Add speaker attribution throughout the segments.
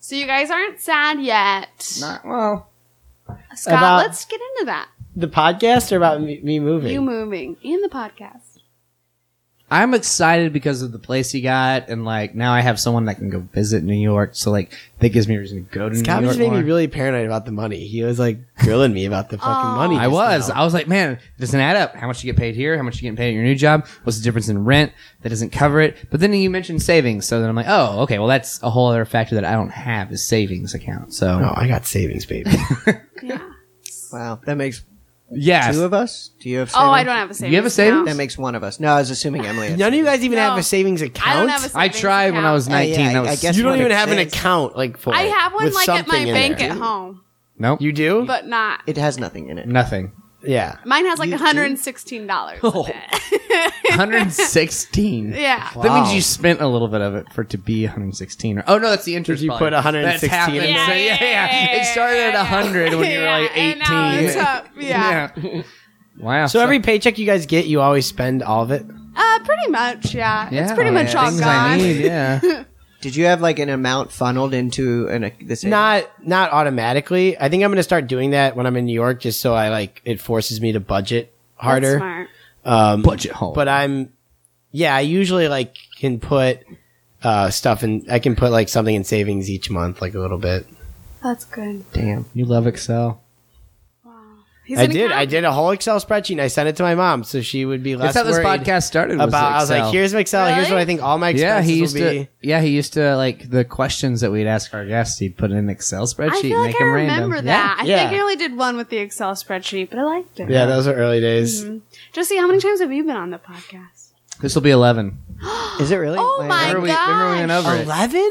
Speaker 1: So you guys aren't sad yet.
Speaker 2: Not well.
Speaker 1: Scott,
Speaker 3: About-
Speaker 1: let's get into that.
Speaker 3: The podcast or about me, me moving?
Speaker 1: You moving in the podcast.
Speaker 2: I'm excited because of the place he got, and like now I have someone that can go visit New York. So like that gives me a reason to go to
Speaker 3: Scott
Speaker 2: New
Speaker 3: was
Speaker 2: York.
Speaker 3: made
Speaker 2: more.
Speaker 3: me really paranoid about the money. He was like grilling me about the fucking money.
Speaker 2: I
Speaker 3: just
Speaker 2: was.
Speaker 3: now.
Speaker 2: I was like, man, this doesn't add up. How much you get paid here? How much you getting paid at your new job? What's the difference in rent? That doesn't cover it. But then you mentioned savings, so then I'm like, oh, okay. Well, that's a whole other factor that I don't have is savings account. So
Speaker 3: No, I got savings, baby.
Speaker 1: Yeah.
Speaker 4: Wow, that makes
Speaker 2: yeah,
Speaker 4: two of us. Do you have? Savings?
Speaker 1: Oh, I don't have a savings.
Speaker 2: You have a savings?
Speaker 1: account.
Speaker 4: That makes one of us. No, I was assuming Emily. Had
Speaker 3: None of you guys even
Speaker 1: No.
Speaker 3: have a savings account.
Speaker 1: I don't have a savings
Speaker 2: I tried when I
Speaker 1: account.
Speaker 2: was 19.
Speaker 4: yeah,
Speaker 2: that
Speaker 4: I-
Speaker 2: was,
Speaker 4: I guess-
Speaker 3: you don't
Speaker 4: what
Speaker 3: even
Speaker 4: it
Speaker 3: have an
Speaker 4: says.
Speaker 3: account like for.
Speaker 1: I
Speaker 3: it,
Speaker 1: have one
Speaker 3: with
Speaker 1: like at
Speaker 3: something
Speaker 1: my
Speaker 3: in
Speaker 1: bank
Speaker 3: there.
Speaker 1: at home,
Speaker 2: nope.
Speaker 3: You do?
Speaker 1: but not.
Speaker 4: It has nothing in it.
Speaker 2: Nothing.
Speaker 3: yeah.
Speaker 1: Mine has like
Speaker 4: You do?
Speaker 1: $116.
Speaker 2: Oh.
Speaker 1: in it.
Speaker 2: 116.
Speaker 1: yeah.
Speaker 2: That
Speaker 3: Wow.
Speaker 2: means you spent a little bit of it for it to be 116. Or, oh no, that's the interest.
Speaker 3: you
Speaker 2: probably.
Speaker 3: put 116
Speaker 2: That's happened.
Speaker 3: in
Speaker 2: So,
Speaker 3: there.
Speaker 2: yeah, yeah, It started at
Speaker 1: yeah,
Speaker 2: 100 when you were
Speaker 1: yeah,
Speaker 2: like 18.
Speaker 1: And now it's up. Yeah.
Speaker 2: Yeah. Wow.
Speaker 3: So every paycheck you guys get, you always spend all of it.
Speaker 1: Uh, pretty much, yeah. it's pretty much all
Speaker 2: things
Speaker 1: gone.
Speaker 2: I need. Yeah.
Speaker 4: Did you have like an amount funneled into an ac- the savings?
Speaker 3: Not not automatically. I think I'm going to start doing that when I'm in New York, just so I like it forces me to budget
Speaker 1: That's
Speaker 3: harder.
Speaker 1: smart.
Speaker 3: Um,
Speaker 2: Budget hole.
Speaker 3: but I'm yeah, I usually like can put uh stuff in I can put like something in savings each month, like a little bit.
Speaker 1: That's good.
Speaker 4: Damn.
Speaker 2: you love Excel.
Speaker 1: He's
Speaker 3: I
Speaker 1: an
Speaker 3: did. I
Speaker 1: accountant.
Speaker 3: did a whole Excel spreadsheet and I sent it to my mom so she would be less
Speaker 2: That's how this
Speaker 3: worried
Speaker 2: podcast started. Was
Speaker 3: about I was
Speaker 2: Excel.
Speaker 3: like, here's Excel, here's what
Speaker 1: Really?
Speaker 3: I think all my
Speaker 2: Yeah,
Speaker 3: expenses
Speaker 2: he used
Speaker 3: will be.
Speaker 2: to. Yeah, he used to like the questions that we'd ask our guests. He'd put in an Excel spreadsheet,
Speaker 1: I feel
Speaker 2: and
Speaker 1: like
Speaker 2: make
Speaker 1: I
Speaker 2: them
Speaker 1: remember
Speaker 2: random.
Speaker 1: that. I
Speaker 3: Yeah.
Speaker 1: think I only did one with the Excel spreadsheet, but I liked it.
Speaker 3: Yeah, those were early days.
Speaker 1: Mm-hmm. Jesse, how many times have you been on the podcast?
Speaker 2: This will be eleven.
Speaker 4: Is it really?
Speaker 1: Oh my
Speaker 2: Remember we, remember we went
Speaker 1: gosh.
Speaker 2: over it.
Speaker 3: Eleven?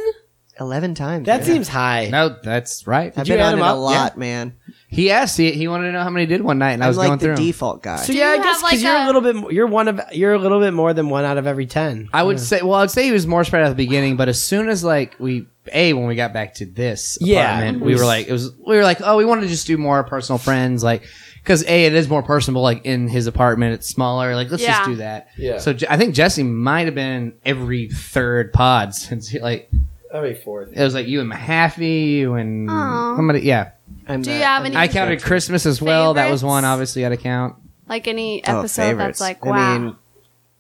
Speaker 4: Eleven times.
Speaker 3: That
Speaker 4: man.
Speaker 3: seems high.
Speaker 2: No, that's right.
Speaker 4: I've
Speaker 3: Did you
Speaker 4: been
Speaker 3: add
Speaker 4: on it
Speaker 3: them
Speaker 4: a
Speaker 3: up?
Speaker 4: lot, man.
Speaker 2: He asked. He, he wanted to know how many did one night, and i
Speaker 4: I'm
Speaker 2: was
Speaker 4: like
Speaker 2: going
Speaker 4: the
Speaker 2: through. 'em.
Speaker 4: default guy.
Speaker 3: So
Speaker 1: Do
Speaker 3: yeah, I
Speaker 1: you
Speaker 3: guess
Speaker 1: have, like,
Speaker 3: because you're a
Speaker 1: a-
Speaker 3: little bit mo- you're one of you're a little bit more than one out of every ten.
Speaker 2: I would say, well, I'd say he was more spread out at the beginning, but as soon as like we, a when we got back to this
Speaker 3: Yeah.
Speaker 2: apartment, we were like, it was we were like, oh, we want to just do more personal friends, like because a it is more personable, like in his apartment, it's smaller, like let's
Speaker 1: Yeah.
Speaker 2: just do that.
Speaker 3: Yeah.
Speaker 2: So Je- I think Jesse might have been every third pod since he, like
Speaker 3: Every fourth.
Speaker 2: it was like you and Mahaffey, you and
Speaker 1: Aw.
Speaker 2: somebody, yeah.
Speaker 4: I'm
Speaker 1: Do
Speaker 4: the-
Speaker 1: you have
Speaker 4: I'm
Speaker 1: any
Speaker 2: I counted Christmas as well. That was
Speaker 1: Favorites?
Speaker 2: one obviously I'd count.
Speaker 1: Like any
Speaker 4: Oh,
Speaker 1: episode
Speaker 4: favorites.
Speaker 1: that's like,
Speaker 4: I
Speaker 1: wow.
Speaker 4: mean,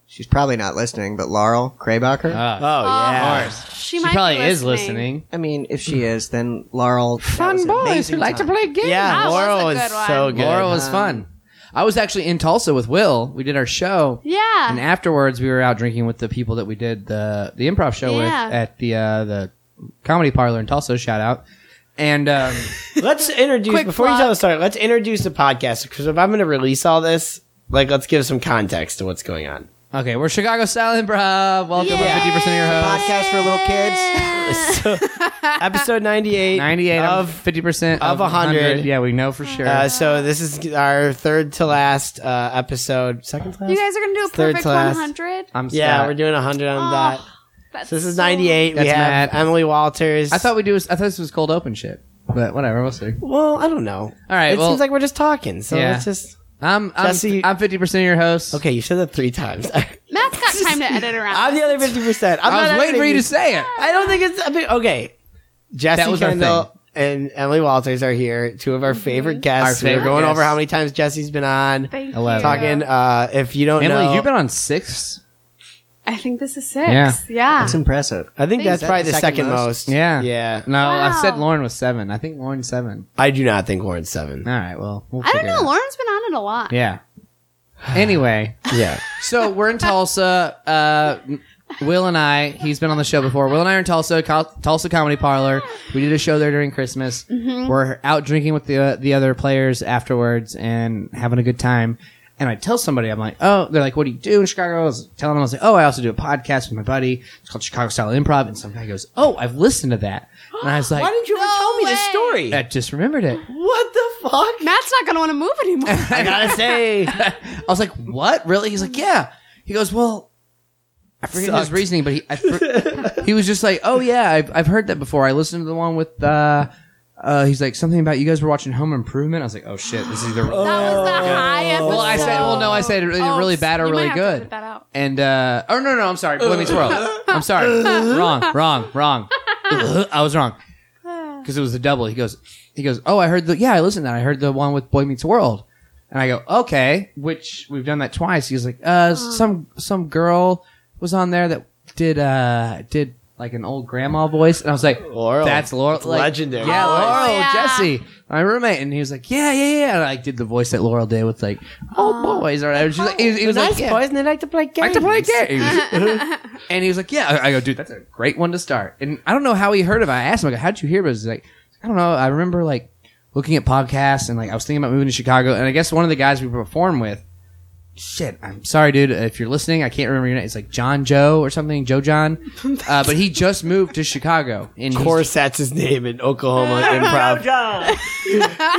Speaker 4: she's probably not listening, but Laurel Kraybacher.
Speaker 2: Uh,
Speaker 3: Oh yeah.
Speaker 1: she,
Speaker 2: she
Speaker 1: might
Speaker 2: probably
Speaker 1: be
Speaker 2: is listening.
Speaker 4: I mean, if she is, then Laurel. that was an amazing time.
Speaker 2: play games.
Speaker 3: Yeah,
Speaker 1: That was
Speaker 3: Laurel
Speaker 1: a
Speaker 3: was,
Speaker 1: good one.
Speaker 3: so good.
Speaker 2: Laura was
Speaker 4: Um,
Speaker 2: fun. I was actually in Tulsa with Will. We did our show, and
Speaker 1: Yeah.
Speaker 2: afterwards we were out drinking with the people that we did the the improv show
Speaker 1: Yeah.
Speaker 2: with at the uh, the comedy parlor in Tulsa. Shout out. And um,
Speaker 3: let's introduce
Speaker 1: Quick
Speaker 3: before you
Speaker 1: plug.
Speaker 3: tell the story. Let's introduce the podcast because if I'm going to release all this, like let's give some context to what's going on.
Speaker 2: okay, we're Chicago Style Improv. Welcome,
Speaker 1: Yeah.
Speaker 2: fifty percent of your hosts.
Speaker 4: Podcast for little kids.
Speaker 3: So, episode 98,
Speaker 2: 98 of
Speaker 3: of
Speaker 2: 50%
Speaker 3: of 100.
Speaker 2: Yeah, we know for sure.
Speaker 3: uh, so this is our third to last uh, episode, second to last.
Speaker 1: You guys are going to do a
Speaker 3: Third
Speaker 1: perfect
Speaker 3: to last.
Speaker 1: 100?
Speaker 2: I'm
Speaker 3: yeah,
Speaker 2: Scott.
Speaker 3: we're doing 100 on that.
Speaker 1: Oh, that's
Speaker 3: So this is
Speaker 1: so-
Speaker 3: 98.
Speaker 2: That's
Speaker 3: we have
Speaker 2: mad.
Speaker 3: Emily Walters.
Speaker 2: I thought we do. I thought this was cold open shit, but whatever. We'll see.
Speaker 3: Well, I don't know.
Speaker 2: All right,
Speaker 3: It
Speaker 2: well-
Speaker 3: seems like we're just talking. So
Speaker 2: Yeah.
Speaker 3: let's just.
Speaker 2: I'm I'm
Speaker 3: Jesse-
Speaker 2: I'm fifty percent of your host.
Speaker 3: Okay, you said that three times.
Speaker 1: Matt's got time to edit around.
Speaker 3: I'm the other 50%. I'm
Speaker 2: I
Speaker 3: not
Speaker 2: was waiting for you
Speaker 3: editing.
Speaker 2: to say it.
Speaker 3: I don't think it's I mean, okay. Jesse
Speaker 2: That was our
Speaker 3: Kendall and Emily Walters are here, two of our favorite guests.
Speaker 2: Our
Speaker 3: We're
Speaker 2: favorite
Speaker 3: going over
Speaker 2: guests.
Speaker 3: how many times Jesse's been on.
Speaker 1: Mhm. Thank
Speaker 2: Eleven.
Speaker 1: you.
Speaker 3: Talking. Uh, if you don't
Speaker 2: Emily,
Speaker 3: know,
Speaker 2: you've been on six.
Speaker 1: I think this is six.
Speaker 2: Yeah.
Speaker 1: Yeah.
Speaker 4: That's impressive.
Speaker 3: I think that's
Speaker 1: Is that
Speaker 3: probably
Speaker 4: the
Speaker 3: the
Speaker 4: second
Speaker 3: second most.
Speaker 4: most?
Speaker 2: Yeah.
Speaker 3: yeah.
Speaker 2: No, I
Speaker 1: Wow.
Speaker 2: said Lauren was seven. I think Lauren's seven.
Speaker 3: I do not think Lauren's seven.
Speaker 2: All right. Well, we'll
Speaker 1: I don't
Speaker 2: figure it
Speaker 1: know.
Speaker 2: out.
Speaker 1: Lauren's been on it a lot.
Speaker 2: Yeah. Anyway,
Speaker 3: yeah,
Speaker 2: so we're in Tulsa. Uh, Will and I, he's been on the show before. Will and I are in Tulsa, Col- Tulsa Comedy Parlor. We did a show there during Christmas.
Speaker 1: Mm-hmm.
Speaker 2: We're out drinking with the uh, the other players afterwards and having a good time. And I tell somebody, I'm like, oh, they're like, what do you do in Chicago? I was telling them, I was like, oh, I also do a podcast with my buddy. It's called Chicago Style Improv. And some guy goes, oh, I've listened to that. And I was like,
Speaker 3: Why didn't you ever
Speaker 1: No
Speaker 3: tell me this
Speaker 1: way.
Speaker 3: story?
Speaker 2: I just remembered it.
Speaker 3: what the fuck?
Speaker 1: Matt's not going to want to move anymore.
Speaker 3: I gotta say,
Speaker 2: I was like, "What? Really?" He's like, "Yeah." He goes, "Well, I forget
Speaker 3: Sucked.
Speaker 2: his reasoning, but he I for- he was just like, "Oh yeah, I've I've heard that before. I listened to the one with uh, uh he's like something about you guys were watching Home Improvement." I was like, "Oh shit, this is the
Speaker 1: That was the high episode.
Speaker 2: Oh. Well, I said, well, no, I said really,
Speaker 1: Oh,
Speaker 2: really bad or
Speaker 1: you might
Speaker 2: really
Speaker 1: have to
Speaker 2: good.
Speaker 1: edit that out.
Speaker 2: And uh, oh no, no, I'm sorry. Let me swirl. I'm sorry. wrong, wrong, wrong. I was wrong. because it was a double. He goes, he goes, oh, I heard the yeah, I listened to that. I heard the one with Boy Meets World, and I go, okay, which we've done that twice. He's like, uh, some some girl was on there that did uh did like an old grandma voice, and I was like,
Speaker 3: Laurel.
Speaker 2: that's Laurel,
Speaker 3: It's
Speaker 2: like-
Speaker 3: legendary.
Speaker 2: yeah,
Speaker 1: Oh,
Speaker 2: Laurel
Speaker 1: yeah.
Speaker 2: Jesse, my roommate, and he was like, yeah, yeah, yeah, and I did the voice that Laurel did with like, oh boys, or whatever. She's like, he was, he was like, yeah.
Speaker 3: and they like to play games.
Speaker 2: I like to play games. and he was like, Yeah. I go, dude, that's a great one to start. And I don't know how he heard of it. I asked him, I go, How'd you hear about it? He's like, I don't know. I remember like looking at podcasts and like I was thinking about moving to Chicago. And I guess one of the guys we performed with, shit, I'm sorry, dude. If you're listening, I can't remember your name. It's like John Joe or something, Joe John. Uh, but he just moved to Chicago. And
Speaker 3: Of
Speaker 2: he's-
Speaker 3: course, that's his name in Oklahoma improv.
Speaker 4: John.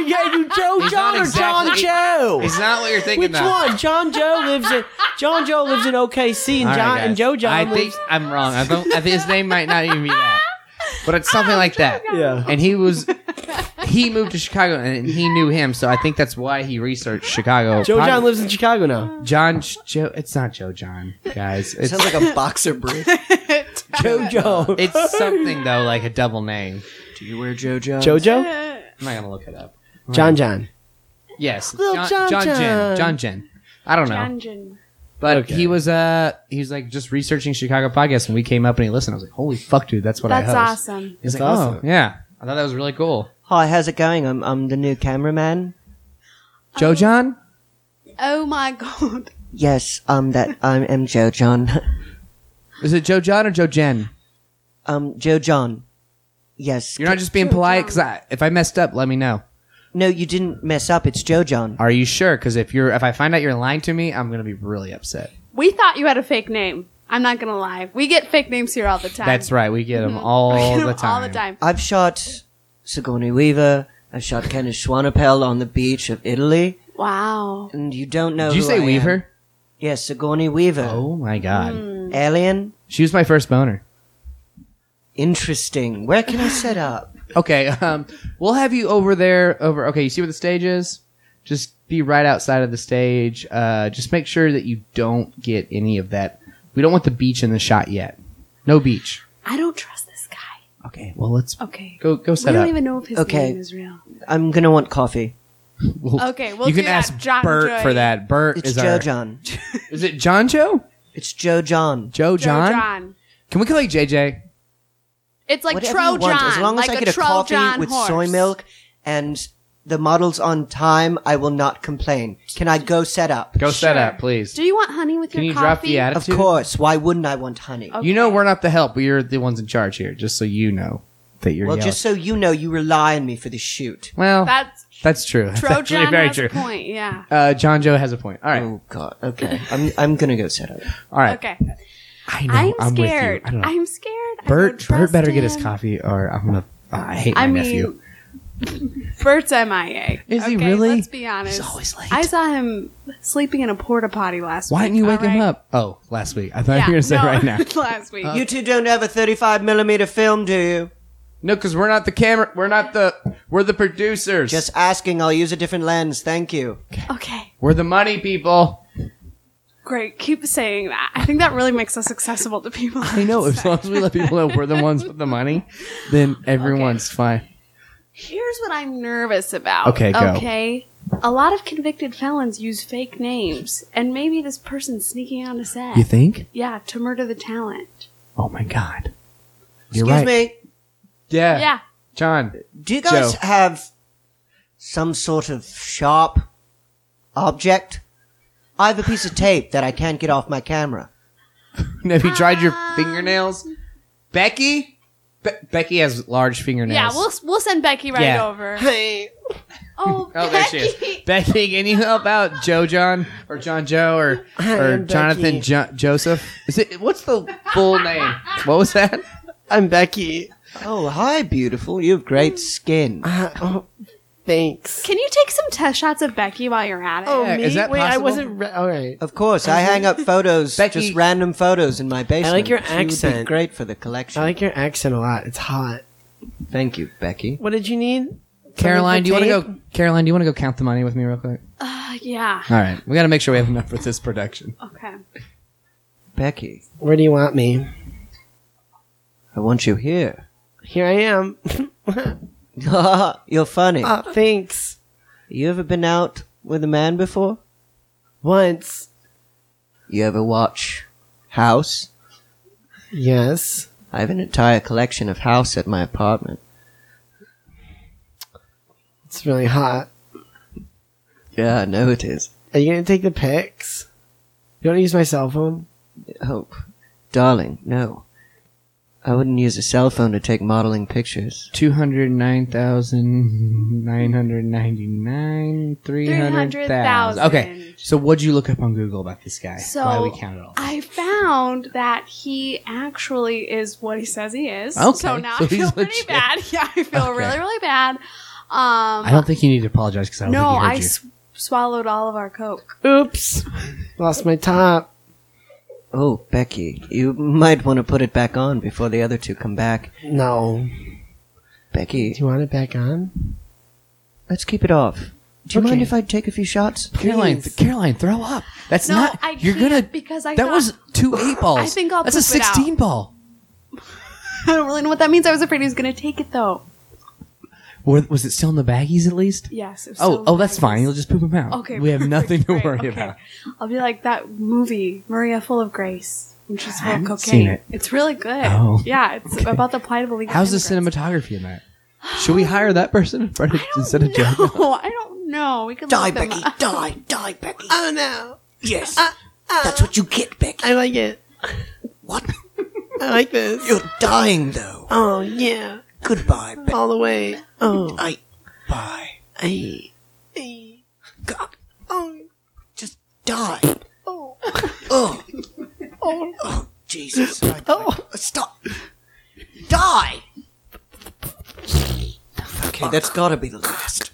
Speaker 3: yeah, you Joe
Speaker 2: He's not
Speaker 3: John or
Speaker 2: exactly-
Speaker 3: John Joe?
Speaker 2: It's not what you're thinking
Speaker 3: Which
Speaker 2: though.
Speaker 3: one? John Joe lives in John Joe lives in OKC, and
Speaker 2: All right,
Speaker 3: John
Speaker 2: guys.
Speaker 3: and Joe John
Speaker 2: I think
Speaker 3: lives.
Speaker 2: I'm wrong. I don't, I think his name might not even be that. But it's something like that.
Speaker 3: yeah.
Speaker 2: and he was he moved to Chicago and he knew him, so I think that's why he researched Chicago.
Speaker 3: Joe
Speaker 2: Probably-
Speaker 3: John lives in Chicago now.
Speaker 2: John Ch- Joe. It's not Joe John, guys. It's
Speaker 5: Sounds like a boxer brief.
Speaker 3: Joe Joe.
Speaker 2: it's something though, like a double name.
Speaker 5: Do you wear JoJo?
Speaker 3: Joe Joe?
Speaker 1: Uh,
Speaker 2: I'm not gonna look it up.
Speaker 3: John John.
Speaker 2: Yes, it's
Speaker 3: Little
Speaker 2: John,
Speaker 3: John
Speaker 2: John Jin.
Speaker 3: John.
Speaker 2: John Jin. I don't know,
Speaker 1: dungeon.
Speaker 2: but
Speaker 3: Okay.
Speaker 2: he was uh he was like just researching Chicago podcasts, and we came up and he listened. I was like, holy fuck, dude, that's what
Speaker 1: That's
Speaker 2: I host.
Speaker 1: awesome.
Speaker 2: He's
Speaker 3: That's
Speaker 2: like,
Speaker 3: awesome.
Speaker 2: oh yeah, I thought that was really cool.
Speaker 4: Hi, how's it going? I'm I'm the new cameraman.
Speaker 1: Um,
Speaker 2: Joe John.
Speaker 1: Oh my god.
Speaker 4: Yes, um, that I'm, I'm Joe John.
Speaker 2: Is it Joe John or Joe Jen?
Speaker 4: Um, Joe John. Yes.
Speaker 2: You're not just being polite because if I messed up, let me know.
Speaker 4: no, you didn't mess up. It's Joe John.
Speaker 2: Are you sure? Because if you're, if I find out you're lying to me, I'm gonna be really upset.
Speaker 1: We thought you had a fake name. I'm not gonna lie. We get fake names here all the time.
Speaker 2: That's right. We get
Speaker 1: Mm-hmm.
Speaker 2: them all the time.
Speaker 1: All the time.
Speaker 4: I've shot Sigourney Weaver. I've shot Kenneth Schwanapel on the beach of Italy.
Speaker 1: Wow.
Speaker 4: And you don't know.
Speaker 2: Did you
Speaker 4: who
Speaker 2: say
Speaker 4: I am.
Speaker 2: Weaver?
Speaker 4: Yes, Sigourney Weaver.
Speaker 2: Oh my god,
Speaker 1: Mm-hmm.
Speaker 4: Alien.
Speaker 2: she was my first boner.
Speaker 4: Interesting. Where can I set up?
Speaker 2: Okay, um, we'll have you over there. Over. Okay, you see where the stage is? Just be right outside of the stage. Uh, just make sure that you don't get any of that. We don't want the beach in the shot yet. No beach.
Speaker 1: I don't trust this guy.
Speaker 2: Okay. Well, let's
Speaker 1: Okay.
Speaker 2: go. Go
Speaker 1: we
Speaker 2: set
Speaker 1: don't
Speaker 2: up.
Speaker 1: even know if his
Speaker 4: Okay.
Speaker 1: name is real.
Speaker 4: I'm gonna want coffee.
Speaker 2: We'll-
Speaker 1: Okay, we'll
Speaker 2: you can
Speaker 1: do that,
Speaker 2: ask
Speaker 1: John
Speaker 2: Bert
Speaker 1: Joy.
Speaker 2: for that. Bert
Speaker 4: It's
Speaker 2: is
Speaker 4: Joe
Speaker 2: our.
Speaker 4: John.
Speaker 2: Is it John Joe?
Speaker 4: It's Joe John.
Speaker 2: Joe John?
Speaker 1: Trojan.
Speaker 2: Can we call you JJ?
Speaker 1: It's like
Speaker 4: Whatever
Speaker 1: Trojan.
Speaker 4: you want, as long as
Speaker 1: like
Speaker 4: I get a, coffee
Speaker 1: Trojan
Speaker 4: with
Speaker 1: horse.
Speaker 4: soy milk and the model's on time, I will not complain. Can I go set up?
Speaker 2: Go set
Speaker 1: Sure.
Speaker 2: up, please.
Speaker 1: Do you want honey with
Speaker 2: Can
Speaker 1: your
Speaker 2: you
Speaker 1: coffee?
Speaker 2: drop the
Speaker 4: Of
Speaker 2: attitude?
Speaker 4: course. Why wouldn't I want honey?
Speaker 1: Okay.
Speaker 2: You know we're not the help. We're the ones in charge here. Just so you know that you're.
Speaker 4: Well,
Speaker 2: yelling.
Speaker 4: just so you know, you rely on me for the shoot.
Speaker 2: well.
Speaker 1: That's
Speaker 2: that's true. Oh, That's actually
Speaker 1: Trojan
Speaker 2: very
Speaker 1: has
Speaker 2: true.
Speaker 1: a point. Yeah.
Speaker 2: Uh, John Joe has a point. All right,
Speaker 4: Oh God. Okay. I'm I'm gonna go set up.
Speaker 2: all right.
Speaker 1: Okay.
Speaker 2: I know.
Speaker 1: I'm
Speaker 2: I'm,
Speaker 1: scared.
Speaker 2: With you. I don't know.
Speaker 1: am scared. I don't
Speaker 2: Bert. Bert
Speaker 1: trust
Speaker 2: better get his
Speaker 1: him.
Speaker 2: coffee, or I'm gonna. I hate my
Speaker 1: I mean,
Speaker 2: nephew.
Speaker 1: Bert's MIA.
Speaker 2: Is he
Speaker 1: Okay,
Speaker 2: really?
Speaker 1: Let's be honest.
Speaker 2: He's always late.
Speaker 1: I saw him sleeping in a porta potty last
Speaker 2: Why
Speaker 1: week.
Speaker 2: didn't you wake
Speaker 1: all
Speaker 2: him
Speaker 1: right?
Speaker 2: up? Oh, last week. I thought
Speaker 1: Yeah,
Speaker 2: you were gonna say
Speaker 1: no,
Speaker 2: right now. Uh,
Speaker 1: last week.
Speaker 4: You two don't have a 35 millimeter film, do you?
Speaker 2: No, because we're not the camera. We're not the. We're the producers.
Speaker 4: Just asking. I'll use a different lens. Thank you.
Speaker 1: okay.
Speaker 2: we're the money people.
Speaker 1: Great. Keep saying that. I think that really makes us accessible to people.
Speaker 2: I know. As long as we let people know we're the ones with the money, then everyone's fine.
Speaker 1: Here's what I'm nervous about.
Speaker 2: Okay, go.
Speaker 1: Okay. A lot of convicted felons use fake names, and maybe this person's sneaking onto set.
Speaker 2: You think?
Speaker 1: yeah, to murder the talent.
Speaker 2: Oh my god. You're
Speaker 4: Excuse
Speaker 2: right.
Speaker 4: me.
Speaker 2: Yeah.
Speaker 1: Yeah.
Speaker 2: John.
Speaker 4: Do you guys
Speaker 2: Joe.
Speaker 4: have some sort of sharp object? I have a piece of tape that I can't get off my camera.
Speaker 2: Have you tried your
Speaker 1: Um,
Speaker 2: fingernails? Becky? Be- Becky has large fingernails.
Speaker 1: Yeah, we'll we'll send Becky right
Speaker 2: Yeah.
Speaker 1: over.
Speaker 4: Hey.
Speaker 1: Oh,
Speaker 2: Oh, there she is. Becky, can you help out Joe John or John Joe or, or
Speaker 3: am
Speaker 2: Jonathan
Speaker 3: Becky.
Speaker 2: jo- Joseph? Is it what's the full name? What was that?
Speaker 3: I'm Becky.
Speaker 4: Oh, hi, beautiful. You have great skin.
Speaker 3: Uh, oh, thanks.
Speaker 1: Can you take some test shots of Becky while you're at it?
Speaker 3: Oh,
Speaker 2: Yeah,
Speaker 3: me?
Speaker 2: is that
Speaker 3: Wait, I
Speaker 2: possible?
Speaker 3: wasn't. Re- All right.
Speaker 4: Of course, I hang up photos,
Speaker 2: Becky-
Speaker 4: just random photos in my basement.
Speaker 3: your
Speaker 4: She would be
Speaker 3: accent.
Speaker 4: great for the collection.
Speaker 3: I like your accent a lot. It's hot.
Speaker 4: Thank you, Becky.
Speaker 3: What did you need?
Speaker 2: Caroline, do you want to
Speaker 3: Something for
Speaker 2: go? Caroline, do you want to go count the money with me real quick?
Speaker 1: Uh, yeah.
Speaker 2: All right, we got to make sure we have enough for this production.
Speaker 1: Okay.
Speaker 4: Becky,
Speaker 3: tape? Where do you want me?
Speaker 4: I want you here.
Speaker 3: Here I am.
Speaker 4: You're funny.
Speaker 3: Ah, thanks.
Speaker 4: you ever been out with a man before?
Speaker 3: Once.
Speaker 4: You ever watch House?
Speaker 3: Yes.
Speaker 4: I have an entire collection of House at my apartment.
Speaker 3: It's really hot.
Speaker 4: Yeah, I know it is.
Speaker 3: Are you gonna take the pics? You want to use my cell phone?
Speaker 4: Oh, darling, no. I wouldn't use a cell phone to take modeling pictures.
Speaker 2: 209,999, 300,000. Okay. So what'd you look up on Google about this guy?
Speaker 1: So- um,
Speaker 2: Why we count it all?
Speaker 1: I found that he actually is what he says he is.
Speaker 2: Okay,
Speaker 1: So now
Speaker 2: so
Speaker 1: I feel
Speaker 2: he's
Speaker 1: pretty
Speaker 2: legit.
Speaker 1: bad. Yeah, I feel
Speaker 2: Okay.
Speaker 1: really, really bad. Um,
Speaker 2: I don't think you need to apologize because I don't
Speaker 1: no,
Speaker 2: think he heard
Speaker 1: I
Speaker 2: you.
Speaker 1: s- swallowed all of our Coke.
Speaker 3: Oops. Lost my top.
Speaker 4: Oh, Becky, you might want to put it back on before the other two come back.
Speaker 3: No. Do
Speaker 4: Becky,
Speaker 3: you want it back on?
Speaker 4: let's keep it off. Do you
Speaker 3: Okay.
Speaker 4: mind if I take a few shots?
Speaker 2: Caroline,
Speaker 3: Please.
Speaker 2: Caroline, throw up. That's
Speaker 1: No,
Speaker 2: not.
Speaker 1: I
Speaker 2: you're
Speaker 1: can't
Speaker 2: gonna
Speaker 1: because I
Speaker 2: that
Speaker 1: thought-
Speaker 2: was two eight balls.
Speaker 1: I think I'll
Speaker 2: That's a
Speaker 1: poop it out.
Speaker 2: sixteen ball.
Speaker 1: I don't really know what that means. I was afraid he was going to take it though.
Speaker 2: Were, was it still in the baggies at least?
Speaker 1: Yes. it was
Speaker 2: oh,
Speaker 1: so
Speaker 2: oh, that's
Speaker 1: nice.
Speaker 2: fine. You'll just poop them out.
Speaker 1: Okay.
Speaker 2: we have
Speaker 1: perfect.
Speaker 2: nothing to
Speaker 1: Great,
Speaker 2: worry
Speaker 1: okay.
Speaker 2: about.
Speaker 1: I'll be like that movie, Maria Full of Grace, which is full of cocaine.
Speaker 2: seen it.
Speaker 1: It's really good.
Speaker 2: Oh.
Speaker 1: Yeah, it's about the plight of illegal
Speaker 2: How's the
Speaker 1: immigrants.
Speaker 2: cinematography in that? Should we hire that person in front of, instead of Joe?
Speaker 1: No, I don't know. We could
Speaker 4: Die,
Speaker 1: look them
Speaker 4: Becky,
Speaker 1: up.
Speaker 4: die, die, Becky.
Speaker 3: Oh no.
Speaker 4: Yes. That's what you get, Becky.
Speaker 3: I like it.
Speaker 4: What?
Speaker 3: I like this.
Speaker 4: You're dying, though.
Speaker 3: Oh yeah.
Speaker 4: Goodbye, Becky.
Speaker 3: All the way. Oh.
Speaker 4: I. Bye.
Speaker 3: I. I.
Speaker 4: God,
Speaker 3: Oh.
Speaker 4: just die. Oh. Oh. Oh, Jesus. Oh. Stop. Die! Okay, that's gotta be the last.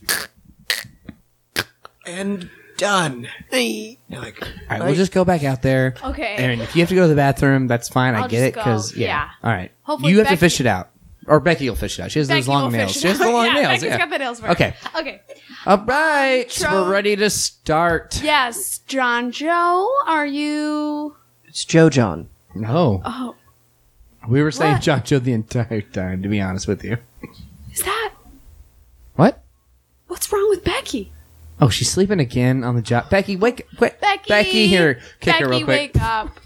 Speaker 4: And done.
Speaker 3: I.
Speaker 4: Now I can-
Speaker 2: All right, we'll just go back out there.
Speaker 1: Okay.
Speaker 2: And if you have to go to the bathroom, that's fine. i
Speaker 1: I'll
Speaker 2: get
Speaker 1: just
Speaker 2: it
Speaker 1: go.
Speaker 2: because yeah.
Speaker 1: Yeah.
Speaker 2: All right.
Speaker 1: Hopefully
Speaker 2: you have to
Speaker 1: Becky-
Speaker 2: fish it out, or Becky will fish it out. She has
Speaker 1: Becky
Speaker 2: those long
Speaker 1: will
Speaker 2: nails.
Speaker 1: fish
Speaker 2: She has the
Speaker 1: it out.
Speaker 2: long
Speaker 1: yeah,
Speaker 2: nails.
Speaker 1: Becky's
Speaker 2: yeah.
Speaker 1: got the nails for her.
Speaker 2: Okay.
Speaker 1: Okay.
Speaker 2: All right.
Speaker 1: Intro.
Speaker 2: We're ready to start.
Speaker 1: Yes, John Joe, are you?
Speaker 4: It's Joe John.
Speaker 2: No.
Speaker 1: Oh,
Speaker 2: We were saying
Speaker 1: What?
Speaker 2: John Joe the entire time, to be honest with you.
Speaker 1: is that
Speaker 2: What?
Speaker 1: what's wrong with Becky?
Speaker 2: Oh, she's sleeping again on the job. Becky, wake quick.
Speaker 1: Becky,
Speaker 2: Becky here. Kick
Speaker 1: Becky,
Speaker 2: her real quick.
Speaker 1: wake up.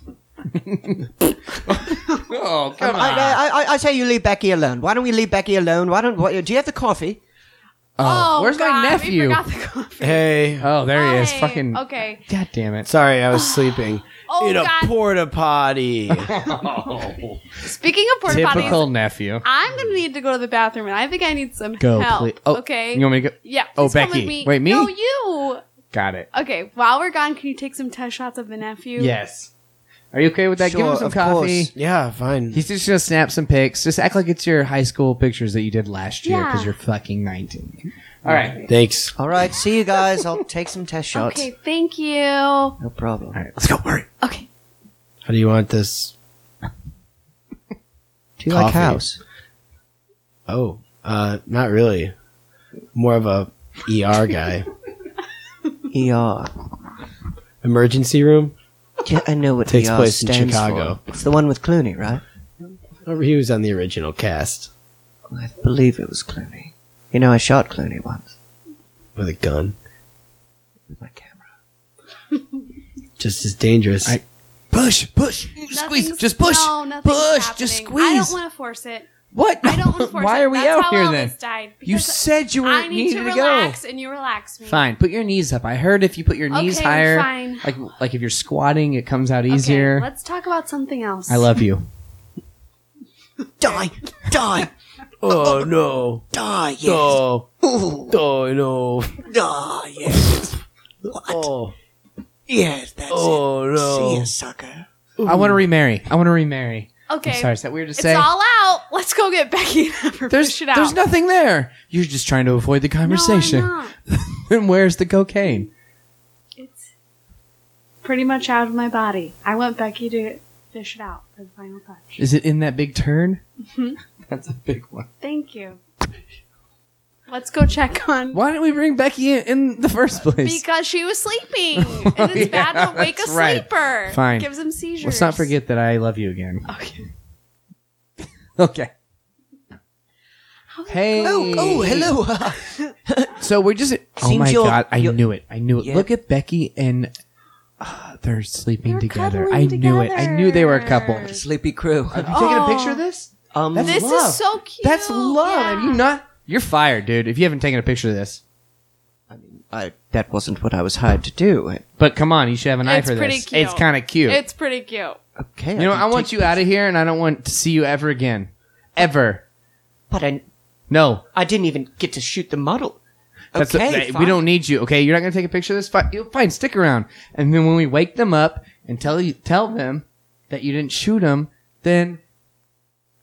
Speaker 2: Oh,
Speaker 4: I,
Speaker 2: come on.
Speaker 4: I, I, I say you leave Becky alone. Why don't we leave Becky alone? Why don't? What, do you have the coffee?
Speaker 1: Oh,
Speaker 2: where's my
Speaker 1: God,
Speaker 2: nephew?
Speaker 1: We forgot the coffee.
Speaker 3: Hey.
Speaker 2: Oh, there he is.
Speaker 1: Hi.
Speaker 2: Fucking
Speaker 1: Okay.
Speaker 2: God damn it.
Speaker 3: Sorry, I was sleeping.
Speaker 1: Oh
Speaker 3: in a
Speaker 1: God.
Speaker 3: porta potty.
Speaker 1: Speaking of porta
Speaker 2: Typical
Speaker 1: potties,
Speaker 2: nephew.
Speaker 1: I'm gonna need to go to the bathroom, and I think I need some
Speaker 2: Go,
Speaker 1: help.
Speaker 2: please. Oh,
Speaker 1: okay.
Speaker 2: You want me to go?
Speaker 1: yeah.
Speaker 2: Oh,
Speaker 1: please come
Speaker 2: Becky.
Speaker 1: with Me.
Speaker 2: Wait, me?
Speaker 1: No, you.
Speaker 2: Got it.
Speaker 1: Okay. While we're gone, can you take some test shots of the nephew?
Speaker 2: Yes. Are you okay with that? Give
Speaker 4: Sure,
Speaker 2: him some
Speaker 4: of course.
Speaker 2: coffee.
Speaker 3: yeah, fine.
Speaker 2: He's just gonna snap some pics. Just act like it's your high school pictures that you did last year because
Speaker 1: Yeah.
Speaker 2: you're fucking 19. All right.
Speaker 3: Thanks.
Speaker 4: All right, see you guys. I'll take some test shots.
Speaker 1: Okay. Thank you.
Speaker 4: No problem.
Speaker 2: All right. Let's go. Hurry.
Speaker 1: Okay.
Speaker 3: How do you want this?
Speaker 4: Do you like
Speaker 3: Coffee.
Speaker 4: house?
Speaker 3: Oh, uh, not really. More of a ER guy.
Speaker 4: ER.
Speaker 3: Emergency room.
Speaker 4: Yeah, I know what
Speaker 3: Takes
Speaker 4: ER
Speaker 3: place in
Speaker 4: stands
Speaker 3: Chicago.
Speaker 4: For. It's the one with Clooney, right?
Speaker 3: Oh, he was on the original cast
Speaker 4: I believe it was Clooney. You know, I shot Clooney once
Speaker 3: with a gun.
Speaker 4: with my camera.
Speaker 3: Just as dangerous.
Speaker 2: I- Push. Push. Just squeeze.
Speaker 1: Nothing's-
Speaker 2: Just push.
Speaker 1: No, nothing's
Speaker 2: push. Just
Speaker 1: happening. I don't
Speaker 2: squeeze.
Speaker 1: want to force it.
Speaker 2: what?
Speaker 1: I don't want to force it.
Speaker 2: Why are we
Speaker 1: That's
Speaker 2: out
Speaker 1: how
Speaker 2: here
Speaker 1: I
Speaker 2: then?
Speaker 1: almost Died
Speaker 2: You
Speaker 1: Because
Speaker 2: said you were
Speaker 1: I need to
Speaker 2: needed
Speaker 1: relax,
Speaker 2: go.
Speaker 1: and you relax me.
Speaker 2: Fine. Put your knees up. I heard if you put your knees
Speaker 1: Okay,
Speaker 2: higher,
Speaker 1: fine.
Speaker 2: like like if you're squatting, it comes out
Speaker 1: Okay,
Speaker 2: easier.
Speaker 1: let's talk about something else.
Speaker 2: I love you.
Speaker 4: Die! Die!
Speaker 3: oh no!
Speaker 4: Die! Yes!
Speaker 3: Oh,
Speaker 4: Ooh,
Speaker 3: oh no!
Speaker 4: ah, yes!
Speaker 3: Oh,
Speaker 4: Yes, that's
Speaker 3: oh
Speaker 4: it. See ya,
Speaker 3: no!
Speaker 4: sucker.
Speaker 2: I want to remarry. I want to remarry.
Speaker 1: Okay.
Speaker 2: I'm sorry. Is that weird to
Speaker 1: It's
Speaker 2: say?
Speaker 1: all out. Let's go get Becky and have her
Speaker 2: there's
Speaker 1: push it out.
Speaker 2: there's nothing there. You're just trying to avoid the conversation.
Speaker 1: No, I'm not.
Speaker 2: Then where's the cocaine?
Speaker 1: It's pretty much out of my body. I want Becky to fish it out for the final touch.
Speaker 2: Is it in that big turn?
Speaker 1: Mm-hmm.
Speaker 2: That's a big one.
Speaker 1: Thank you. Let's go check on
Speaker 2: Why didn't we bring Becky in, in the first place?
Speaker 1: because she was sleeping, and it's
Speaker 2: yeah,
Speaker 1: bad to wake a
Speaker 2: that's right.
Speaker 1: sleeper.
Speaker 2: Fine.
Speaker 1: gives him seizures.
Speaker 2: Let's not forget that I love you again.
Speaker 1: Okay.
Speaker 2: Okay. Hey.
Speaker 6: Oh, oh, hello.
Speaker 2: So we're just. oh
Speaker 6: Seems
Speaker 2: my
Speaker 6: you're-
Speaker 2: god! I
Speaker 6: you're-
Speaker 2: knew it. I knew it.
Speaker 6: Yeah.
Speaker 2: Look at Becky and ah, they're sleeping
Speaker 7: They're
Speaker 2: together.
Speaker 7: cuddling
Speaker 2: I knew it. I knew they were a couple.
Speaker 7: together.
Speaker 6: Sleepy crew.
Speaker 2: Have you taken a picture of
Speaker 1: Oh.
Speaker 7: Aw.
Speaker 2: this?
Speaker 6: Um,
Speaker 2: That's
Speaker 1: This
Speaker 2: love.
Speaker 1: is so cute.
Speaker 2: That's love.
Speaker 1: Yeah.
Speaker 2: Have you not? You're fired, dude. If you haven't taken a picture of this,
Speaker 6: I,
Speaker 4: That wasn't what I was hired to do.
Speaker 2: but come on, you should have an eye
Speaker 1: It's
Speaker 2: for
Speaker 1: pretty
Speaker 2: this.
Speaker 1: cute.
Speaker 2: It's kind of cute.
Speaker 1: It's pretty cute.
Speaker 6: okay.
Speaker 2: you know,
Speaker 6: can
Speaker 2: I want
Speaker 6: take-
Speaker 2: you out of here, and I don't want to see you ever again, ever.
Speaker 6: But I,
Speaker 2: No,
Speaker 6: I didn't even get to shoot the model.
Speaker 2: That's
Speaker 6: okay,
Speaker 2: hey, we
Speaker 6: fine.
Speaker 2: don't need you. Okay, you're not gonna take a picture of this. Fine, you fine stick around. And then when we wake them up and tell you tell them that you didn't shoot them, then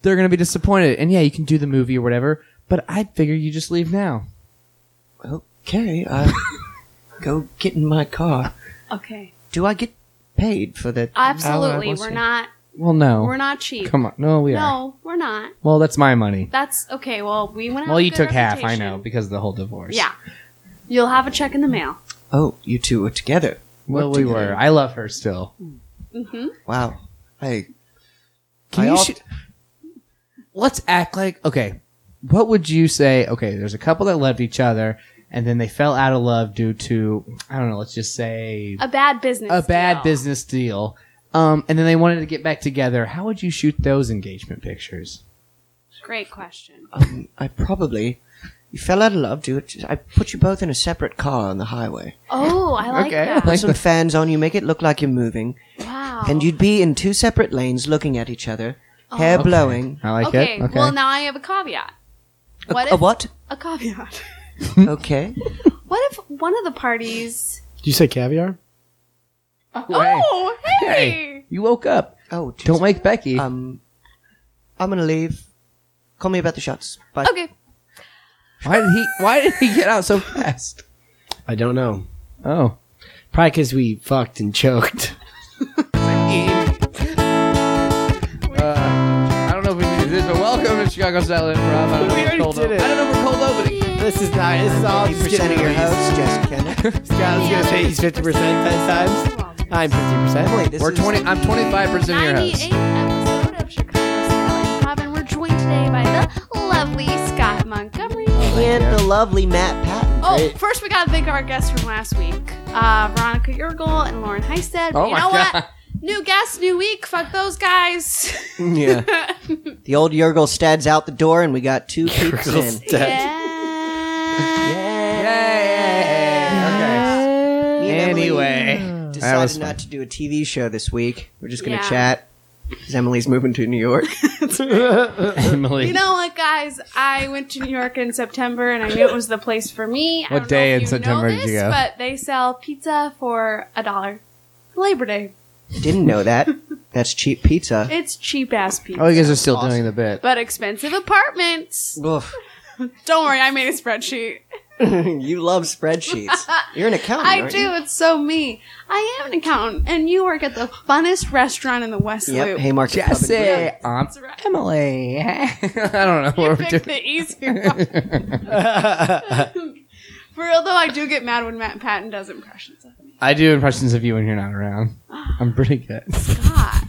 Speaker 2: they're gonna be disappointed. And yeah, you can do the movie or whatever. But I figure you just leave now.
Speaker 6: Okay, uh, go get in my car.
Speaker 7: Okay.
Speaker 6: Do I get
Speaker 4: Paid for the.
Speaker 1: Absolutely.
Speaker 4: we'll
Speaker 1: We're
Speaker 4: see.
Speaker 1: not
Speaker 2: Well, no.
Speaker 1: we're not cheap.
Speaker 2: Come on, no, we are.
Speaker 1: No, we're not.
Speaker 2: Well, that's my money.
Speaker 1: That's okay. Well, we went out
Speaker 2: Well,
Speaker 1: with
Speaker 2: you
Speaker 1: good
Speaker 2: took half. I
Speaker 1: reputation.
Speaker 2: know because of the whole divorce.
Speaker 1: Yeah. You'll have a check in the mail.
Speaker 4: Oh, you two were together.
Speaker 2: Well, we were. I love her still.
Speaker 1: Mm-hmm.
Speaker 4: Wow. Hey,
Speaker 2: Can
Speaker 4: I
Speaker 2: you
Speaker 4: oft-
Speaker 2: sh- Let's act like okay. What would you say? Okay, there's a couple that loved each other, and then they fell out of love due to I don't know. Let's just say
Speaker 1: A bad business.
Speaker 2: a bad
Speaker 1: deal.
Speaker 2: business deal. Um, and then they wanted to get back together. How would you shoot those engagement pictures?
Speaker 1: Great question.
Speaker 4: um, I probably. You fell out of love, dude. I put you both in a separate car on the highway.
Speaker 1: Oh, I like
Speaker 2: Okay.
Speaker 1: that.
Speaker 4: Put some fans on you, make it look like you're moving,
Speaker 1: wow.
Speaker 4: and you'd be in two separate lanes looking at each other, hair blowing.
Speaker 2: I like
Speaker 1: okay.
Speaker 2: it. Okay.
Speaker 1: Well, now I have a caveat.
Speaker 4: A-
Speaker 1: What
Speaker 4: a
Speaker 1: if
Speaker 4: what?
Speaker 1: a caveat?
Speaker 2: Hmm?
Speaker 4: okay.
Speaker 1: What if one of the parties?
Speaker 3: Did you say caviar?
Speaker 2: Hey,
Speaker 1: Oh, hey.
Speaker 2: hey, you woke up.
Speaker 4: Oh, geez.
Speaker 2: Don't wake Becky.
Speaker 4: Um, I'm gonna leave. Call me about the shots. Bye.
Speaker 1: Okay.
Speaker 2: why did he? Why did he get out so fast?
Speaker 3: I don't know.
Speaker 2: Oh,
Speaker 3: Probably because we fucked and choked.
Speaker 2: Uh, I don't know if we need to do this, but welcome to Chicago Style Improv. I don't know
Speaker 3: We
Speaker 2: if
Speaker 3: already
Speaker 2: we're cold
Speaker 3: did
Speaker 2: open-
Speaker 3: it.
Speaker 2: I don't know if we're cold opening.
Speaker 3: This is not. This is all just
Speaker 4: Percent of your host, Jessica Kenner.
Speaker 3: I was gonna say he's fifty percent ten times. I'm fifty percent.
Speaker 4: Wait, this
Speaker 2: We're
Speaker 4: is-
Speaker 2: twenty. I'm twenty five percent your host.
Speaker 1: 98th episode of Chicago Style Improv, and we're joined today by the lovely Scott Montgomery.
Speaker 4: And
Speaker 6: the lovely Matt Patton?
Speaker 1: Oh, first we gotta thank our guests from last week, uh, Veronica Urgel and Lauren Heisted.
Speaker 2: Oh
Speaker 1: you
Speaker 2: my
Speaker 1: know
Speaker 2: God.
Speaker 1: what? New guests, new week. Fuck those guys.
Speaker 4: Yeah.
Speaker 6: The old Yurgle stads out the door, and we got two peeps in.
Speaker 1: yeah.
Speaker 2: Yay.
Speaker 4: Me
Speaker 2: Okay.
Speaker 4: and Emily
Speaker 2: Anyway, That was
Speaker 4: decided
Speaker 2: fun.
Speaker 4: not to do a TV show this week. We're just gonna
Speaker 1: Mm. Yeah.
Speaker 4: chat. Because Emily's moving to New York.
Speaker 2: Emily,
Speaker 1: You know what, guys? I went to New York in September, and I knew it was the place for me. I
Speaker 2: What
Speaker 1: don't
Speaker 2: day
Speaker 1: know if
Speaker 2: in
Speaker 1: you
Speaker 2: September
Speaker 1: know
Speaker 2: did you
Speaker 1: this,
Speaker 2: go?
Speaker 1: But they sell pizza for a dollar. Labor Day.
Speaker 4: Didn't know that. That's cheap pizza.
Speaker 1: It's cheap ass pizza.
Speaker 2: oh, you guys are still doing the bit.
Speaker 1: But expensive apartments.
Speaker 4: Oof.
Speaker 1: Don't worry, I made a spreadsheet.
Speaker 4: you love spreadsheets. You're an accountant,
Speaker 1: I
Speaker 4: aren't
Speaker 1: do.
Speaker 4: you?
Speaker 1: It's so me. I am an accountant, and you work at the funnest restaurant in the West
Speaker 4: Yep,
Speaker 1: Loop.
Speaker 4: Haymarket Pub and Grill.
Speaker 2: Jesse, I'm
Speaker 1: That's right.
Speaker 2: Emily. I don't know
Speaker 1: You
Speaker 2: what we're
Speaker 1: picked
Speaker 2: doing.
Speaker 1: the easier one. For real though, I do get mad when Matt Patton does impressions of me.
Speaker 2: I do impressions of you when you're not around. I'm pretty good.
Speaker 1: God.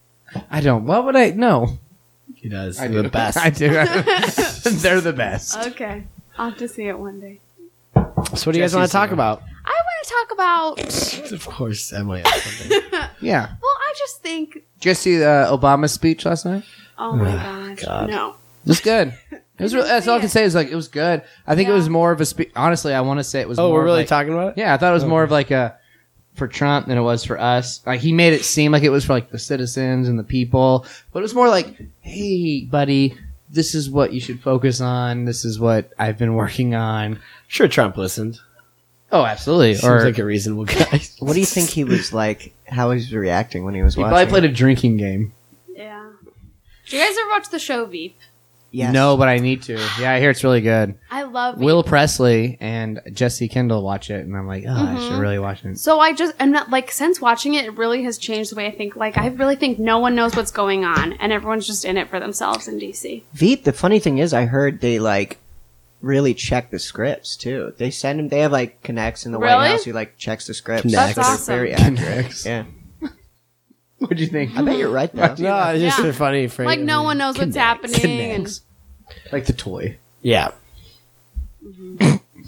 Speaker 2: I don't. What would I? No,
Speaker 3: He does.
Speaker 2: I
Speaker 3: the
Speaker 2: do.
Speaker 3: best.
Speaker 2: I do. They're the best.
Speaker 1: Okay. I'll have to see it one day.
Speaker 3: So what do you guys want to talk about?
Speaker 1: I want to talk about.
Speaker 3: Of course, Emily. has something.
Speaker 2: Yeah.
Speaker 1: Well, I just think.
Speaker 2: Did you guys see uh, Obama's speech last night?
Speaker 1: Oh my gosh. No.
Speaker 2: It was good. It was. Really, that's all I can say is like it was good. I think it
Speaker 1: Yeah.
Speaker 2: was more of a speech. Honestly, I want to say it was.
Speaker 3: oh,
Speaker 2: more
Speaker 3: we're
Speaker 2: of,
Speaker 3: really
Speaker 2: like-
Speaker 3: talking about it.
Speaker 2: Yeah, I thought it was more of like a for Trump than it was for us. Like he made it seem like it was for like the citizens and the people, but it was more like, "Hey, buddy, this is what you should focus on. This is what I've been working on."
Speaker 3: Sure, Trump listened.
Speaker 2: Oh, absolutely.
Speaker 3: Seems
Speaker 2: or
Speaker 3: like a reasonable guy.
Speaker 4: What do you think he was like? How he was reacting when he was
Speaker 2: he
Speaker 4: watching?
Speaker 2: probably played a drinking game.
Speaker 1: Yeah. Do you guys ever watch the show Veep?
Speaker 4: Yes.
Speaker 2: No, but I need to. Yeah, I hear it's really good.
Speaker 1: I love Veep.
Speaker 2: Will Presley and Jesse Kendall watch it, and I'm like, oh, I should really watch it.
Speaker 1: So I just and that, like since watching it, it really has changed the way I think. Like I really think no one knows what's going on, and everyone's just in it for themselves in DC.
Speaker 4: Veep, the funny thing is, I heard they like really check the scripts too. They send him. They have like connects in the
Speaker 1: Really?
Speaker 4: White House who like checks the scripts.
Speaker 3: That's
Speaker 4: They're
Speaker 1: awesome.
Speaker 4: Very accurate.
Speaker 2: Next.
Speaker 4: Yeah,
Speaker 2: What do you think?
Speaker 4: I bet you're right though.
Speaker 3: no, it's just
Speaker 1: Yeah.
Speaker 3: a funny phrase.
Speaker 1: Like no one knows what's happening.
Speaker 2: Like the toy.
Speaker 3: Yeah.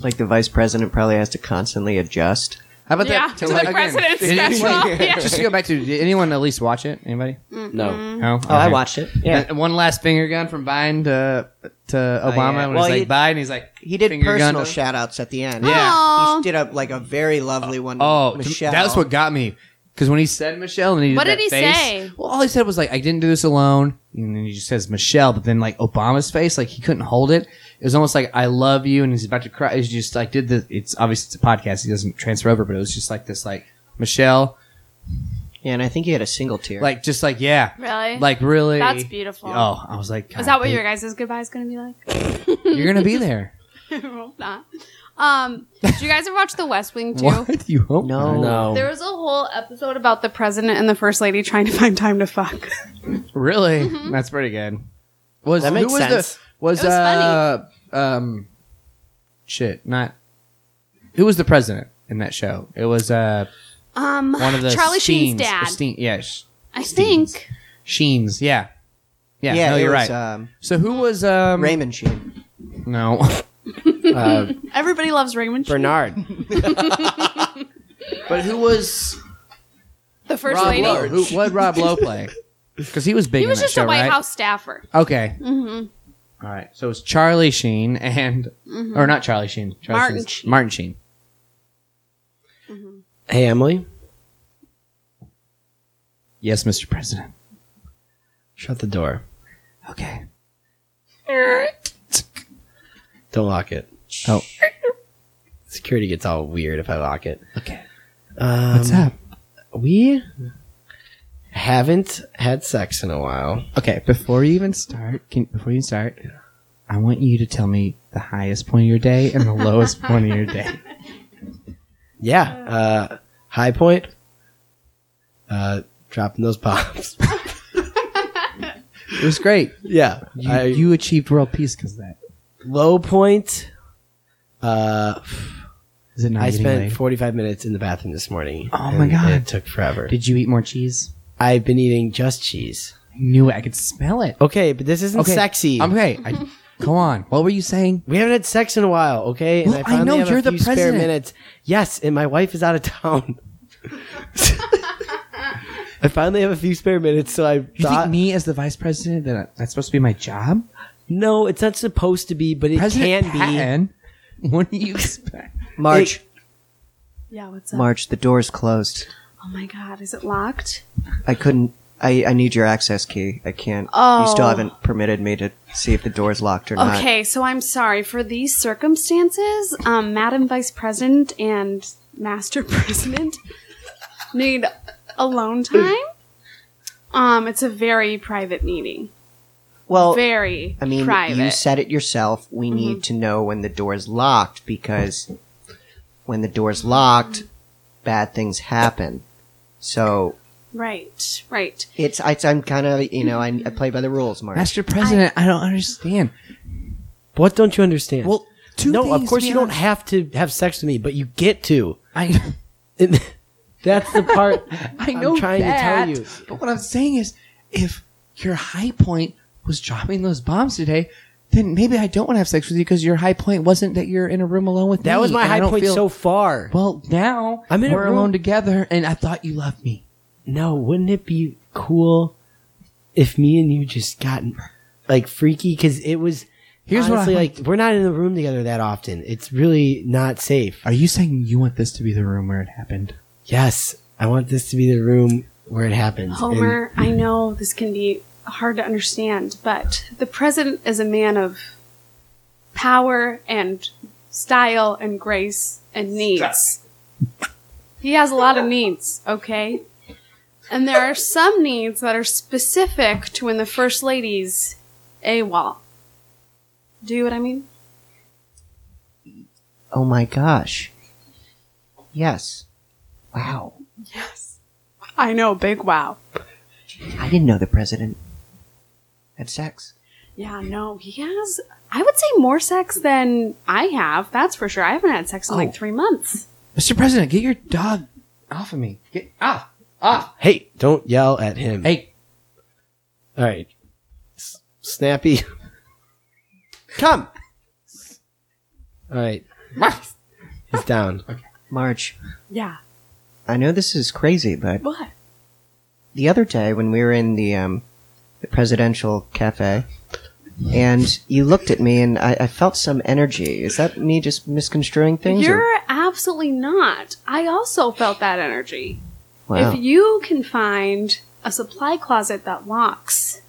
Speaker 4: Like the vice president probably has to constantly adjust.
Speaker 2: How about
Speaker 1: Yeah,
Speaker 2: that?
Speaker 1: to the president's
Speaker 2: did anyone-
Speaker 1: special, yeah.
Speaker 2: Just to go back to, did anyone at least watch it? Anybody?
Speaker 3: No.
Speaker 1: Mm-hmm.
Speaker 2: No.
Speaker 4: Oh, I watched it.
Speaker 3: Yeah.
Speaker 2: And one last finger gun from Biden to to Obama
Speaker 4: Oh, yeah.
Speaker 2: when
Speaker 4: Well,
Speaker 2: he's
Speaker 4: he-
Speaker 2: like Biden, he's like
Speaker 4: He did
Speaker 2: finger gun
Speaker 4: personal
Speaker 2: to-
Speaker 4: shout outs at the end.
Speaker 2: Yeah.
Speaker 1: Aw.
Speaker 4: He did a, like a very lovely one. to
Speaker 2: Oh,
Speaker 4: Michelle.
Speaker 2: that's what got me. Because when he said Michelle, and he
Speaker 1: What
Speaker 2: did,
Speaker 1: did
Speaker 2: that
Speaker 1: he
Speaker 2: face-
Speaker 1: say?
Speaker 2: Well, all he said was like, "I didn't do this alone," and then he just says Michelle. But then like Obama's face, like he couldn't hold it. It was almost like "I love you," and he's about to cry. He's just like did the. It's obviously it's a podcast. He doesn't transfer over, but it was just like this, like Michelle,
Speaker 4: Yeah, and I think he had a single tear.
Speaker 2: like just like yeah,
Speaker 1: Really?
Speaker 2: like really.
Speaker 1: That's beautiful.
Speaker 2: Oh, I was like,
Speaker 1: Is that what
Speaker 2: God,
Speaker 1: your guys' goodbye is going to be like?
Speaker 2: You're gonna be there.
Speaker 1: I hope not. Um, did you guys ever watch The West Wing too?
Speaker 2: what you hope?
Speaker 4: no,
Speaker 2: Um,
Speaker 1: There was a whole episode about the president and the first lady trying to find time to fuck.
Speaker 2: Really? That's pretty good. Was who
Speaker 4: That makes
Speaker 2: was
Speaker 4: sense.
Speaker 2: The, was
Speaker 1: Mm-hmm. It was
Speaker 2: uh um shit not who was the president in that show? It was uh
Speaker 1: Um,
Speaker 2: one of the
Speaker 1: Charlie Sheen's
Speaker 2: Steens-
Speaker 1: dad.
Speaker 2: Steen, yeah, Sh-
Speaker 1: I
Speaker 2: Steens.
Speaker 1: think.
Speaker 2: Sheens. Yeah. Yeah.
Speaker 4: Yeah,
Speaker 2: no,
Speaker 4: it
Speaker 2: you're
Speaker 4: was,
Speaker 2: right.
Speaker 4: Um,
Speaker 2: so who was um
Speaker 4: Raymond Sheen.
Speaker 2: no
Speaker 3: Uh,
Speaker 1: Everybody loves Raymond. Sheen.
Speaker 3: Bernard.
Speaker 2: but who was
Speaker 1: the first
Speaker 2: Rob
Speaker 1: lady.
Speaker 2: Lowe? Who, what Rob Lowe play? Because he was big.
Speaker 1: He was
Speaker 2: in that
Speaker 1: just
Speaker 2: show,
Speaker 1: a White
Speaker 2: right?
Speaker 1: House staffer.
Speaker 2: Okay. Mm-hmm. right. So it's Charlie Sheen and, or not Charlie Sheen. Charlie
Speaker 1: Mm-hmm. Martin Sheen.
Speaker 2: Sheen's- Martin Sheen.
Speaker 3: Hey, Emily.
Speaker 2: Yes, Mr. President.
Speaker 3: Shut the door.
Speaker 2: Okay.
Speaker 3: Don't lock it.
Speaker 2: Oh,
Speaker 3: Security gets all weird if I lock it.
Speaker 2: okay.
Speaker 3: Um,
Speaker 2: What's up?
Speaker 3: We haven't had sex in a while.
Speaker 2: Okay, before you even start, can, before you start, I want you to tell me the highest point of your day and the lowest point of your day.
Speaker 3: Yeah. Uh, high point. Uh, dropping those bombs.
Speaker 2: It was great.
Speaker 3: yeah.
Speaker 2: You,
Speaker 3: I-
Speaker 2: you achieved world peace because of that.
Speaker 3: low point. Uh,
Speaker 2: Is it not
Speaker 3: I
Speaker 2: getting
Speaker 3: spent
Speaker 2: laid?
Speaker 3: 45 minutes in the bathroom this morning.
Speaker 2: Oh my
Speaker 3: and
Speaker 2: God.
Speaker 3: It took forever.
Speaker 2: Did you eat more cheese?
Speaker 3: I've been eating just cheese.
Speaker 2: I knew it. I could smell it.
Speaker 3: Okay, but this isn't sexy.
Speaker 2: Okay. I, come on. What were you saying?
Speaker 3: we haven't had sex in a while, okay?
Speaker 2: Well, I know, you're the president.
Speaker 3: minutes. Yes, and my wife is out of town. I finally have a few spare minutes, so I
Speaker 2: You
Speaker 3: thought,
Speaker 2: think me as the vice president that I, that's supposed to be my job?
Speaker 3: no, it's not supposed to be, but it
Speaker 2: President
Speaker 3: can
Speaker 2: Patton? What do you expect?
Speaker 4: March.
Speaker 1: Yeah, what's up?
Speaker 4: March. The door's closed.
Speaker 1: Oh my God, is it locked?
Speaker 4: I couldn't. I, I need your access key. I can't. You still
Speaker 1: Oh.
Speaker 4: haven't permitted me to see if the door's locked or not.
Speaker 1: Okay, so I'm sorry for these circumstances. Um, Madam Vice President and Master President need alone time. Um, it's a very private meeting.
Speaker 4: Well,
Speaker 1: Very.
Speaker 4: I mean,
Speaker 1: private.
Speaker 4: you said it yourself. We need to know when the door's locked because when the door's locked, bad things happen. So
Speaker 1: right, right.
Speaker 4: it's, I, I'm kind of, you know, I, I play by the rules, Mark.
Speaker 2: Master President, I, don't understand.
Speaker 3: be. What don't you understand?
Speaker 2: Well, two
Speaker 3: no, of
Speaker 2: things,
Speaker 3: course
Speaker 2: to be
Speaker 3: you don't
Speaker 2: honest.
Speaker 3: have to have sex with me, but you get to.
Speaker 2: I
Speaker 3: And That's the part
Speaker 2: I know
Speaker 3: I'm trying
Speaker 2: that,
Speaker 3: to tell you.
Speaker 2: But what I'm saying is, if your high point was dropping those bombs today, then maybe I don't want to have sex with you because your high point wasn't that you're in a room alone with me.
Speaker 3: That was my
Speaker 2: and I
Speaker 3: high
Speaker 2: don't
Speaker 3: point
Speaker 2: feel-
Speaker 3: so far.
Speaker 2: Well, now
Speaker 3: I'm in a
Speaker 2: we're
Speaker 3: room-
Speaker 2: alone together, and I thought you loved me.
Speaker 3: No, wouldn't it be cool if me and you just got like freaky? Because it was
Speaker 2: Here's what I
Speaker 3: honestly,
Speaker 2: like-
Speaker 3: like. We're not in the room together that often. It's really not safe.
Speaker 2: Are you saying you want this to be the room where it happened?
Speaker 3: Yes, I want this to be the room where it happens. and-
Speaker 1: Homer, I know this can be hard to understand, but the president is a man of power and style and grace and needs. He has a lot of needs, okay? And there are some needs that are specific to when the first lady's AWOL. Do you know what I mean?
Speaker 4: oh my gosh. Yes. Wow.
Speaker 1: Yes. I know, big wow.
Speaker 4: I didn't know the president had sex.
Speaker 1: Yeah, no, he has, I would say more sex than I have, that's for sure. I haven't had sex in
Speaker 4: Oh.
Speaker 1: like three months.
Speaker 2: Mr. President, get your dog off of me. Get off,
Speaker 3: ah!
Speaker 2: off.
Speaker 3: hey, don't yell at him.
Speaker 2: Hey,
Speaker 3: all right, S- Snappy, come. All right. He's down.
Speaker 8: Marge,
Speaker 9: Yeah.
Speaker 8: I know this is crazy, but
Speaker 9: What?
Speaker 8: the other day when we were in the um, the presidential cafe, and you looked at me and I, I felt some energy. Is that me just misconstruing things? or-
Speaker 1: You're absolutely not. I also felt that energy.
Speaker 8: wow.
Speaker 1: If you can find a supply closet that locks,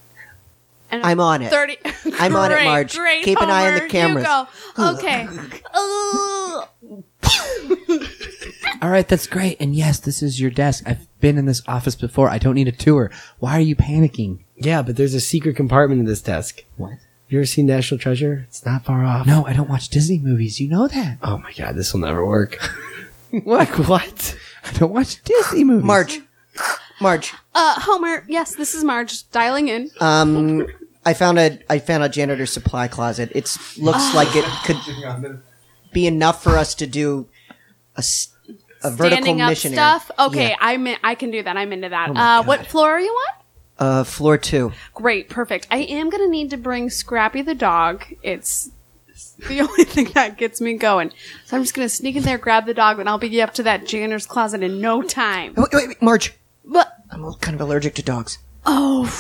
Speaker 1: and
Speaker 4: I'm on it.
Speaker 1: 30.
Speaker 4: I'm on it,
Speaker 1: Great,
Speaker 4: Marge.
Speaker 1: great,
Speaker 4: Keep an eye on the
Speaker 1: Homer. You
Speaker 4: cameras.
Speaker 1: go. Okay. Ugh.
Speaker 2: All right, that's great. And yes, this is your desk. I've been in this office before. I don't need a tour. Why are you panicking?
Speaker 3: Yeah, but there's a secret compartment in this desk.
Speaker 2: What?
Speaker 3: You ever seen National Treasure? It's not far off.
Speaker 2: No, I don't watch Disney movies. You know that.
Speaker 3: Oh my god, this will never work.
Speaker 2: What? what? I don't watch Disney movies.
Speaker 4: Marge. Marge.
Speaker 1: uh, Homer, yes, this is Marge dialing in.
Speaker 4: Um, I found a I found a janitor supply closet. It
Speaker 1: Ah.
Speaker 4: looks like it could be enough for us to do a, s- a vertical
Speaker 1: Standing up
Speaker 4: missionary. Oh
Speaker 1: stuff. Okay, I'm in, I can do that. I'm into that. uh, what floor are you on?
Speaker 4: Uh, floor two.
Speaker 1: Great, perfect. I am gonna need to bring Scrappy the dog. It's the only thing that gets me going. So I'm just gonna sneak in there, grab the dog, and I'll be up to that janitor's closet in no time.
Speaker 4: Wait, wait, wait, Marge.
Speaker 1: But
Speaker 4: I'm kind of allergic to dogs.
Speaker 1: oh,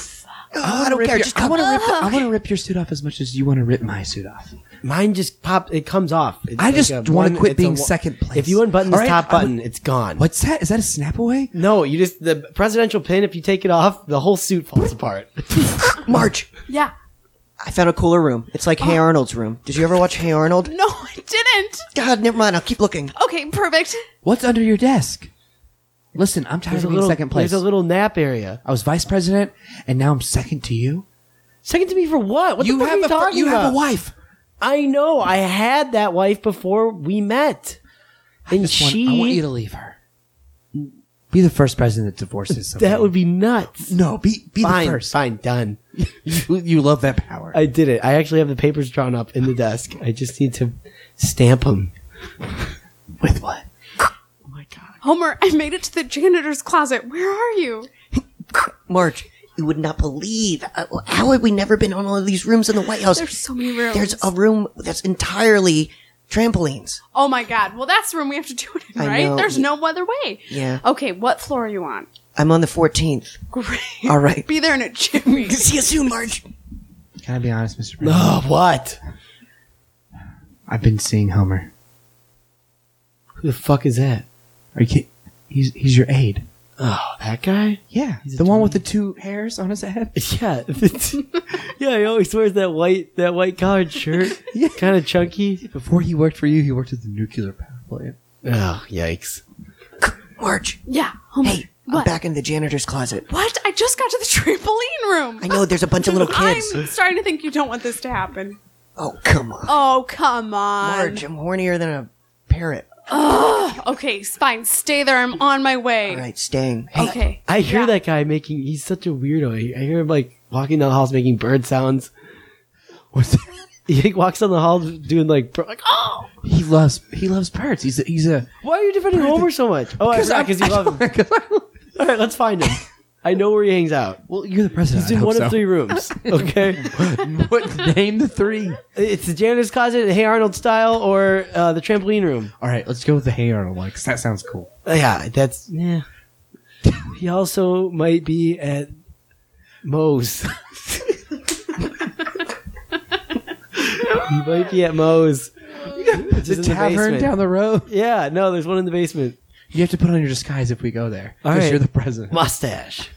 Speaker 4: I don't care. Just
Speaker 2: I
Speaker 4: come
Speaker 2: want
Speaker 4: on.
Speaker 2: to rip. The, I want to rip your suit off as much as you want to rip my suit off.
Speaker 3: Mine just popped. It comes off. It's
Speaker 2: I just
Speaker 3: a
Speaker 2: wanna
Speaker 3: one-
Speaker 2: quit
Speaker 3: it's a
Speaker 2: being
Speaker 3: wa-
Speaker 2: second place.
Speaker 3: If you unbutton this
Speaker 2: All right,
Speaker 3: top
Speaker 2: I would-
Speaker 3: button, it's gone.
Speaker 2: What's that? Is that a snap away?
Speaker 3: No, you just the presidential pin. If you take it off, the whole suit falls apart.
Speaker 4: Marge.
Speaker 1: yeah.
Speaker 4: I found a cooler room. It's like Hey Arnold's room. Did you ever watch Hey Arnold?
Speaker 1: No, I didn't.
Speaker 4: God, never mind. I'll keep looking.
Speaker 1: Okay, perfect.
Speaker 2: What's under your desk? Listen, I'm tired
Speaker 3: There's a
Speaker 2: of being
Speaker 3: little
Speaker 2: second place.
Speaker 3: There's a little nap area.
Speaker 2: I was vice president, and now I'm second to you.
Speaker 3: Second to me for what? What
Speaker 2: you
Speaker 3: the fuck are
Speaker 2: have
Speaker 3: you
Speaker 2: a fr-
Speaker 3: talking
Speaker 2: you
Speaker 3: about?
Speaker 2: have a wife.
Speaker 3: I know. I had that wife before we met, and
Speaker 2: This one,
Speaker 3: she.
Speaker 2: I want you to leave her. Be the first president that divorces someone.
Speaker 3: that would be nuts.
Speaker 2: no. Be be
Speaker 3: fine,
Speaker 2: the first. Uh,
Speaker 3: fine, done.
Speaker 2: You, you love that power.
Speaker 3: I did it. I actually have the papers drawn up in the desk. I just need to stamp them.
Speaker 2: With what?
Speaker 1: Homer, I made it to the janitor's closet. Where are you?
Speaker 4: Marge, you would not believe uh, how have we never been on all of these rooms in the White House?
Speaker 1: There's so many rooms.
Speaker 4: There's a room that's entirely trampolines.
Speaker 1: oh my god. Well, that's the room we have to do it in,
Speaker 4: I
Speaker 1: right?
Speaker 4: know.
Speaker 1: There's no other way.
Speaker 4: Yeah.
Speaker 1: Okay, what floor are you on?
Speaker 4: I'm on the 14th.
Speaker 1: Great.
Speaker 4: All right.
Speaker 1: Be there in a jimmy.
Speaker 4: See you soon, Marge.
Speaker 2: Can I be honest, Mr. President?
Speaker 3: Oh, what?
Speaker 2: I've been seeing Homer.
Speaker 3: Who the fuck is that?
Speaker 2: Are you kid- He's he's your aide.
Speaker 3: Oh, that guy?
Speaker 2: Yeah,
Speaker 3: He's a
Speaker 2: the one
Speaker 3: dummy.
Speaker 2: with the two hairs on his head.
Speaker 3: Yeah, yeah. He always wears that white that white collared shirt.
Speaker 2: Yeah.
Speaker 3: kind of chunky.
Speaker 2: Before he worked for you, he worked at the nuclear power plant.
Speaker 3: Oh, yikes!
Speaker 4: Marge,
Speaker 1: yeah, Homer.
Speaker 4: hey, I'm
Speaker 1: what?
Speaker 4: back in the janitor's closet.
Speaker 1: What? I just got to the trampoline room.
Speaker 4: I know there's a bunch of little kids.
Speaker 1: I'm starting to think you don't want this to happen.
Speaker 4: Oh, come on.
Speaker 1: Oh, come on.
Speaker 4: Marge, I'm hornier than a parrot.
Speaker 1: Okay, s- fine. Stay there. I'm on my way.
Speaker 4: All right, staying. Hey,
Speaker 1: Okay.
Speaker 3: I hear
Speaker 1: Yeah.
Speaker 3: that guy making. He's such a weirdo. I I hear him like walking down the halls making bird sounds.
Speaker 2: What's
Speaker 3: He walks down the hall doing like, bro- like oh,
Speaker 2: He loves he loves birds. He's a, he's a
Speaker 3: why are you defending Homer so much? Oh, I forgot because you love him. All right, let's find him. I know where he hangs out.
Speaker 2: well, you're the president.
Speaker 3: He's in one of three rooms. Okay,
Speaker 2: what name the three?
Speaker 3: it's the janitor's closet, Hey Arnold style, or uh, the trampoline room.
Speaker 2: All right, let's go with the Hey Arnold one 'cause that sounds cool.
Speaker 3: Uh, Yeah, that's yeah. he also might be at Moe's. he might be at Moe's. Which is in
Speaker 2: the tavern
Speaker 3: basement.
Speaker 2: down the road.
Speaker 3: Yeah, no, there's one in the basement.
Speaker 2: You have to put on your disguise if we go there
Speaker 3: All
Speaker 2: because
Speaker 3: right.
Speaker 2: you're the president.
Speaker 3: Mustache.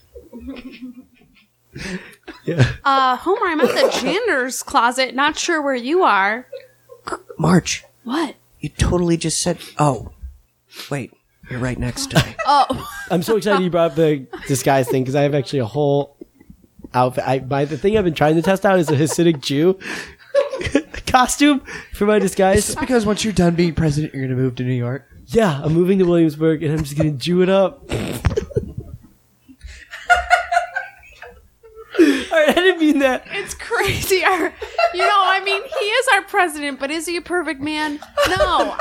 Speaker 1: Uh, Homer, I'm at the janitor's closet. Not sure where you are.
Speaker 4: Oh. Marge,
Speaker 1: What?
Speaker 4: you totally just said. Oh, wait, you're right next to me.
Speaker 1: Oh,
Speaker 3: I'm so excited you brought up the disguise thing because I have actually a whole outfit. I, my, the thing I've been trying to test out is a Hasidic Jew costume for my disguise.
Speaker 2: Just because once you're done being president, you're gonna move to New York.
Speaker 3: Yeah, I'm moving to Williamsburg and I'm just gonna Jew it up. All right, I didn't mean that.
Speaker 1: it's crazy. Our, you know, I mean, he is our president, but is he a perfect man? No,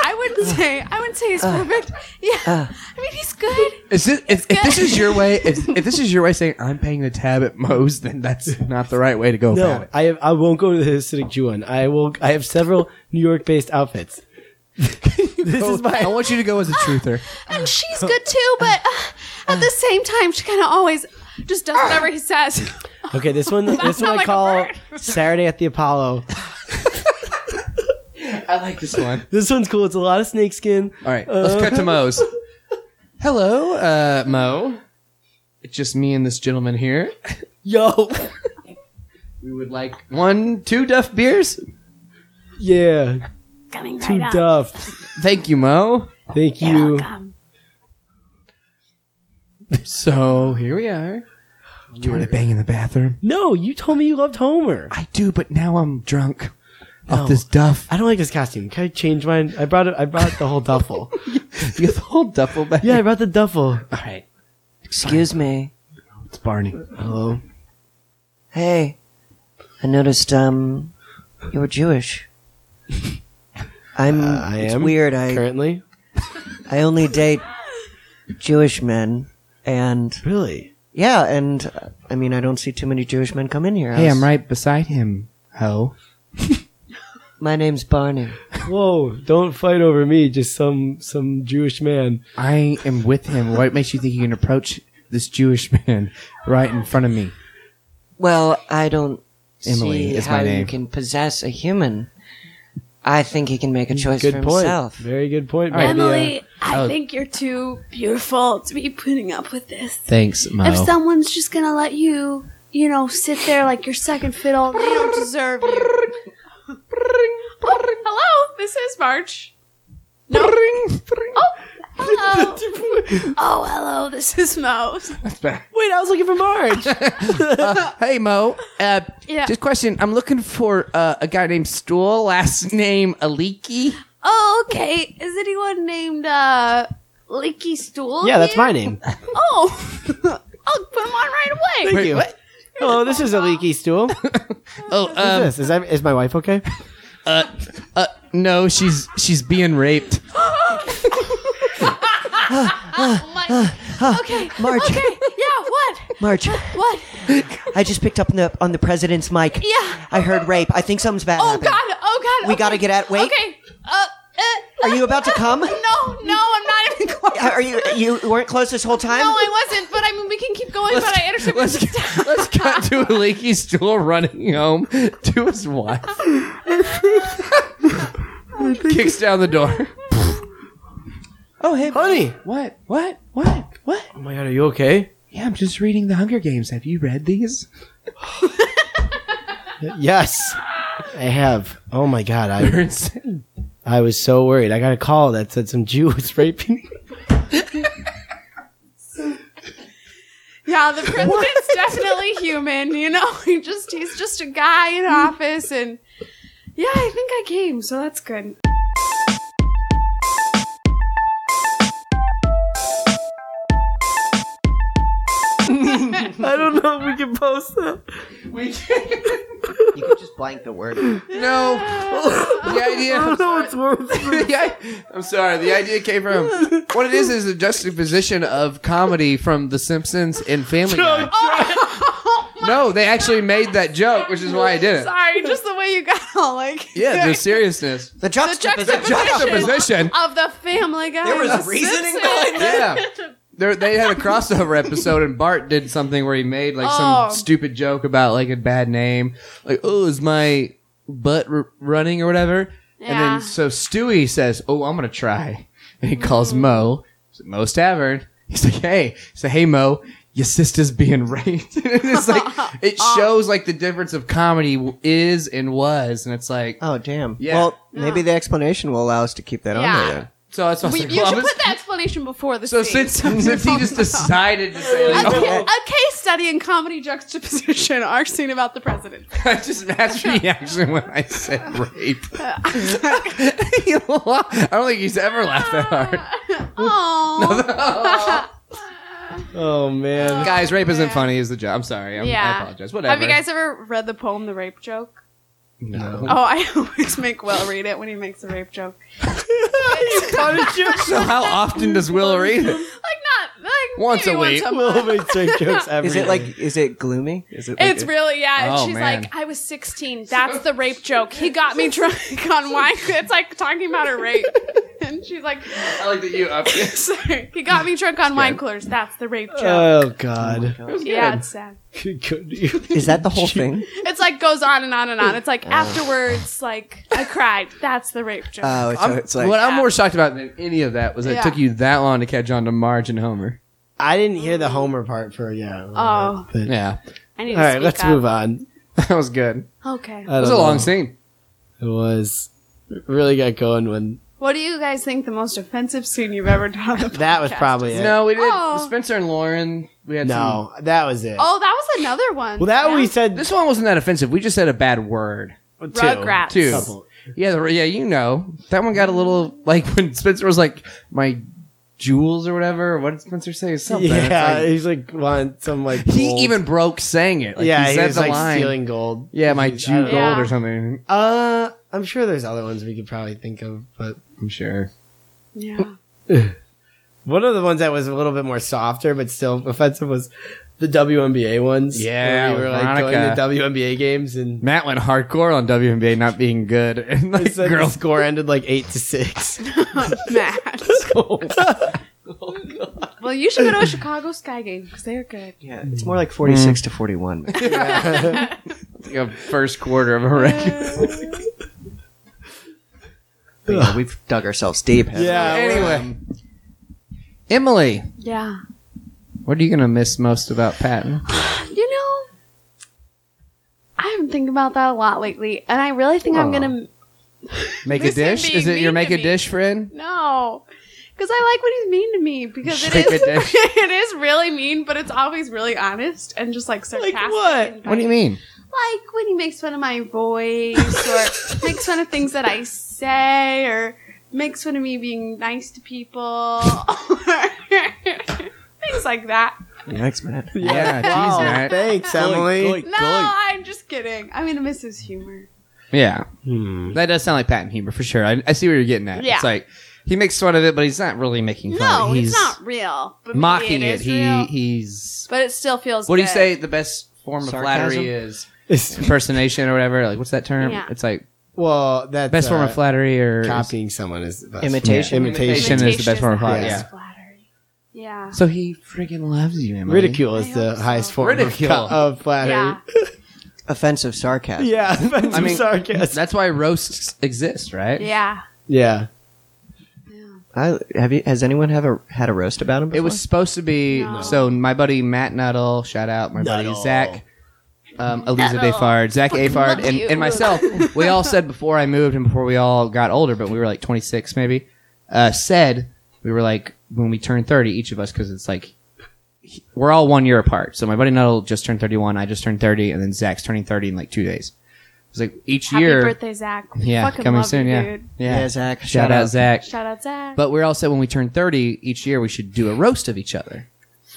Speaker 1: I wouldn't say. I wouldn't say he's
Speaker 4: Uh,
Speaker 1: perfect. Yeah, I mean, he's good.
Speaker 2: Is this, if, if this is your way, if, if this is your way of saying I'm paying the tab at Moe's, then that's not the right way to go about
Speaker 3: No,
Speaker 2: it.
Speaker 3: I have, I won't go to the Hasidic Jew one. I will. I have several New York based outfits. This is
Speaker 2: I
Speaker 3: my.
Speaker 2: want you to go as a truther.
Speaker 1: And she's good too, but uh, at the same time, she kind of always just does whatever he says.
Speaker 3: Okay, this one. This one
Speaker 1: not
Speaker 3: I
Speaker 1: like a
Speaker 3: call
Speaker 1: bird.
Speaker 3: Saturday at the Apollo.
Speaker 2: I like this one.
Speaker 3: This one's cool. It's a lot of snakeskin.
Speaker 2: All right, let's cut to Mo's. Hello, uh, Mo. It's just me and this gentleman here.
Speaker 3: Yo.
Speaker 2: We would like one, two duff beers.
Speaker 3: Yeah.
Speaker 1: Coming
Speaker 3: Two
Speaker 1: right up.
Speaker 3: duff.
Speaker 2: Thank you, Mo.
Speaker 3: Thank you.
Speaker 1: Welcome.
Speaker 2: So here we are. Do you want to bang in the bathroom?
Speaker 3: No, you told me you loved Homer.
Speaker 2: I do, but now I'm drunk
Speaker 3: No.
Speaker 2: off this duff.
Speaker 3: I don't like this costume. Can I change mine? I brought it. I brought the whole duffel.
Speaker 2: You have the whole duffel bag.
Speaker 3: Yeah, I brought the duffel.
Speaker 2: All right.
Speaker 4: Excuse me.
Speaker 2: It's Barney.
Speaker 3: Hello.
Speaker 4: Hey, I noticed um you were Jewish. I'm.
Speaker 3: I
Speaker 4: it's
Speaker 3: am
Speaker 4: weird. Uh, I
Speaker 3: currently
Speaker 4: I only date Jewish men, and
Speaker 3: really.
Speaker 4: yeah, and uh, I mean I don't see too many Jewish men come in here. I
Speaker 2: Hey,
Speaker 4: was-
Speaker 2: I'm right beside him. Ho.
Speaker 4: My name's Barney.
Speaker 3: Whoa! Don't fight over me. Just some some Jewish man.
Speaker 2: I am with him. What makes you think you can approach this Jewish man right in front of me?
Speaker 4: Well, I don't
Speaker 2: Emily
Speaker 4: see
Speaker 2: is my
Speaker 4: how you
Speaker 2: name.
Speaker 4: can possess a human. I think he can make a choice
Speaker 3: Good
Speaker 4: for
Speaker 3: point.
Speaker 4: himself.
Speaker 3: Very good point,
Speaker 2: right.
Speaker 3: Mandy. Uh,
Speaker 1: Emily, I
Speaker 2: Oh.
Speaker 1: think you're too beautiful to be putting up with this.
Speaker 2: Thanks, Mo.
Speaker 1: If someone's just gonna let you, you know, sit there like your second fiddle, they don't deserve you. Oh, hello, this is March. No. Oh, hello. Oh, hello, this is Mo.
Speaker 3: Uh, Wait, I was looking for Marge.
Speaker 2: hey, Mo. Uh,
Speaker 1: Yeah.
Speaker 2: Just question. I'm looking for uh, a guy named Stool, last name Aliki.
Speaker 1: Oh, okay. Is anyone named uh Leaky Stool?
Speaker 3: yeah, that's
Speaker 1: here?
Speaker 3: my name.
Speaker 1: Oh, I'll put him on right away.
Speaker 3: Thank you.
Speaker 2: what?
Speaker 3: Hello, this is a leaky stool. What's
Speaker 2: Oh,
Speaker 1: uh,
Speaker 2: um,
Speaker 3: this? Is, that, is my wife okay?
Speaker 2: uh, no, she's she's being raped.
Speaker 1: Okay,
Speaker 4: March.
Speaker 1: okay, yeah. What?
Speaker 4: March,
Speaker 1: What?
Speaker 4: I just picked up on the on the president's mic.
Speaker 1: Yeah.
Speaker 4: I heard rape. I think something's bad.
Speaker 1: Oh
Speaker 4: happened.
Speaker 1: God! Oh God!
Speaker 4: We
Speaker 1: okay.
Speaker 4: gotta get at- wait.
Speaker 1: Okay. Uh, uh,
Speaker 4: Are you about to come?
Speaker 1: No, no, I'm not even close.
Speaker 4: Are you you weren't close this whole time?
Speaker 1: No, I wasn't. But I mean, we can keep going. but I understand.
Speaker 2: Let's, let's cut to Aliki Stool running home to his wife. Kicks down the door.
Speaker 4: oh hey,
Speaker 3: Honey.
Speaker 2: What? What? What? What?
Speaker 3: Oh my god, are you okay?
Speaker 2: Yeah, I'm just reading The Hunger Games. Have you read these?
Speaker 3: Yes, I have. Oh my god, I
Speaker 2: They're insane.
Speaker 3: I was so worried. I got a call that said some Jew was raping me.
Speaker 1: yeah, the president's definitely human. You know, he just he's just a guy in office, and yeah, I think I came, so that's good.
Speaker 3: I don't know if we can post that.
Speaker 4: you could just blank the word.
Speaker 2: No. the idea. I'm sorry. the, i- I'm sorry. The idea came from what it is is a juxtaposition of comedy from The Simpsons and Family Guy. No, they actually made that joke, which is why I did it.
Speaker 1: Sorry, just the way you got all like
Speaker 2: Yeah, the seriousness.
Speaker 4: The juxtaposition.
Speaker 2: Juxtaposition.
Speaker 1: of the Family Guy.
Speaker 4: There was
Speaker 1: and the
Speaker 4: reasoning
Speaker 1: Simpsons.
Speaker 4: behind
Speaker 2: Yeah. They're, they had a crossover episode and Bart did something where he made like
Speaker 1: Oh.
Speaker 2: some stupid joke about like a bad name, like oh is my butt r- running or whatever, and
Speaker 1: Yeah.
Speaker 2: then so Stewie says oh I'm gonna try, and he calls
Speaker 1: Mm.
Speaker 2: Mo, He's at Mo's Tavern. He's like hey, he's like hey Mo, your sister's being raped. and it's like it
Speaker 1: Oh.
Speaker 2: shows like the difference of comedy w- is and was, and it's like
Speaker 4: Oh damn.
Speaker 2: Yeah.
Speaker 4: Well, maybe the explanation will allow us to keep that
Speaker 1: Yeah.
Speaker 4: on there. then.
Speaker 2: so that's why I was
Speaker 1: We,
Speaker 2: like,
Speaker 1: you
Speaker 2: well,
Speaker 1: should
Speaker 2: I'm
Speaker 1: put
Speaker 2: just-
Speaker 1: the explanation before the
Speaker 2: so
Speaker 1: scene.
Speaker 2: since since he just decided to say
Speaker 1: a,
Speaker 2: like,
Speaker 1: ca-
Speaker 2: oh,
Speaker 1: a case study in comedy juxtaposition, our scene about the president.
Speaker 2: I just matched reaction when I said rape. He laugh- I don't think he's ever laughed that hard.
Speaker 1: Oh,
Speaker 3: Oh man.
Speaker 2: Guys, rape isn't funny is the joke. I'm sorry. I'm, I
Speaker 1: Yeah.
Speaker 2: apologize. Whatever.
Speaker 1: have you guys ever read the poem "The Rape Joke"?
Speaker 2: No.
Speaker 1: Oh, I always make Will read it when he makes a rape joke.
Speaker 2: So how often does Will read
Speaker 1: Like
Speaker 2: it?
Speaker 1: not, like
Speaker 2: once a
Speaker 1: Maybe once
Speaker 2: week.
Speaker 1: a month.
Speaker 3: Will makes straight jokes every
Speaker 4: Is it like?
Speaker 3: day.
Speaker 4: Is it gloomy? Is it?
Speaker 1: It's really yeah. And
Speaker 2: Oh,
Speaker 1: she's
Speaker 2: man.
Speaker 1: like, I was 16. That's the rape joke. He got me drunk on wine. It's like talking about a rape. And she's like,
Speaker 2: I like that you up.
Speaker 1: sorry, he got me drunk on wine coolers. That's the rape joke.
Speaker 3: Oh God!
Speaker 1: yeah, it's sad.
Speaker 3: Good.
Speaker 4: Is that the whole thing?
Speaker 1: It's like goes on and on and on. It's like
Speaker 3: Uh,
Speaker 1: afterwards, like I cried. That's the rape joke.
Speaker 4: Oh, it's,
Speaker 2: I'm,
Speaker 4: it's like
Speaker 2: what I'm more shocked about than any of that was that
Speaker 1: Yeah.
Speaker 2: it took you that long to catch on to Marge and Homer.
Speaker 3: I didn't hear the Homer part for yeah.
Speaker 1: Oh.
Speaker 3: but-
Speaker 2: Yeah,
Speaker 1: I need
Speaker 3: All
Speaker 1: to
Speaker 3: right,
Speaker 1: speak
Speaker 3: let's
Speaker 1: up.
Speaker 3: move on.
Speaker 2: that was good.
Speaker 1: Okay.
Speaker 3: I
Speaker 2: It was a
Speaker 3: don't
Speaker 2: long
Speaker 3: know.
Speaker 2: scene.
Speaker 3: It was It really got going when
Speaker 1: What do you guys think the most offensive scene you've ever done? on the
Speaker 3: that was
Speaker 1: podcast
Speaker 3: probably it.
Speaker 2: No, we did
Speaker 1: Oh.
Speaker 2: Spencer and Lauren. We had some-
Speaker 3: no, that was it.
Speaker 1: Oh, that was another one.
Speaker 3: well, that
Speaker 1: yeah.
Speaker 3: we said
Speaker 2: This one wasn't that offensive. We just said a bad word.
Speaker 3: two.
Speaker 1: Rugrats.
Speaker 2: Two.
Speaker 3: Couple.
Speaker 2: Yeah, the, yeah, you know that one got a little like when Spencer was like my jewels or whatever. What did Spencer say? Something. It's
Speaker 3: Yeah,
Speaker 2: like-
Speaker 3: he's like want some like
Speaker 2: he
Speaker 3: gold.
Speaker 2: even broke saying it. Like,
Speaker 3: yeah
Speaker 2: he
Speaker 3: he,
Speaker 2: said
Speaker 3: was
Speaker 2: the
Speaker 3: like
Speaker 2: line.
Speaker 3: stealing gold.
Speaker 2: Yeah, my
Speaker 3: I
Speaker 2: Jew
Speaker 3: don't
Speaker 2: gold
Speaker 3: know.
Speaker 1: Yeah.
Speaker 2: or something.
Speaker 3: Uh, I'm sure there's other ones we could probably think of, but
Speaker 2: I'm sure.
Speaker 1: Yeah.
Speaker 3: one of the ones that was a little bit more softer but still offensive was the WNBA ones.
Speaker 2: Yeah,
Speaker 3: where we were
Speaker 2: with
Speaker 3: like
Speaker 2: Monica.
Speaker 3: going to WNBA games and
Speaker 2: Matt went hardcore on WNBA not being good, and
Speaker 3: it
Speaker 2: like
Speaker 3: said the
Speaker 2: girls.
Speaker 3: score ended like eight to six.
Speaker 1: Matt. Well, you should go to a Chicago Sky game because they're good.
Speaker 4: yeah, it's more like forty six to forty one.
Speaker 2: a first quarter of a record.
Speaker 4: yeah, we've dug ourselves deep. haven't we?
Speaker 3: yeah.
Speaker 2: anyway, Emily,
Speaker 1: Yeah.
Speaker 2: what are you gonna miss most about Patton?
Speaker 1: You know, I've been thinking about that a lot lately, and I really think I'm gonna
Speaker 2: Make a
Speaker 1: This is
Speaker 2: dish?
Speaker 1: being
Speaker 2: Is it your
Speaker 1: mean
Speaker 2: make
Speaker 1: to
Speaker 2: a
Speaker 1: me.
Speaker 2: dish friend?
Speaker 1: no, because I like when he's mean to me because it
Speaker 2: Make
Speaker 1: is
Speaker 2: a dish.
Speaker 1: it is really mean, but it's always really honest and just like sarcastic.
Speaker 3: what?
Speaker 1: and
Speaker 2: What do you mean?
Speaker 1: like when he makes fun of my voice or makes fun of things that I say or makes fun of me being nice to people things like that.
Speaker 4: Thanks, Matt.
Speaker 2: Yeah,
Speaker 3: Wow,
Speaker 2: jeez, Matt.
Speaker 3: "Oh, Thanks, Emily.
Speaker 1: No, I'm just kidding. I'm gonna miss his humor.
Speaker 2: Yeah,
Speaker 3: Hmm.
Speaker 2: that does sound like Patton humor for sure. I, I see where you're getting at.
Speaker 1: Yeah.
Speaker 2: It's like he makes fun of it, but he's not really making fun.
Speaker 1: No,
Speaker 2: of it. He's
Speaker 1: it's not real. But maybe
Speaker 2: mocking it.
Speaker 1: is
Speaker 2: He
Speaker 1: real.
Speaker 2: he's.
Speaker 1: but it still feels.
Speaker 2: What do you
Speaker 1: good.
Speaker 2: say? The best form of flattery is impersonation or whatever. Like what's that term?
Speaker 1: Yeah.
Speaker 2: It's like
Speaker 3: well, that's
Speaker 2: best form
Speaker 3: uh,
Speaker 2: of flattery or
Speaker 3: Copying someone is the best.
Speaker 4: Imitation.
Speaker 3: Yeah, imitation.
Speaker 2: Imitation. is the best form of
Speaker 1: Imitation is
Speaker 3: flattery.
Speaker 2: Yeah.
Speaker 1: flattery. Yeah.
Speaker 2: So he freaking loves you, Emily.
Speaker 3: Ridicule is
Speaker 1: I
Speaker 3: the
Speaker 1: hope so.
Speaker 3: highest form of
Speaker 2: Ridicule.
Speaker 3: co- of flattery.
Speaker 1: Yeah.
Speaker 4: Offensive sarcasm.
Speaker 3: Yeah, that's
Speaker 2: I mean,
Speaker 3: sarcasm.
Speaker 2: That's why roasts exist, right?
Speaker 1: Yeah.
Speaker 3: yeah,
Speaker 4: I, have you? Has anyone have a had a roast about him? Before?
Speaker 2: It was supposed to be
Speaker 1: No.
Speaker 2: so. My buddy Matt Nuttall, shout out my buddy
Speaker 3: Nuttall.
Speaker 2: Zach, um, Eliza
Speaker 1: Nuttall.
Speaker 2: Defard, Zach Afard,
Speaker 1: love
Speaker 2: and,
Speaker 1: you.
Speaker 2: and myself. we all said before I moved and before we all got older, but we were like 26 maybe. Uh, said we were like when we turned 30, each of us, because it's like he- we're all one year apart. So my buddy Nuttall just turned 31, I just turned 30, and then Zach's turning 30 in like two days. It's like each
Speaker 1: Happy
Speaker 2: year,
Speaker 1: birthday, Zach.
Speaker 2: yeah,
Speaker 1: Fucking
Speaker 2: coming
Speaker 1: love
Speaker 2: soon,
Speaker 1: you,
Speaker 2: yeah.
Speaker 1: Dude.
Speaker 2: yeah,
Speaker 4: yeah, Zach.
Speaker 2: Shout out Zach.
Speaker 1: Shout out Zach.
Speaker 2: But we're all said when we turn 30 each year, we should do a roast of each other.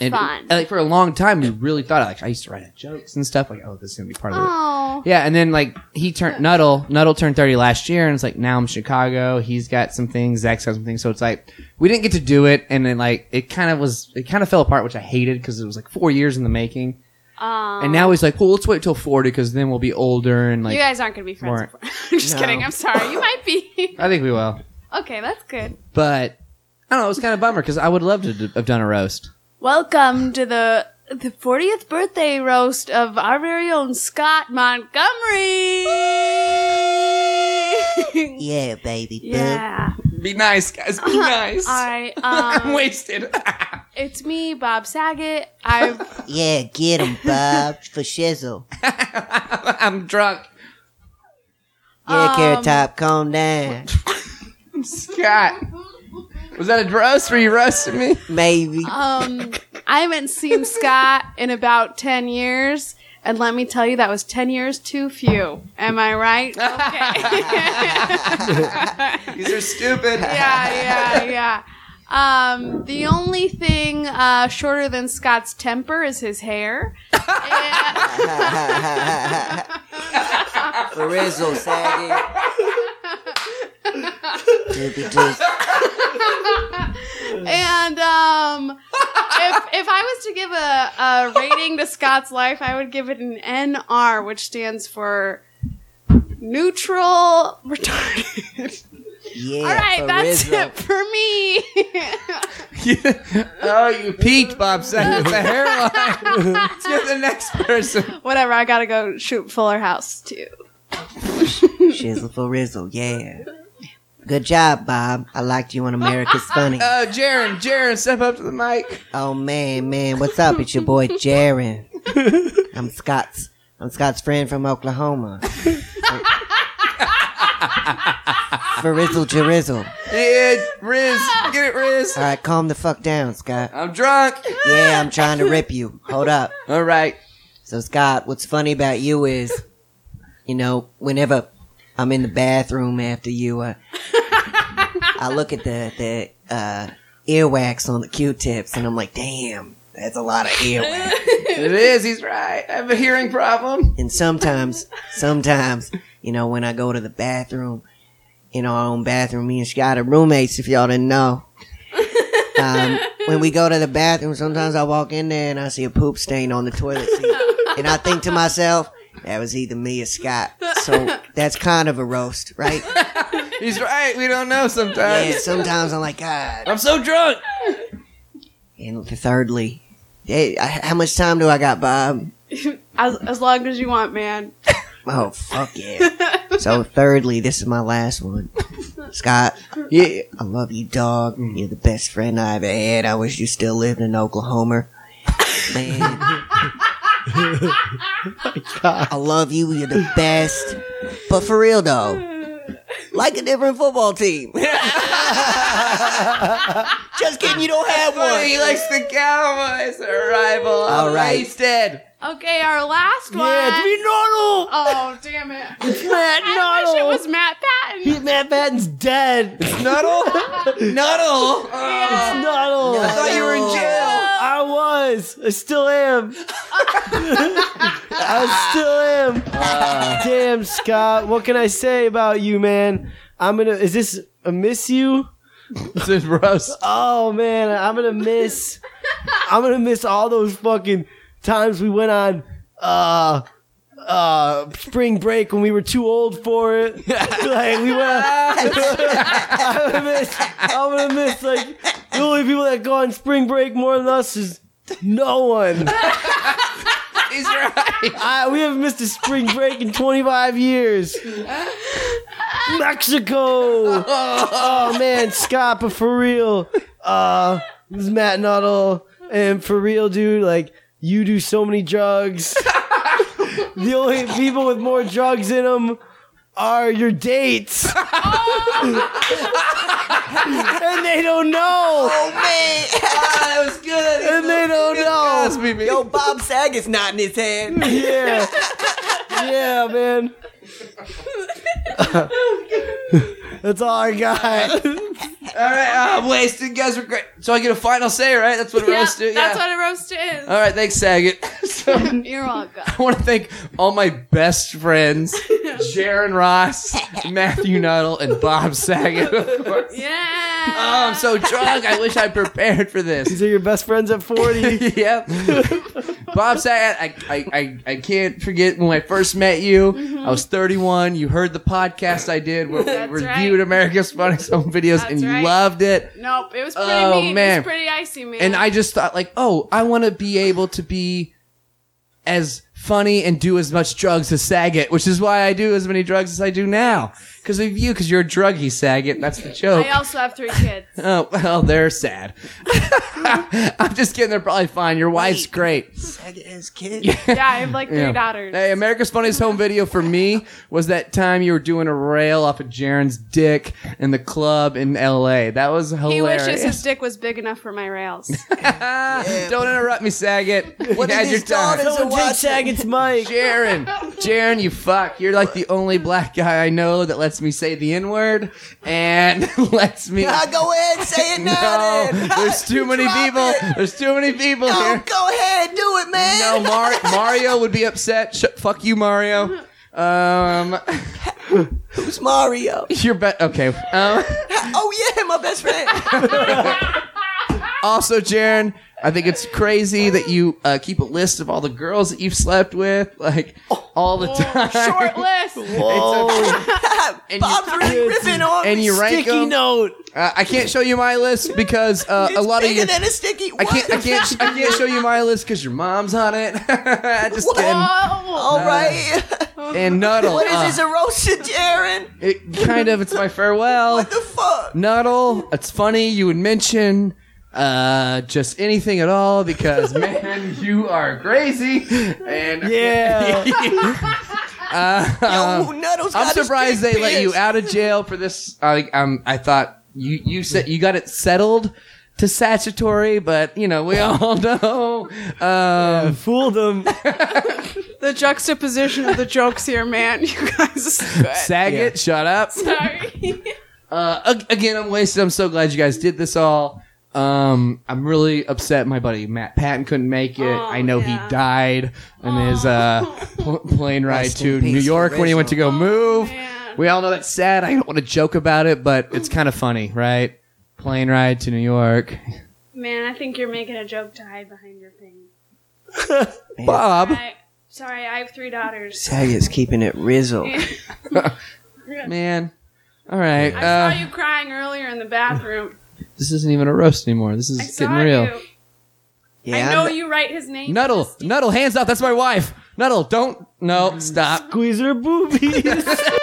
Speaker 2: And,
Speaker 1: Fun.
Speaker 2: and, like for a long time, we really thought like I used to write out jokes and stuff. Like, oh, this is gonna be part of it.
Speaker 1: oh.
Speaker 2: Yeah, and then like he turned Nuttall. Nuttall turned 30 last year, and it's like now I'm in Chicago. He's got some things. Zach's got some things. So it's like we didn't get to do it, and then like it kind of was it kind of fell apart, which I hated because it was like four years in the making.
Speaker 1: Um,
Speaker 2: And now he's like, well, let's wait till 40 because then we'll be older and like
Speaker 1: you guys aren't going to be friends.
Speaker 2: Warren.
Speaker 1: before- I'm just
Speaker 4: No.
Speaker 1: kidding. I'm sorry. You might be.
Speaker 2: I think we will.
Speaker 1: okay, that's good.
Speaker 2: But I don't know. It was kind of a bummer because I would love to d- have done a roast.
Speaker 1: Welcome to the the 40th birthday roast of our very own Scott Montgomery.
Speaker 4: Yeah, baby.
Speaker 1: yeah.
Speaker 2: Be nice, guys. Be nice.
Speaker 1: I um,
Speaker 2: wasted.
Speaker 1: it's me, Bob Saget. I've
Speaker 4: Yeah, get him, Bob, for shizzle.
Speaker 2: I'm drunk.
Speaker 4: Yeah,
Speaker 1: Um,
Speaker 4: carrot top, calm down.
Speaker 2: Scott. Was that a roast where you roasted me?
Speaker 4: Maybe.
Speaker 1: um I haven't seen Scott in about 10 years. And let me tell you, that was 10 years too few. Am I right? Okay.
Speaker 2: These are stupid.
Speaker 1: yeah, yeah, yeah. Um, the only thing uh, shorter than Scott's temper is his hair. And-
Speaker 4: For Rizzo sagging. Doobie doos.
Speaker 1: and um,
Speaker 10: if, if I was to give a, a rating to Scott's life, I would give it an NR, which stands for neutral retarded.
Speaker 4: Yeah.
Speaker 10: All right, that's
Speaker 4: charisma.
Speaker 10: it for me.
Speaker 2: oh, you peaked, Bob. Saget. It's a hairline. Let's go to the next person.
Speaker 10: Whatever, I gotta go shoot Fuller House too.
Speaker 4: Shizzle for Rizzle, yeah. Good job, Bob. I liked you on America's Funny.
Speaker 2: Uh, Jaren, Jaren, step up to the mic.
Speaker 4: Oh man, man, what's up? It's your boy Jaron. I'm Scott's. I'm Scott's friend from Oklahoma. Farizzle Jarizzle.
Speaker 2: Yeah, Riz, get it, Riz.
Speaker 4: All right, calm the fuck down, Scott.
Speaker 2: I'm drunk.
Speaker 4: Yeah, I'm trying to rip you. Hold up.
Speaker 2: All right.
Speaker 4: So Scott, what's funny about you is, you know, whenever I'm in the bathroom after you, uh, I look at the the uh, earwax on the Q-tips, and I'm like, damn, that's a lot of earwax.
Speaker 2: It is. He's right. I have a hearing problem.
Speaker 4: And sometimes, sometimes, you know, when I go to the bathroom, in our own bathroom, me and Scott are roommates, if y'all didn't know. Um, when we go to the bathroom, sometimes I walk in there and I see a poop stain on the toilet seat. And I think to myself, that was either me or Scott. So that's kind of a roast, right?
Speaker 2: He's right. We don't know sometimes.
Speaker 4: Yeah, sometimes I'm like, God.
Speaker 2: I'm so drunk.
Speaker 4: And thirdly, hey, I- how much time do I got, Bob?
Speaker 10: As, as long as you want, man.
Speaker 4: Oh, fuck yeah. so thirdly, this is my last one. Scott,
Speaker 2: Yeah. Mm.
Speaker 4: I love you, dog. You're the best friend I ever had. I wish you still lived in Oklahoma. Man. I love you. You're the best. But for real, though, like a different football team. Just kidding, you don't have one.
Speaker 2: He likes the Cowboys. They're rival. All
Speaker 4: right.
Speaker 2: He's dead.
Speaker 10: Okay, our last one.
Speaker 3: Yeah, it's me, Noddle.
Speaker 10: oh, damn it.
Speaker 3: Matt
Speaker 10: I wish it
Speaker 3: Noddle.
Speaker 10: was Matt Patton.
Speaker 3: Matt Patton's dead. It's
Speaker 2: Nuddle? Nuddle? Oh,
Speaker 3: Noddle.
Speaker 2: I thought you were
Speaker 4: Oh,
Speaker 2: in jail.
Speaker 3: I was. I still am. I still am. Damn, Scott. What can I say about you, man? I'm gonna. Is this a miss you?
Speaker 2: This is roast.
Speaker 3: Oh man, I'm gonna miss. I'm gonna miss all those fucking times we went on. Uh. Uh, spring break when we were too old for it. like we went. I'm gonna miss. I'm gonna miss. Like the only people that go on spring break more than us is no one.
Speaker 2: He's right.
Speaker 3: I, we haven't missed a spring break in 25 years. Mexico. Oh man, Scott, but for real, uh, this is Matt Nuttall, and for real, dude, like you do so many drugs. the only people with more drugs in them are your dates, and they don't know,
Speaker 4: Oh, man.
Speaker 2: that was good.
Speaker 3: and they don't know.
Speaker 2: Cosby, man.
Speaker 4: Yo, Bob Saget's not in his head.
Speaker 3: yeah. Yeah, man. That's all I got.
Speaker 2: All right, ah, I'm wasted. You guys were great. So I get a final say, right? That's what a
Speaker 10: Yeah,
Speaker 2: roast do.
Speaker 10: That's
Speaker 2: yeah. Uh,
Speaker 10: what a roast is.
Speaker 2: All right, thanks, Saget. so,
Speaker 10: You're welcome.
Speaker 2: I want to thank all my best friends, Sharon Ross, Matthew Nuttall, and Bob Saget, of course.
Speaker 10: Yeah.
Speaker 2: Oh, I'm so drunk. I wish I prepared for this.
Speaker 3: These are your best friends at 40.
Speaker 2: yep. Bob Saget, I, I, I, I can't forget when I first met you. I was 31. You heard the podcast I did where
Speaker 10: Mm-hmm. That's
Speaker 2: we reviewed
Speaker 10: right.
Speaker 2: America's Funniest Home Videos, and
Speaker 10: That's
Speaker 2: you
Speaker 10: right.
Speaker 2: loved it.
Speaker 10: nope, it was pretty
Speaker 2: Oh,
Speaker 10: mean. It
Speaker 2: man.
Speaker 10: was pretty icy, man.
Speaker 2: And I just thought, like, oh, I want to be able to be as funny and do as much drugs as Saget, which is why I do as many drugs as I do now. Because of you, because you're a druggie, Saget. That's the joke.
Speaker 10: I also have three kids.
Speaker 2: oh, well, they're sad. I'm just kidding. They're probably fine. Your wife's great.
Speaker 4: Saget has kids.
Speaker 10: Yeah, I have like three
Speaker 2: Yeah.
Speaker 10: daughters.
Speaker 2: Hey, America's Funniest Home Video for me was that time you were doing a rail off of Jaren's dick in the club in L.A. That was
Speaker 10: he
Speaker 2: hilarious.
Speaker 10: wishes his dick was big enough for my rails.
Speaker 2: Don't interrupt me, Saget. What
Speaker 4: if
Speaker 2: had your
Speaker 4: his
Speaker 2: time?
Speaker 4: daughter's
Speaker 3: Someone take Saget's mic.
Speaker 2: Jaren, Jaren, you fuck. You're like the only black guy I know that lets me say the N word and lets me.
Speaker 4: Ah, go ahead, say it now.
Speaker 2: No,
Speaker 4: then.
Speaker 2: there's too many
Speaker 4: Drop
Speaker 2: people.
Speaker 4: it.
Speaker 2: There's too many people
Speaker 4: No,
Speaker 2: here.
Speaker 4: go ahead, do it, man.
Speaker 2: No, Mar- Mario would be upset. Sh- fuck you, Mario. Um,
Speaker 4: Who's Mario?
Speaker 2: you're bet. Okay. Um,
Speaker 4: Oh yeah, my best friend.
Speaker 2: Also, Jaren, I think it's crazy that you uh, keep a list of all the girls that you've slept with, like
Speaker 11: Oh.
Speaker 2: all the time.
Speaker 12: Short list.
Speaker 2: and you,
Speaker 11: Bob's really ripping off
Speaker 2: and you rank
Speaker 3: Sticky
Speaker 2: them.
Speaker 3: note.
Speaker 2: Uh, I can't show you my list because uh, a lot of
Speaker 11: bigger
Speaker 2: you.
Speaker 11: than a sticky.
Speaker 2: I can't. I
Speaker 11: What?
Speaker 2: can't. I can't show you my list because your mom's on it. Just kidding.
Speaker 12: Whoa.
Speaker 11: All right.
Speaker 2: And Nuddle.
Speaker 11: What
Speaker 2: uh,
Speaker 11: is this erosion, Jaron?
Speaker 2: It kind of. It's my farewell.
Speaker 11: What the fuck?
Speaker 2: Nuddle. It's funny you would mention uh, just anything at all because man, you are crazy. And uh,
Speaker 3: Yeah.
Speaker 11: Yo, Nuddle's
Speaker 2: I'm
Speaker 11: got his
Speaker 2: surprised
Speaker 11: dick
Speaker 2: they let you
Speaker 11: pierced.
Speaker 2: out of jail for this. I, um, I thought you you said you got it settled to statutory, but you know we all know. Um,
Speaker 3: Fooled them.
Speaker 10: The juxtaposition of the jokes here, man. You guys is good.
Speaker 2: Saget, shut up.
Speaker 12: Sorry.
Speaker 2: Uh, ag- again, I'm wasted. I'm so glad you guys did this all. Um, I'm really upset. My buddy Matt Patton couldn't make it.
Speaker 11: Oh,
Speaker 2: I know he died in his uh, pl- plane ride
Speaker 11: Rest
Speaker 2: to
Speaker 11: in peace, Oh,
Speaker 2: New York when he went to go
Speaker 10: Oh,
Speaker 2: move.
Speaker 12: man.
Speaker 2: We all know that's sad. I don't want to joke about it, but it's kind of funny, right? Plane ride to New York.
Speaker 1: Man, I think you're making a joke to hide behind your thing.
Speaker 2: Bob,
Speaker 1: I, sorry, I have three daughters.
Speaker 11: Saget's keeping it rizzled.
Speaker 2: man. All right.
Speaker 1: I saw
Speaker 2: Uh,
Speaker 1: you crying earlier in the bathroom.
Speaker 2: this isn't even a roast anymore. This is
Speaker 1: I saw
Speaker 2: getting real.
Speaker 1: you.
Speaker 11: Yeah,
Speaker 1: I know
Speaker 11: I'm-
Speaker 1: you write his name.
Speaker 2: Nuddle, Nuddle, hands up. That's my wife. Nuddle, don't. No, stop.
Speaker 3: Squeeze her boobies.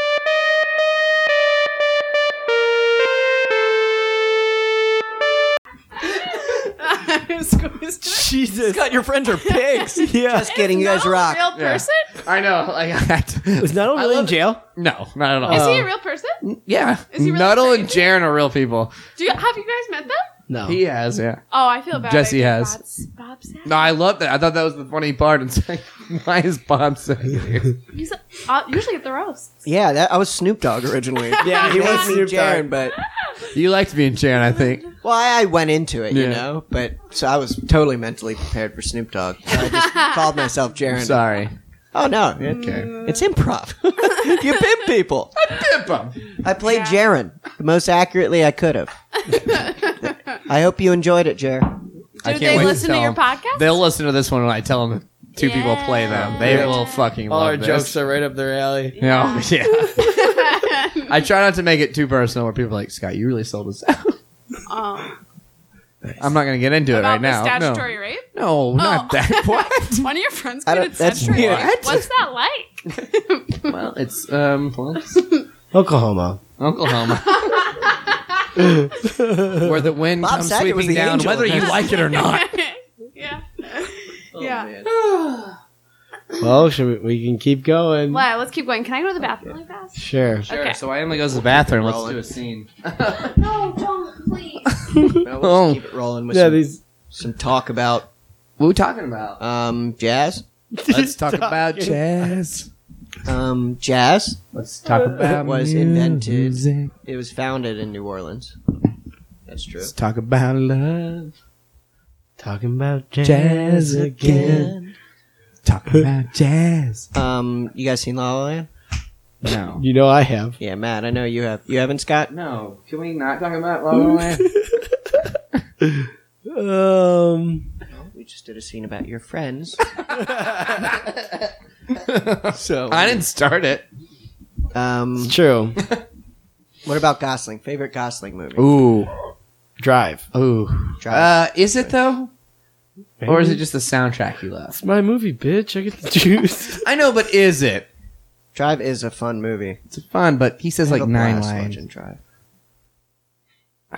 Speaker 3: Jesus.
Speaker 11: God, your friends are pigs.
Speaker 3: Yeah.
Speaker 11: Just kidding, you guys rock.
Speaker 1: Real
Speaker 2: Yeah.
Speaker 1: person?
Speaker 2: I know. Like,
Speaker 3: Was Nuddle
Speaker 2: I
Speaker 3: really in
Speaker 2: love-
Speaker 3: jail?
Speaker 2: No, not at all.
Speaker 1: Is he a real person?
Speaker 2: yeah,
Speaker 1: he really
Speaker 2: Nuddle
Speaker 1: crazy?
Speaker 2: and Jaren are real people.
Speaker 1: Do you, have you guys met them?
Speaker 3: No.
Speaker 2: He has, yeah.
Speaker 1: Oh, I feel bad.
Speaker 2: Jesse
Speaker 1: I did
Speaker 2: has.
Speaker 1: Bob's, Bob's hat.
Speaker 2: No, I love that. I thought that was the funny part. And it's like, why is Bob so here?
Speaker 1: He's uh, usually at the roast.
Speaker 4: Yeah, that I was Snoop Dogg originally.
Speaker 3: yeah, he was
Speaker 4: Snoop
Speaker 3: Snoop
Speaker 4: Jared,
Speaker 3: Dogg.
Speaker 4: but
Speaker 2: You liked being Jaren, I think.
Speaker 4: well, I, I went into it,
Speaker 2: Yeah.
Speaker 4: you know. But so I was totally mentally prepared for Snoop Dogg. So I just called myself Jared.
Speaker 2: Sorry.
Speaker 4: Oh no, it-
Speaker 2: Okay.
Speaker 4: it's improv. you pimp people.
Speaker 2: Pimp him.
Speaker 4: I played Jaron the most accurately I could have. I hope you enjoyed it, Jer.
Speaker 2: I
Speaker 1: Do
Speaker 2: can't
Speaker 1: they
Speaker 2: wait
Speaker 1: listen to,
Speaker 2: tell
Speaker 1: your
Speaker 2: them.
Speaker 1: podcast?
Speaker 2: They'll listen to this one when I tell them that two people play them. They
Speaker 3: Yeah.
Speaker 2: will fucking
Speaker 3: All
Speaker 2: love
Speaker 3: our
Speaker 2: this.
Speaker 3: jokes are right up their alley.
Speaker 2: yeah. yeah. I try not to make it too personal where people are like, Scott, you really sold us out.
Speaker 1: Oh.
Speaker 2: I'm not going to get into it
Speaker 1: About
Speaker 2: right
Speaker 1: the
Speaker 2: now. No.
Speaker 1: statutory rape?
Speaker 2: No, not
Speaker 1: Oh.
Speaker 2: that. What?
Speaker 1: One of your friends
Speaker 4: I don't-
Speaker 1: committed
Speaker 4: that's
Speaker 1: statutory
Speaker 4: weird.
Speaker 1: rape? What's that like?
Speaker 2: well, it's um well, it's
Speaker 3: Oklahoma.
Speaker 2: Oklahoma. Where the wind
Speaker 4: Bob
Speaker 2: comes
Speaker 4: Saget was
Speaker 2: sweeping
Speaker 4: the
Speaker 2: down,
Speaker 4: angel
Speaker 2: whether
Speaker 4: in
Speaker 2: you
Speaker 4: this.
Speaker 2: like it or not.
Speaker 1: yeah. yeah.
Speaker 3: Well, should we, we can keep going.
Speaker 1: Wow, let's keep going. Can I go to the bathroom really fast?
Speaker 3: Sure.
Speaker 1: Okay.
Speaker 2: So I only goes to the bathroom. Let's do a scene.
Speaker 12: No, don't please.
Speaker 2: Oh,
Speaker 4: Keep it rolling with
Speaker 3: Yeah,
Speaker 4: some,
Speaker 3: these.
Speaker 4: some talk about
Speaker 2: what are we talking about?
Speaker 4: um, jazz.
Speaker 2: Let's talk about jazz.
Speaker 4: Um, jazz
Speaker 2: Let's talk about
Speaker 4: was invented.
Speaker 2: music.
Speaker 4: It was founded in New Orleans. That's true.
Speaker 2: Let's talk about love.
Speaker 3: Talking about jazz,
Speaker 2: Jazz again. Talk about jazz.
Speaker 4: Um, you guys seen La La Land?
Speaker 2: No.
Speaker 3: You know I have.
Speaker 4: Yeah, Matt. I know you have. You haven't, Scott.
Speaker 2: No. Can we not talk about love?
Speaker 3: Um.
Speaker 4: We just did a scene about your friends.
Speaker 3: So
Speaker 2: I didn't start it.
Speaker 4: Um,
Speaker 3: it's true.
Speaker 4: what about Gosling? Favorite Gosling movie?
Speaker 2: Ooh.
Speaker 3: Drive.
Speaker 2: Ooh.
Speaker 4: Drive.
Speaker 2: Uh, is it though? Or is it just the soundtrack you love?
Speaker 3: It's my movie, bitch. I get the juice.
Speaker 2: I know, but is it?
Speaker 4: Drive is a fun movie.
Speaker 2: It's fun, but he says
Speaker 4: I had
Speaker 2: like
Speaker 4: a
Speaker 2: nine
Speaker 4: blast
Speaker 2: lines.
Speaker 4: watching Drive.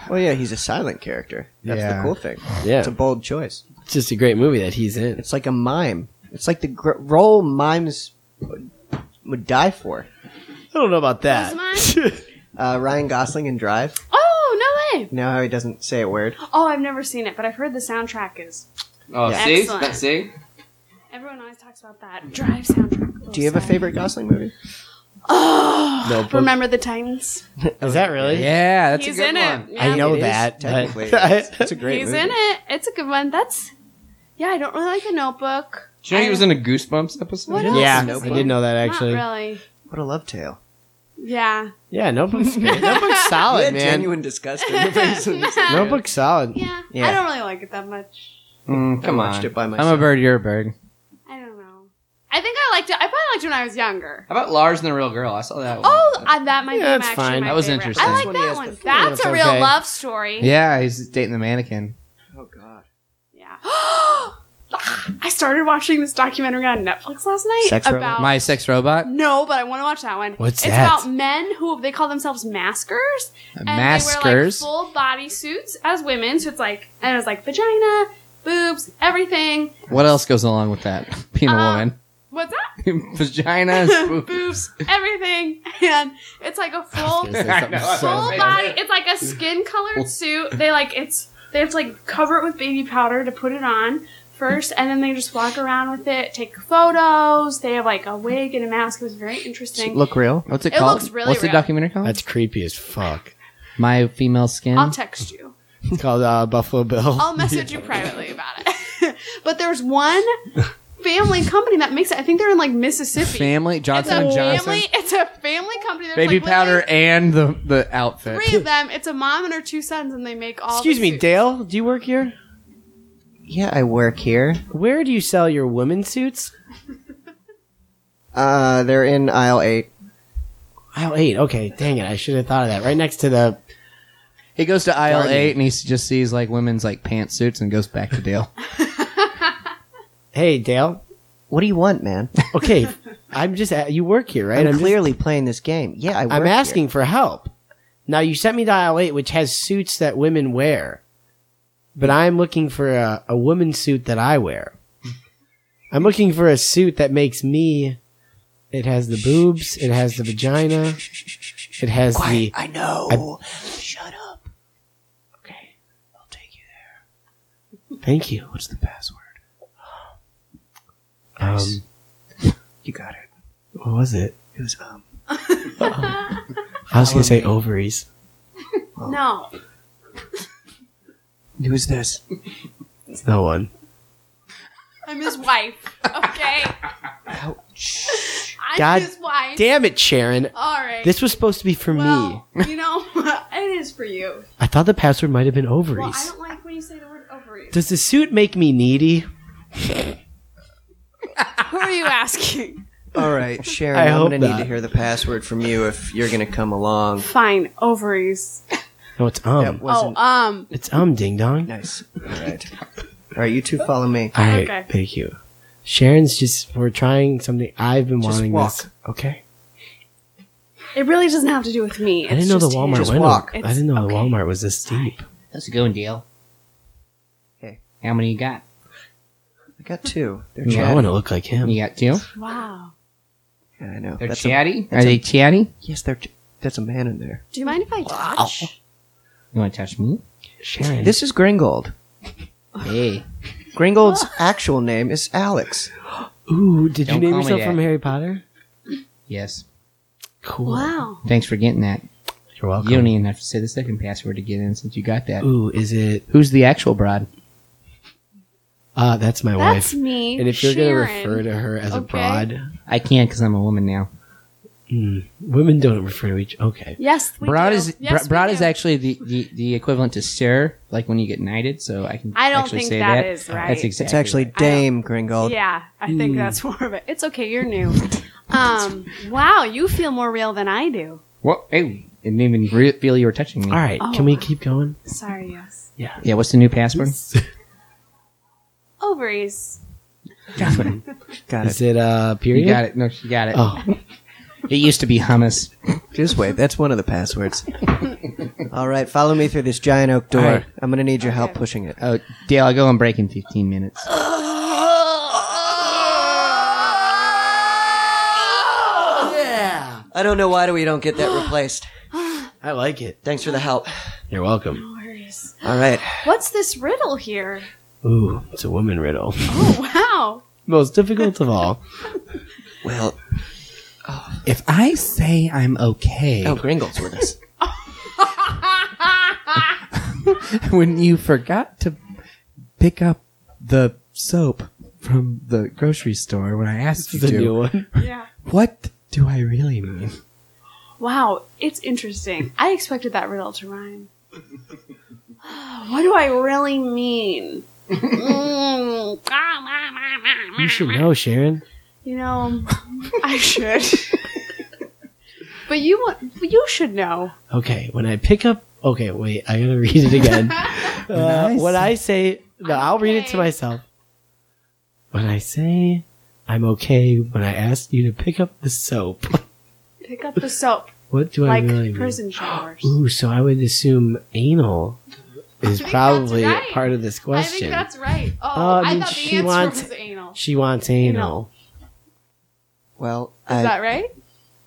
Speaker 4: Well, yeah, he's a silent character. That's
Speaker 2: Yeah.
Speaker 4: the cool thing.
Speaker 3: yeah,
Speaker 4: It's a bold choice.
Speaker 3: it's just a great movie that he's in.
Speaker 4: It's like a mime. It's like the gr- role mimes would, would die for.
Speaker 3: I don't know about that.
Speaker 1: Who's
Speaker 4: Uh, Ryan Gosling in Drive.
Speaker 1: Oh, no way.
Speaker 4: You know how he doesn't say a word?
Speaker 1: Oh, I've never seen it, but I've heard the soundtrack is.
Speaker 2: Oh,
Speaker 1: Yeah. see? Excellent. That-
Speaker 2: see?
Speaker 1: Everyone always talks about that drive soundtrack.
Speaker 4: Do you have a favorite Gosling movie?
Speaker 1: Oh,
Speaker 3: Notebook.
Speaker 1: remember the Titans?
Speaker 3: Is that really?
Speaker 2: Yeah, that's
Speaker 1: He's
Speaker 2: a good
Speaker 1: in
Speaker 2: one.
Speaker 1: it. Yeah.
Speaker 3: I know
Speaker 4: It is,
Speaker 3: that.
Speaker 4: technically,
Speaker 3: but-
Speaker 4: it is. It's a great
Speaker 1: He's
Speaker 4: movie.
Speaker 1: in it. It's a good one. That's yeah. I don't really like the Notebook.
Speaker 2: Do you know he was in a Goosebumps episode?
Speaker 1: What else?
Speaker 3: yeah,
Speaker 1: is
Speaker 3: I
Speaker 1: he in?
Speaker 3: didn't know that actually.
Speaker 1: Not really.
Speaker 4: What a love tale.
Speaker 10: Yeah.
Speaker 3: Yeah, notebook's good. notebook's solid,
Speaker 11: You had
Speaker 3: man.
Speaker 11: genuine disgust in your face. when you said that.
Speaker 3: Notebook's solid.
Speaker 10: Yeah.
Speaker 11: Yeah.
Speaker 10: I don't really like it that much.
Speaker 4: Mm,
Speaker 11: I
Speaker 4: come
Speaker 11: watched
Speaker 4: on.
Speaker 11: it by myself.
Speaker 2: I'm a bird. You're a bird.
Speaker 10: I don't know. I think I liked it. I probably liked it when I was younger.
Speaker 2: How about Lars and the Real Girl? I saw that one.
Speaker 10: Oh, uh, that might
Speaker 3: Yeah,
Speaker 10: be
Speaker 3: that's
Speaker 10: actually
Speaker 3: fine.
Speaker 10: my
Speaker 2: That was
Speaker 10: favorite.
Speaker 2: interesting.
Speaker 10: I
Speaker 11: That's
Speaker 10: like
Speaker 11: when he
Speaker 10: that
Speaker 11: has
Speaker 10: one.
Speaker 11: the
Speaker 10: That's
Speaker 3: That's
Speaker 10: a real
Speaker 3: okay.
Speaker 10: love story.
Speaker 2: Yeah, he's dating the mannequin.
Speaker 11: Oh god.
Speaker 10: Yeah. I started watching this documentary on Netflix last night
Speaker 4: Sex Robot?
Speaker 10: about
Speaker 2: My sex robot?
Speaker 10: no, but I want to watch that one.
Speaker 3: What's
Speaker 10: it's
Speaker 3: that?
Speaker 10: about men who they call themselves maskers, and they wear like
Speaker 2: Maskers.
Speaker 10: full body suits as women. So it's like and it's like vagina, boobs, everything.
Speaker 2: What else goes along with that? Being a
Speaker 10: Uh,
Speaker 2: woman.
Speaker 10: What's that?
Speaker 2: Vaginas.
Speaker 10: boobs, everything, and it's like a full
Speaker 2: I know, I
Speaker 10: full
Speaker 2: was like-
Speaker 10: body. It's like a skin colored suit. They like it's they have to like cover it with baby powder to put it on first, and then they just walk around with it, take photos. They have like a wig and a mask. It was very interesting.
Speaker 4: Look real.
Speaker 2: What's it,
Speaker 10: It
Speaker 2: called?
Speaker 10: looks really
Speaker 2: What's the
Speaker 10: real.
Speaker 2: documentary called?
Speaker 3: That's creepy as fuck.
Speaker 2: My Female Skin.
Speaker 10: I'll text you.
Speaker 3: It's called uh, Buffalo Bill.
Speaker 10: I'll message you privately about it. but there's one family company that makes it. I think they're in like Mississippi.
Speaker 2: Family.
Speaker 10: it's
Speaker 2: Johnson
Speaker 10: a
Speaker 2: and Johnson.
Speaker 10: family. It's a family company. There's,
Speaker 2: Baby
Speaker 10: like,
Speaker 2: powder
Speaker 10: literally
Speaker 2: and the, the outfit.
Speaker 10: Three of them. It's a mom and her two sons, and they make all. the
Speaker 3: Excuse me,
Speaker 10: suits.
Speaker 3: Dale. Do you work here?
Speaker 4: Yeah, I work here.
Speaker 3: Where do you sell your women's suits?
Speaker 4: Uh, they're in aisle eight.
Speaker 3: Aisle eight. Oh, Okay, dang it. I should have thought of that. Right next to the.
Speaker 2: He goes to aisle
Speaker 3: Garden.
Speaker 2: eight and he s- just sees like women's like pantsuits and goes back to Dale.
Speaker 3: Hey, Dale.
Speaker 4: What do you want, man?
Speaker 3: Okay, I'm just. You work here, right?
Speaker 4: I'm,
Speaker 3: just-
Speaker 4: clearly playing this game. Yeah, I work
Speaker 3: I'm
Speaker 4: here.
Speaker 3: asking for help. Now you sent me to aisle eight, which has suits that women wear, but I'm looking for a, a woman's suit that I wear. I'm looking for a suit that makes me. It has the boobs. It has the vagina. It has the.
Speaker 11: I know. Shut up. Okay. I'll take you
Speaker 3: Thank you.
Speaker 11: there. What's the password?
Speaker 3: Um,
Speaker 11: You got it.
Speaker 3: what was it?
Speaker 11: It was um
Speaker 3: I was gonna say ovaries.
Speaker 10: No.
Speaker 11: it was this.
Speaker 3: It's that one.
Speaker 10: I'm his wife. Okay. I'm
Speaker 3: God
Speaker 10: his wife.
Speaker 3: Damn it, Sharon.
Speaker 10: All right.
Speaker 3: This was supposed to be for me.
Speaker 10: well, you know, it is for you.
Speaker 3: I thought the password might have been ovaries.
Speaker 10: Well, I don't like when you say the word ovaries.
Speaker 3: Does the suit make me needy?
Speaker 10: Who are you asking?
Speaker 4: All right, Sharon,
Speaker 3: I
Speaker 4: I am
Speaker 3: hope
Speaker 4: going to
Speaker 3: not.
Speaker 4: need to hear the password from you if you're going to come along.
Speaker 10: Fine, ovaries.
Speaker 3: No, it's um.
Speaker 4: That
Speaker 10: Oh,
Speaker 4: wasn't
Speaker 10: um,
Speaker 3: It's um, ding dong.
Speaker 4: nice. All right. All right, you two follow me.
Speaker 3: All right,
Speaker 10: Okay.
Speaker 3: thank you. Sharon's just we're trying something I've been wanting this. Okay,
Speaker 10: it really doesn't have to do with me.
Speaker 3: I didn't
Speaker 10: It's
Speaker 3: know the
Speaker 10: just
Speaker 3: Walmart
Speaker 10: him.
Speaker 3: went.
Speaker 4: walk.
Speaker 10: It's-
Speaker 3: I didn't know the
Speaker 10: okay.
Speaker 3: Walmart was this deep.
Speaker 2: How's it going, Dale?
Speaker 4: Hey.
Speaker 2: How many you got?
Speaker 4: I got two. They're
Speaker 3: Yeah, I
Speaker 4: chatty.
Speaker 3: want to look like him.
Speaker 2: You got two?
Speaker 10: Wow.
Speaker 4: Yeah, I know.
Speaker 2: They're
Speaker 4: That's a-
Speaker 2: chatty? Are
Speaker 4: that's a-
Speaker 2: they chatty?
Speaker 4: yes, they're. ch- That's a man in there.
Speaker 10: Do you mind if I touch?
Speaker 2: You want to touch me?
Speaker 3: Sharon,
Speaker 4: This is Gringold.
Speaker 2: Hey.
Speaker 4: Gringold's actual name is Alex.
Speaker 3: ooh, did you
Speaker 2: Don't
Speaker 3: name
Speaker 2: call me
Speaker 3: yourself
Speaker 2: that.
Speaker 3: from Harry Potter?
Speaker 2: Yes.
Speaker 3: Cool.
Speaker 10: Wow.
Speaker 2: Thanks for getting that.
Speaker 3: You're welcome.
Speaker 2: You don't even have to say the second password to get in since you got that.
Speaker 3: ooh, is it?
Speaker 2: Who's the actual broad?
Speaker 3: Uh, that's my
Speaker 10: That's
Speaker 3: wife.
Speaker 10: me.
Speaker 3: And if you're
Speaker 10: Sharon.
Speaker 3: gonna refer to her as a
Speaker 10: Okay.
Speaker 3: broad,
Speaker 2: I can't because I'm a woman now.
Speaker 3: mm, women don't refer to each. Okay,
Speaker 10: Yes, we
Speaker 2: broad
Speaker 10: do.
Speaker 2: is
Speaker 10: Yes,
Speaker 2: bro-
Speaker 10: we
Speaker 2: broad is
Speaker 10: do.
Speaker 2: actually the, the, the equivalent to sir, like when you get knighted. So I can
Speaker 10: I don't
Speaker 2: actually
Speaker 10: think
Speaker 2: say
Speaker 10: that
Speaker 2: that
Speaker 10: is right.
Speaker 2: That's exactly
Speaker 4: It's actually Dame Gringold.
Speaker 10: Yeah, I think
Speaker 3: Hmm.
Speaker 10: that's more of it. It's okay, you're new. Um, wow, you feel more real than I do.
Speaker 2: Well, hey, didn't even re- feel you were touching me.
Speaker 3: all right.
Speaker 10: Oh.
Speaker 3: Can we keep going?
Speaker 10: Sorry, yes.
Speaker 2: Yeah, what's the new password?
Speaker 10: Ovaries.
Speaker 4: Got
Speaker 3: Is
Speaker 4: it.
Speaker 3: it uh period?
Speaker 2: You got it. No, you got it.
Speaker 3: Oh,
Speaker 2: It used to be hummus.
Speaker 4: Just wait. That's one of the passwords. All right, follow me through this giant oak door.
Speaker 2: All right.
Speaker 4: I'm going to need your help pushing it.
Speaker 2: Oh, Dale, I'll go on break in 15 minutes.
Speaker 10: Oh,
Speaker 3: yeah.
Speaker 4: I don't know why do we don't get that replaced.
Speaker 3: I like it.
Speaker 4: Thanks for the help.
Speaker 3: You're welcome.
Speaker 10: Ovaries.
Speaker 4: All right.
Speaker 10: What's this riddle here?
Speaker 3: Ooh, it's a woman riddle.
Speaker 10: Oh, wow.
Speaker 3: Most difficult of all.
Speaker 4: Well, oh,
Speaker 2: If I say I'm okay,
Speaker 4: oh, Gringold's with us.
Speaker 2: when you forgot to pick up the soap from the grocery store when I asked you
Speaker 3: The
Speaker 2: to,
Speaker 3: new one.
Speaker 10: Yeah.
Speaker 2: what do I really mean?
Speaker 10: wow, it's interesting. I expected that riddle to rhyme. what do I really mean? Mm.
Speaker 3: You should know, Sharon.
Speaker 10: You know, I should. but you want, you should know.
Speaker 3: Okay, when I pick up. Okay, wait, I gotta read it again. uh,
Speaker 2: Nice.
Speaker 3: when I say. No, I'll read it to
Speaker 10: okay.
Speaker 3: myself. When I say I'm okay, when I ask you to pick up the soap,
Speaker 10: Pick up the soap
Speaker 3: what do
Speaker 10: like
Speaker 3: I really mean?
Speaker 10: prison showers.
Speaker 3: Ooh, so I would assume anal is probably
Speaker 10: right.
Speaker 3: part of this
Speaker 10: I think
Speaker 3: question.
Speaker 10: that's right. Oh,
Speaker 3: Uh,
Speaker 10: I
Speaker 3: then
Speaker 10: thought the
Speaker 3: she
Speaker 10: answer
Speaker 3: wants-
Speaker 10: was anal. Is
Speaker 3: she wants anal.
Speaker 10: Anal.
Speaker 4: Well,
Speaker 10: that
Speaker 4: I,
Speaker 10: right?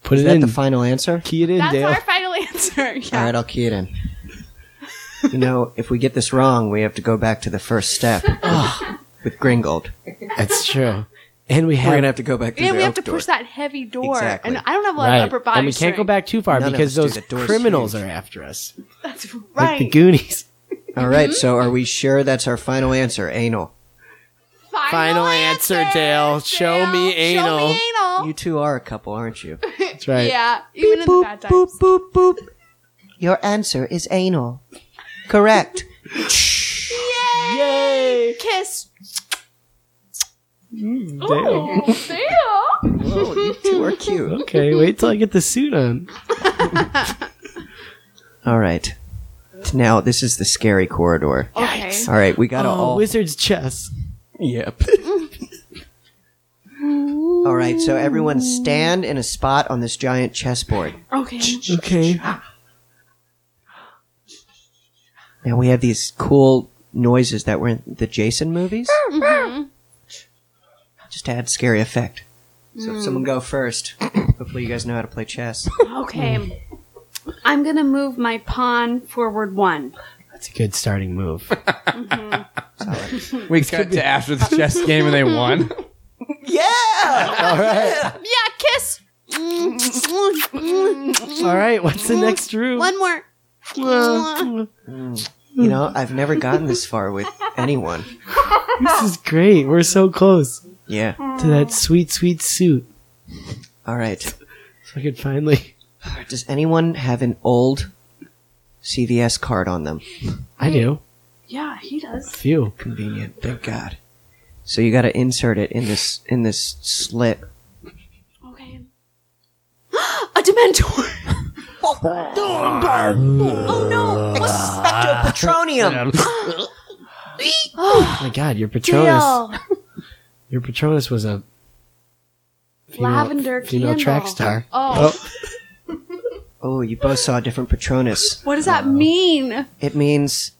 Speaker 3: Put
Speaker 4: is
Speaker 3: it
Speaker 4: that
Speaker 3: in.
Speaker 4: the final answer?
Speaker 3: Key it in,
Speaker 10: That's
Speaker 3: Dale.
Speaker 10: our final answer. Yeah.
Speaker 4: All right, I'll key it in. you know, if we get this wrong, we have to go back to the first step
Speaker 10: Oh.
Speaker 4: with Gringold.
Speaker 3: That's true. And we
Speaker 4: We're
Speaker 3: have
Speaker 4: gonna have to go back to
Speaker 10: And
Speaker 4: the
Speaker 10: we have
Speaker 4: oak
Speaker 10: to
Speaker 4: door.
Speaker 10: push that heavy door.
Speaker 4: Exactly.
Speaker 10: And I don't have a lot
Speaker 3: right.
Speaker 10: of upper body
Speaker 3: and we can't go
Speaker 10: strength.
Speaker 3: back too far
Speaker 4: None of
Speaker 3: because
Speaker 4: us do.
Speaker 3: those
Speaker 4: The door's
Speaker 3: criminals
Speaker 4: huge.
Speaker 3: are after us,
Speaker 10: That's
Speaker 3: like the
Speaker 10: right.
Speaker 3: Goonies.
Speaker 4: All right,
Speaker 10: Mhm.
Speaker 4: so are we sure that's our final answer, anal?
Speaker 3: Final answer, Dale. Show me
Speaker 10: Show
Speaker 3: anal.
Speaker 10: me anal.
Speaker 4: You two are a couple, aren't you?
Speaker 3: That's right.
Speaker 10: Yeah, even in the bad times.
Speaker 4: boop, boop. Your answer is anal. Correct.
Speaker 3: Yay!
Speaker 10: Kiss.
Speaker 3: Dale.
Speaker 10: Oh, Dale.
Speaker 4: Whoa, you two are cute.
Speaker 3: Okay, wait till I get the suit on.
Speaker 4: All right. Now this is the scary corridor.
Speaker 10: Okay.
Speaker 4: All right, we gotta
Speaker 3: Oh,
Speaker 4: all.
Speaker 3: wizard's chess.
Speaker 4: Yep. All right, so everyone stand in a spot on this giant chessboard.
Speaker 10: Okay.
Speaker 3: Okay.
Speaker 4: Now we have these cool noises that were in the Jason movies. Just to add scary effect. So if someone go first, hopefully you guys know how to play chess.
Speaker 10: Okay. I'm gonna move my pawn forward one.
Speaker 3: That's a good starting move.
Speaker 2: We got to after the chess game and they won.
Speaker 10: Yeah, kiss.
Speaker 3: All right, what's the next room?
Speaker 10: One more.
Speaker 4: You know, I've never gotten this far with anyone.
Speaker 3: This is great. We're so close
Speaker 4: Yeah.
Speaker 3: to that sweet, sweet suit.
Speaker 4: All right.
Speaker 3: If I could finally.
Speaker 4: Does anyone have an old CVS card on them?
Speaker 3: I do.
Speaker 10: Yeah, he does.
Speaker 3: Phew.
Speaker 4: Convenient. Thank God. So you got to insert it in this in this slit.
Speaker 10: Okay. A Dementor.
Speaker 4: Oh no! What's Spectro Petronium?
Speaker 3: Oh my god, your Patronus.
Speaker 10: Dale.
Speaker 3: Your Patronus was a female,
Speaker 10: Lavender
Speaker 3: female
Speaker 10: candle.
Speaker 3: track star.
Speaker 10: Oh,
Speaker 4: Oh, you both saw a different Patronus.
Speaker 10: what does that mean?
Speaker 4: It means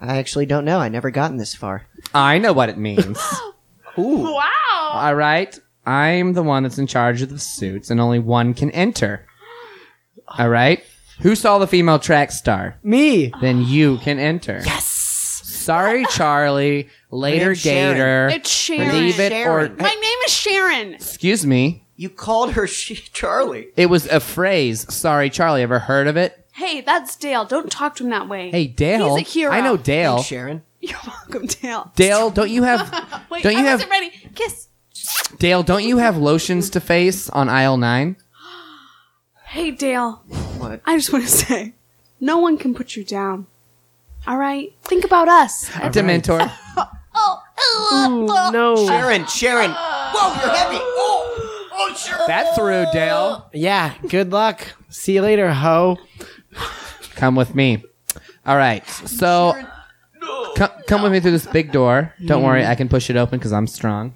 Speaker 4: I actually don't know. I never gotten this far.
Speaker 2: I know what it means.
Speaker 4: Ooh.
Speaker 10: Wow.
Speaker 2: All right. I'm the one that's in charge of the suits, and only one can enter. All right. Who saw the female track star?
Speaker 3: Me.
Speaker 2: Then you can enter. Yes. Sorry, Charlie. Later,
Speaker 4: name's Sharon.
Speaker 2: Gator.
Speaker 10: It's Sharon.
Speaker 2: Leave it or
Speaker 4: Sharon.
Speaker 10: My name is Sharon.
Speaker 2: excuse me.
Speaker 4: You called her she- Charlie.
Speaker 2: It was a phrase. Sorry, Charlie. Ever heard of it?
Speaker 10: Hey, that's Dale. Don't talk to him that way.
Speaker 2: Hey, Dale.
Speaker 10: He's a hero.
Speaker 2: I know Dale.
Speaker 4: Thanks, Sharon.
Speaker 10: You're welcome, Dale.
Speaker 2: Dale, don't you have
Speaker 10: Wait,
Speaker 2: Don't
Speaker 10: I
Speaker 2: you have-
Speaker 10: wasn't ready. Kiss.
Speaker 2: Dale? Don't you have lotions to face on aisle nine?
Speaker 10: Hey, Dale.
Speaker 4: What?
Speaker 10: I just want to say, no one can put you down. All right? Think about us.
Speaker 2: Dementor.
Speaker 3: No.
Speaker 4: Sharon, Sharon. Whoa, you're heavy. Oh, oh, Sharon.
Speaker 2: That through, Dale.
Speaker 3: Yeah, good luck. See you later, ho.
Speaker 2: Come with me. All right. So, come, come with me through this big door. Don't worry, I can push it open because I'm strong.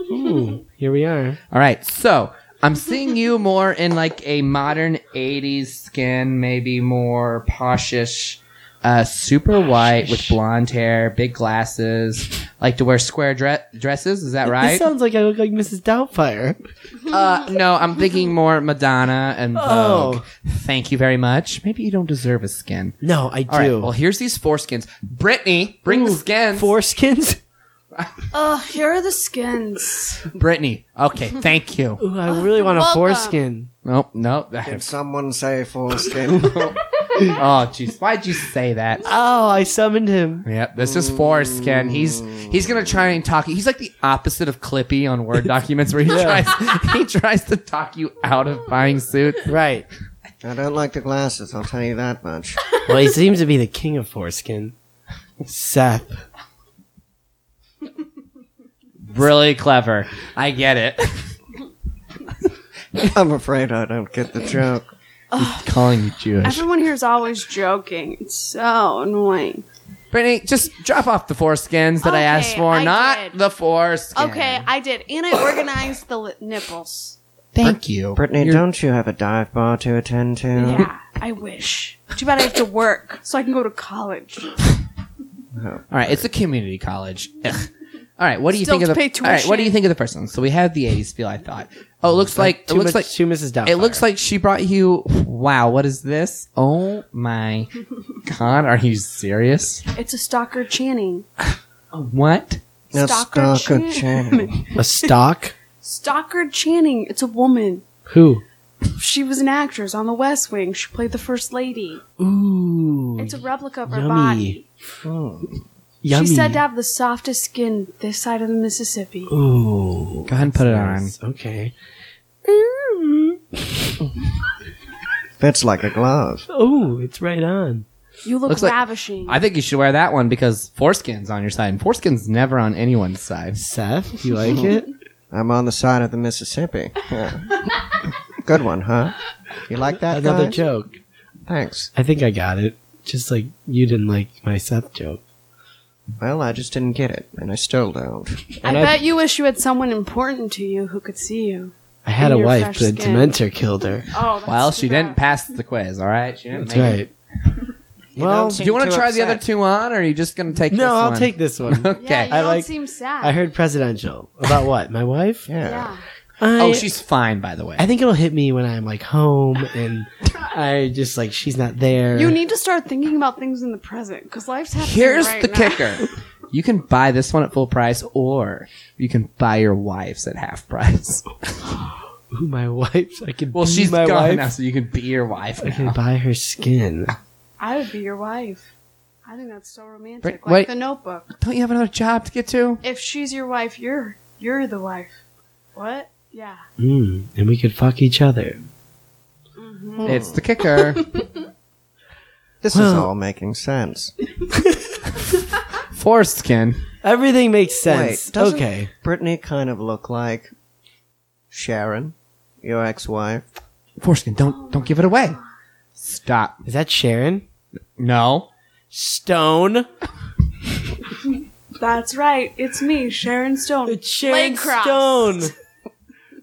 Speaker 3: Ooh, here we are.
Speaker 2: All right. So, I'm seeing you more in like a modern 80s skin, maybe more poshish. Uh, super white with blonde hair, big glasses, like to wear square dre- dresses. Is that right?
Speaker 3: This sounds like I look like Mrs. Doubtfire.
Speaker 2: Uh, no, I'm thinking more Madonna and Vogue.
Speaker 3: Oh.
Speaker 2: Thank you very much. Maybe you don't deserve a skin.
Speaker 3: No, I
Speaker 2: All right.
Speaker 3: do.
Speaker 2: Well, here's these foreskins. Brittany, bring the skins.
Speaker 3: Foreskins?
Speaker 10: Oh, here are the skins.
Speaker 2: Brittany. Okay. Thank you.
Speaker 3: Ooh, I really want a
Speaker 10: welcome.
Speaker 3: foreskin.
Speaker 2: Nope. Nope.
Speaker 4: Did someone say foreskin?
Speaker 2: Oh, jeez. Why'd you say that?
Speaker 3: Oh, I summoned him.
Speaker 2: Yep, this is Forrest, Ken. He's he's gonna try and talk you. He's like the opposite of Clippy on Word documents, where he tries he tries to talk you out of buying suits.
Speaker 3: Right.
Speaker 11: I don't like the glasses, I'll tell you that much.
Speaker 3: Well, he seems to be the king of foreskin. Seth.
Speaker 2: Really clever. I get it.
Speaker 11: I'm afraid I don't get the joke.
Speaker 2: Calling you Jewish,
Speaker 10: Everyone here is always joking. It's so annoying.
Speaker 2: Brittany. Just drop off the foreskins that I asked
Speaker 10: Okay,
Speaker 2: for,
Speaker 10: I
Speaker 2: not
Speaker 10: did.
Speaker 2: the foreskin.
Speaker 10: Okay, I did. And I organized the li- nipples.
Speaker 2: thank you.
Speaker 11: Brittany, don't you have a dive bar to attend to?
Speaker 10: Yeah, I wish. Too bad I have to work so I can go to college.
Speaker 2: All right, it's a community college. Ugh. All right, what do you
Speaker 10: Still
Speaker 2: think of
Speaker 10: to
Speaker 2: the?
Speaker 10: pay
Speaker 2: All right, what do you
Speaker 10: tuition.
Speaker 2: think of the person? So we have the '80s feel. I thought. Oh, it looks like it
Speaker 3: Too
Speaker 2: looks
Speaker 3: much,
Speaker 2: like
Speaker 3: too Mrs. Doubtfire.
Speaker 2: It looks like she brought you. Wow, what is this? Oh my god, are you serious?
Speaker 10: It's a stalker Channing.
Speaker 2: What?
Speaker 11: Now,
Speaker 10: Stalker
Speaker 11: Stalker Channing.
Speaker 3: a stock.
Speaker 10: Stalker Channing. It's a woman.
Speaker 3: Who?
Speaker 10: She was an actress on The West Wing. She played the First Lady.
Speaker 3: Ooh,
Speaker 10: It's a replica of her
Speaker 3: Yummy.
Speaker 10: body.
Speaker 3: yummy.
Speaker 10: She's said to have the softest skin this side of the Mississippi.
Speaker 3: Ooh,
Speaker 2: Go ahead and put it on.
Speaker 3: okay.
Speaker 11: Fits like a glove.
Speaker 3: Oh, it's right on.
Speaker 10: You look
Speaker 2: Looks like-
Speaker 10: ravishing.
Speaker 2: I think you should wear that one because foreskin's on your side, and foreskin's never on anyone's side.
Speaker 3: Seth, you like it?
Speaker 11: I'm on the side of the Mississippi. Yeah. Good one, huh? You like that?
Speaker 3: Another
Speaker 11: guys?
Speaker 3: joke.
Speaker 11: Thanks.
Speaker 3: I think I got it. Just like you didn't like my Seth joke.
Speaker 11: Well, I just didn't get it, and I still don't.
Speaker 10: I bet you wish you had someone important to you who could see you.
Speaker 3: I had a
Speaker 10: Your
Speaker 3: wife,
Speaker 10: fresh
Speaker 3: but a
Speaker 10: skin.
Speaker 3: Dementor killed her.
Speaker 10: Oh, that's
Speaker 2: Well, she
Speaker 10: too
Speaker 2: didn't
Speaker 10: bad.
Speaker 2: pass the quiz, all right? She didn't
Speaker 3: That's
Speaker 2: make it.
Speaker 3: right. Well,
Speaker 2: Do you want to try the other two on, or are you just going to take this
Speaker 3: no, I'll
Speaker 2: one?
Speaker 3: take this one.
Speaker 10: Yeah,
Speaker 2: Okay.
Speaker 10: you
Speaker 3: I
Speaker 10: don't
Speaker 3: like-
Speaker 10: seem sad.
Speaker 3: I heard presidential about what? My wife?
Speaker 11: Yeah.
Speaker 10: yeah.
Speaker 3: I,
Speaker 2: oh, she's fine, by the way.
Speaker 3: I think it'll hit me when I'm like home and I just like she's not there.
Speaker 10: You need to start thinking about things in the present because life's happening.
Speaker 2: Here's
Speaker 10: right
Speaker 2: the
Speaker 10: now.
Speaker 2: kicker. You can buy this one at full price, or you can buy your wife's at half price.
Speaker 3: Ooh, my wife. I can.
Speaker 2: Well,
Speaker 3: be
Speaker 2: she's
Speaker 3: my
Speaker 2: gone
Speaker 3: wife.
Speaker 2: now, so you can be your wife.
Speaker 3: I
Speaker 2: Now.
Speaker 3: can buy her skin.
Speaker 10: I would be your wife. I think that's so romantic,
Speaker 2: Brit-
Speaker 10: like
Speaker 2: wait.
Speaker 10: the Notebook.
Speaker 2: Don't you have another job to get to?
Speaker 10: If she's your wife, you're you're the wife. What? Yeah.
Speaker 3: Mm, and we could fuck each other.
Speaker 2: It's the kicker.
Speaker 11: This is
Speaker 3: Well-
Speaker 11: all making sense.
Speaker 2: Forced skin.
Speaker 3: Everything makes sense.
Speaker 11: Wait, doesn't
Speaker 3: okay.
Speaker 11: Brittany kind of look like Sharon, your ex-wife?
Speaker 2: Foreskin. Don't don't give it away. Stop.
Speaker 3: Is that Sharon?
Speaker 2: No.
Speaker 3: Stone.
Speaker 10: That's right. It's me, Sharon Stone.
Speaker 3: It's Sharon
Speaker 10: Leg crossed.
Speaker 3: Stone.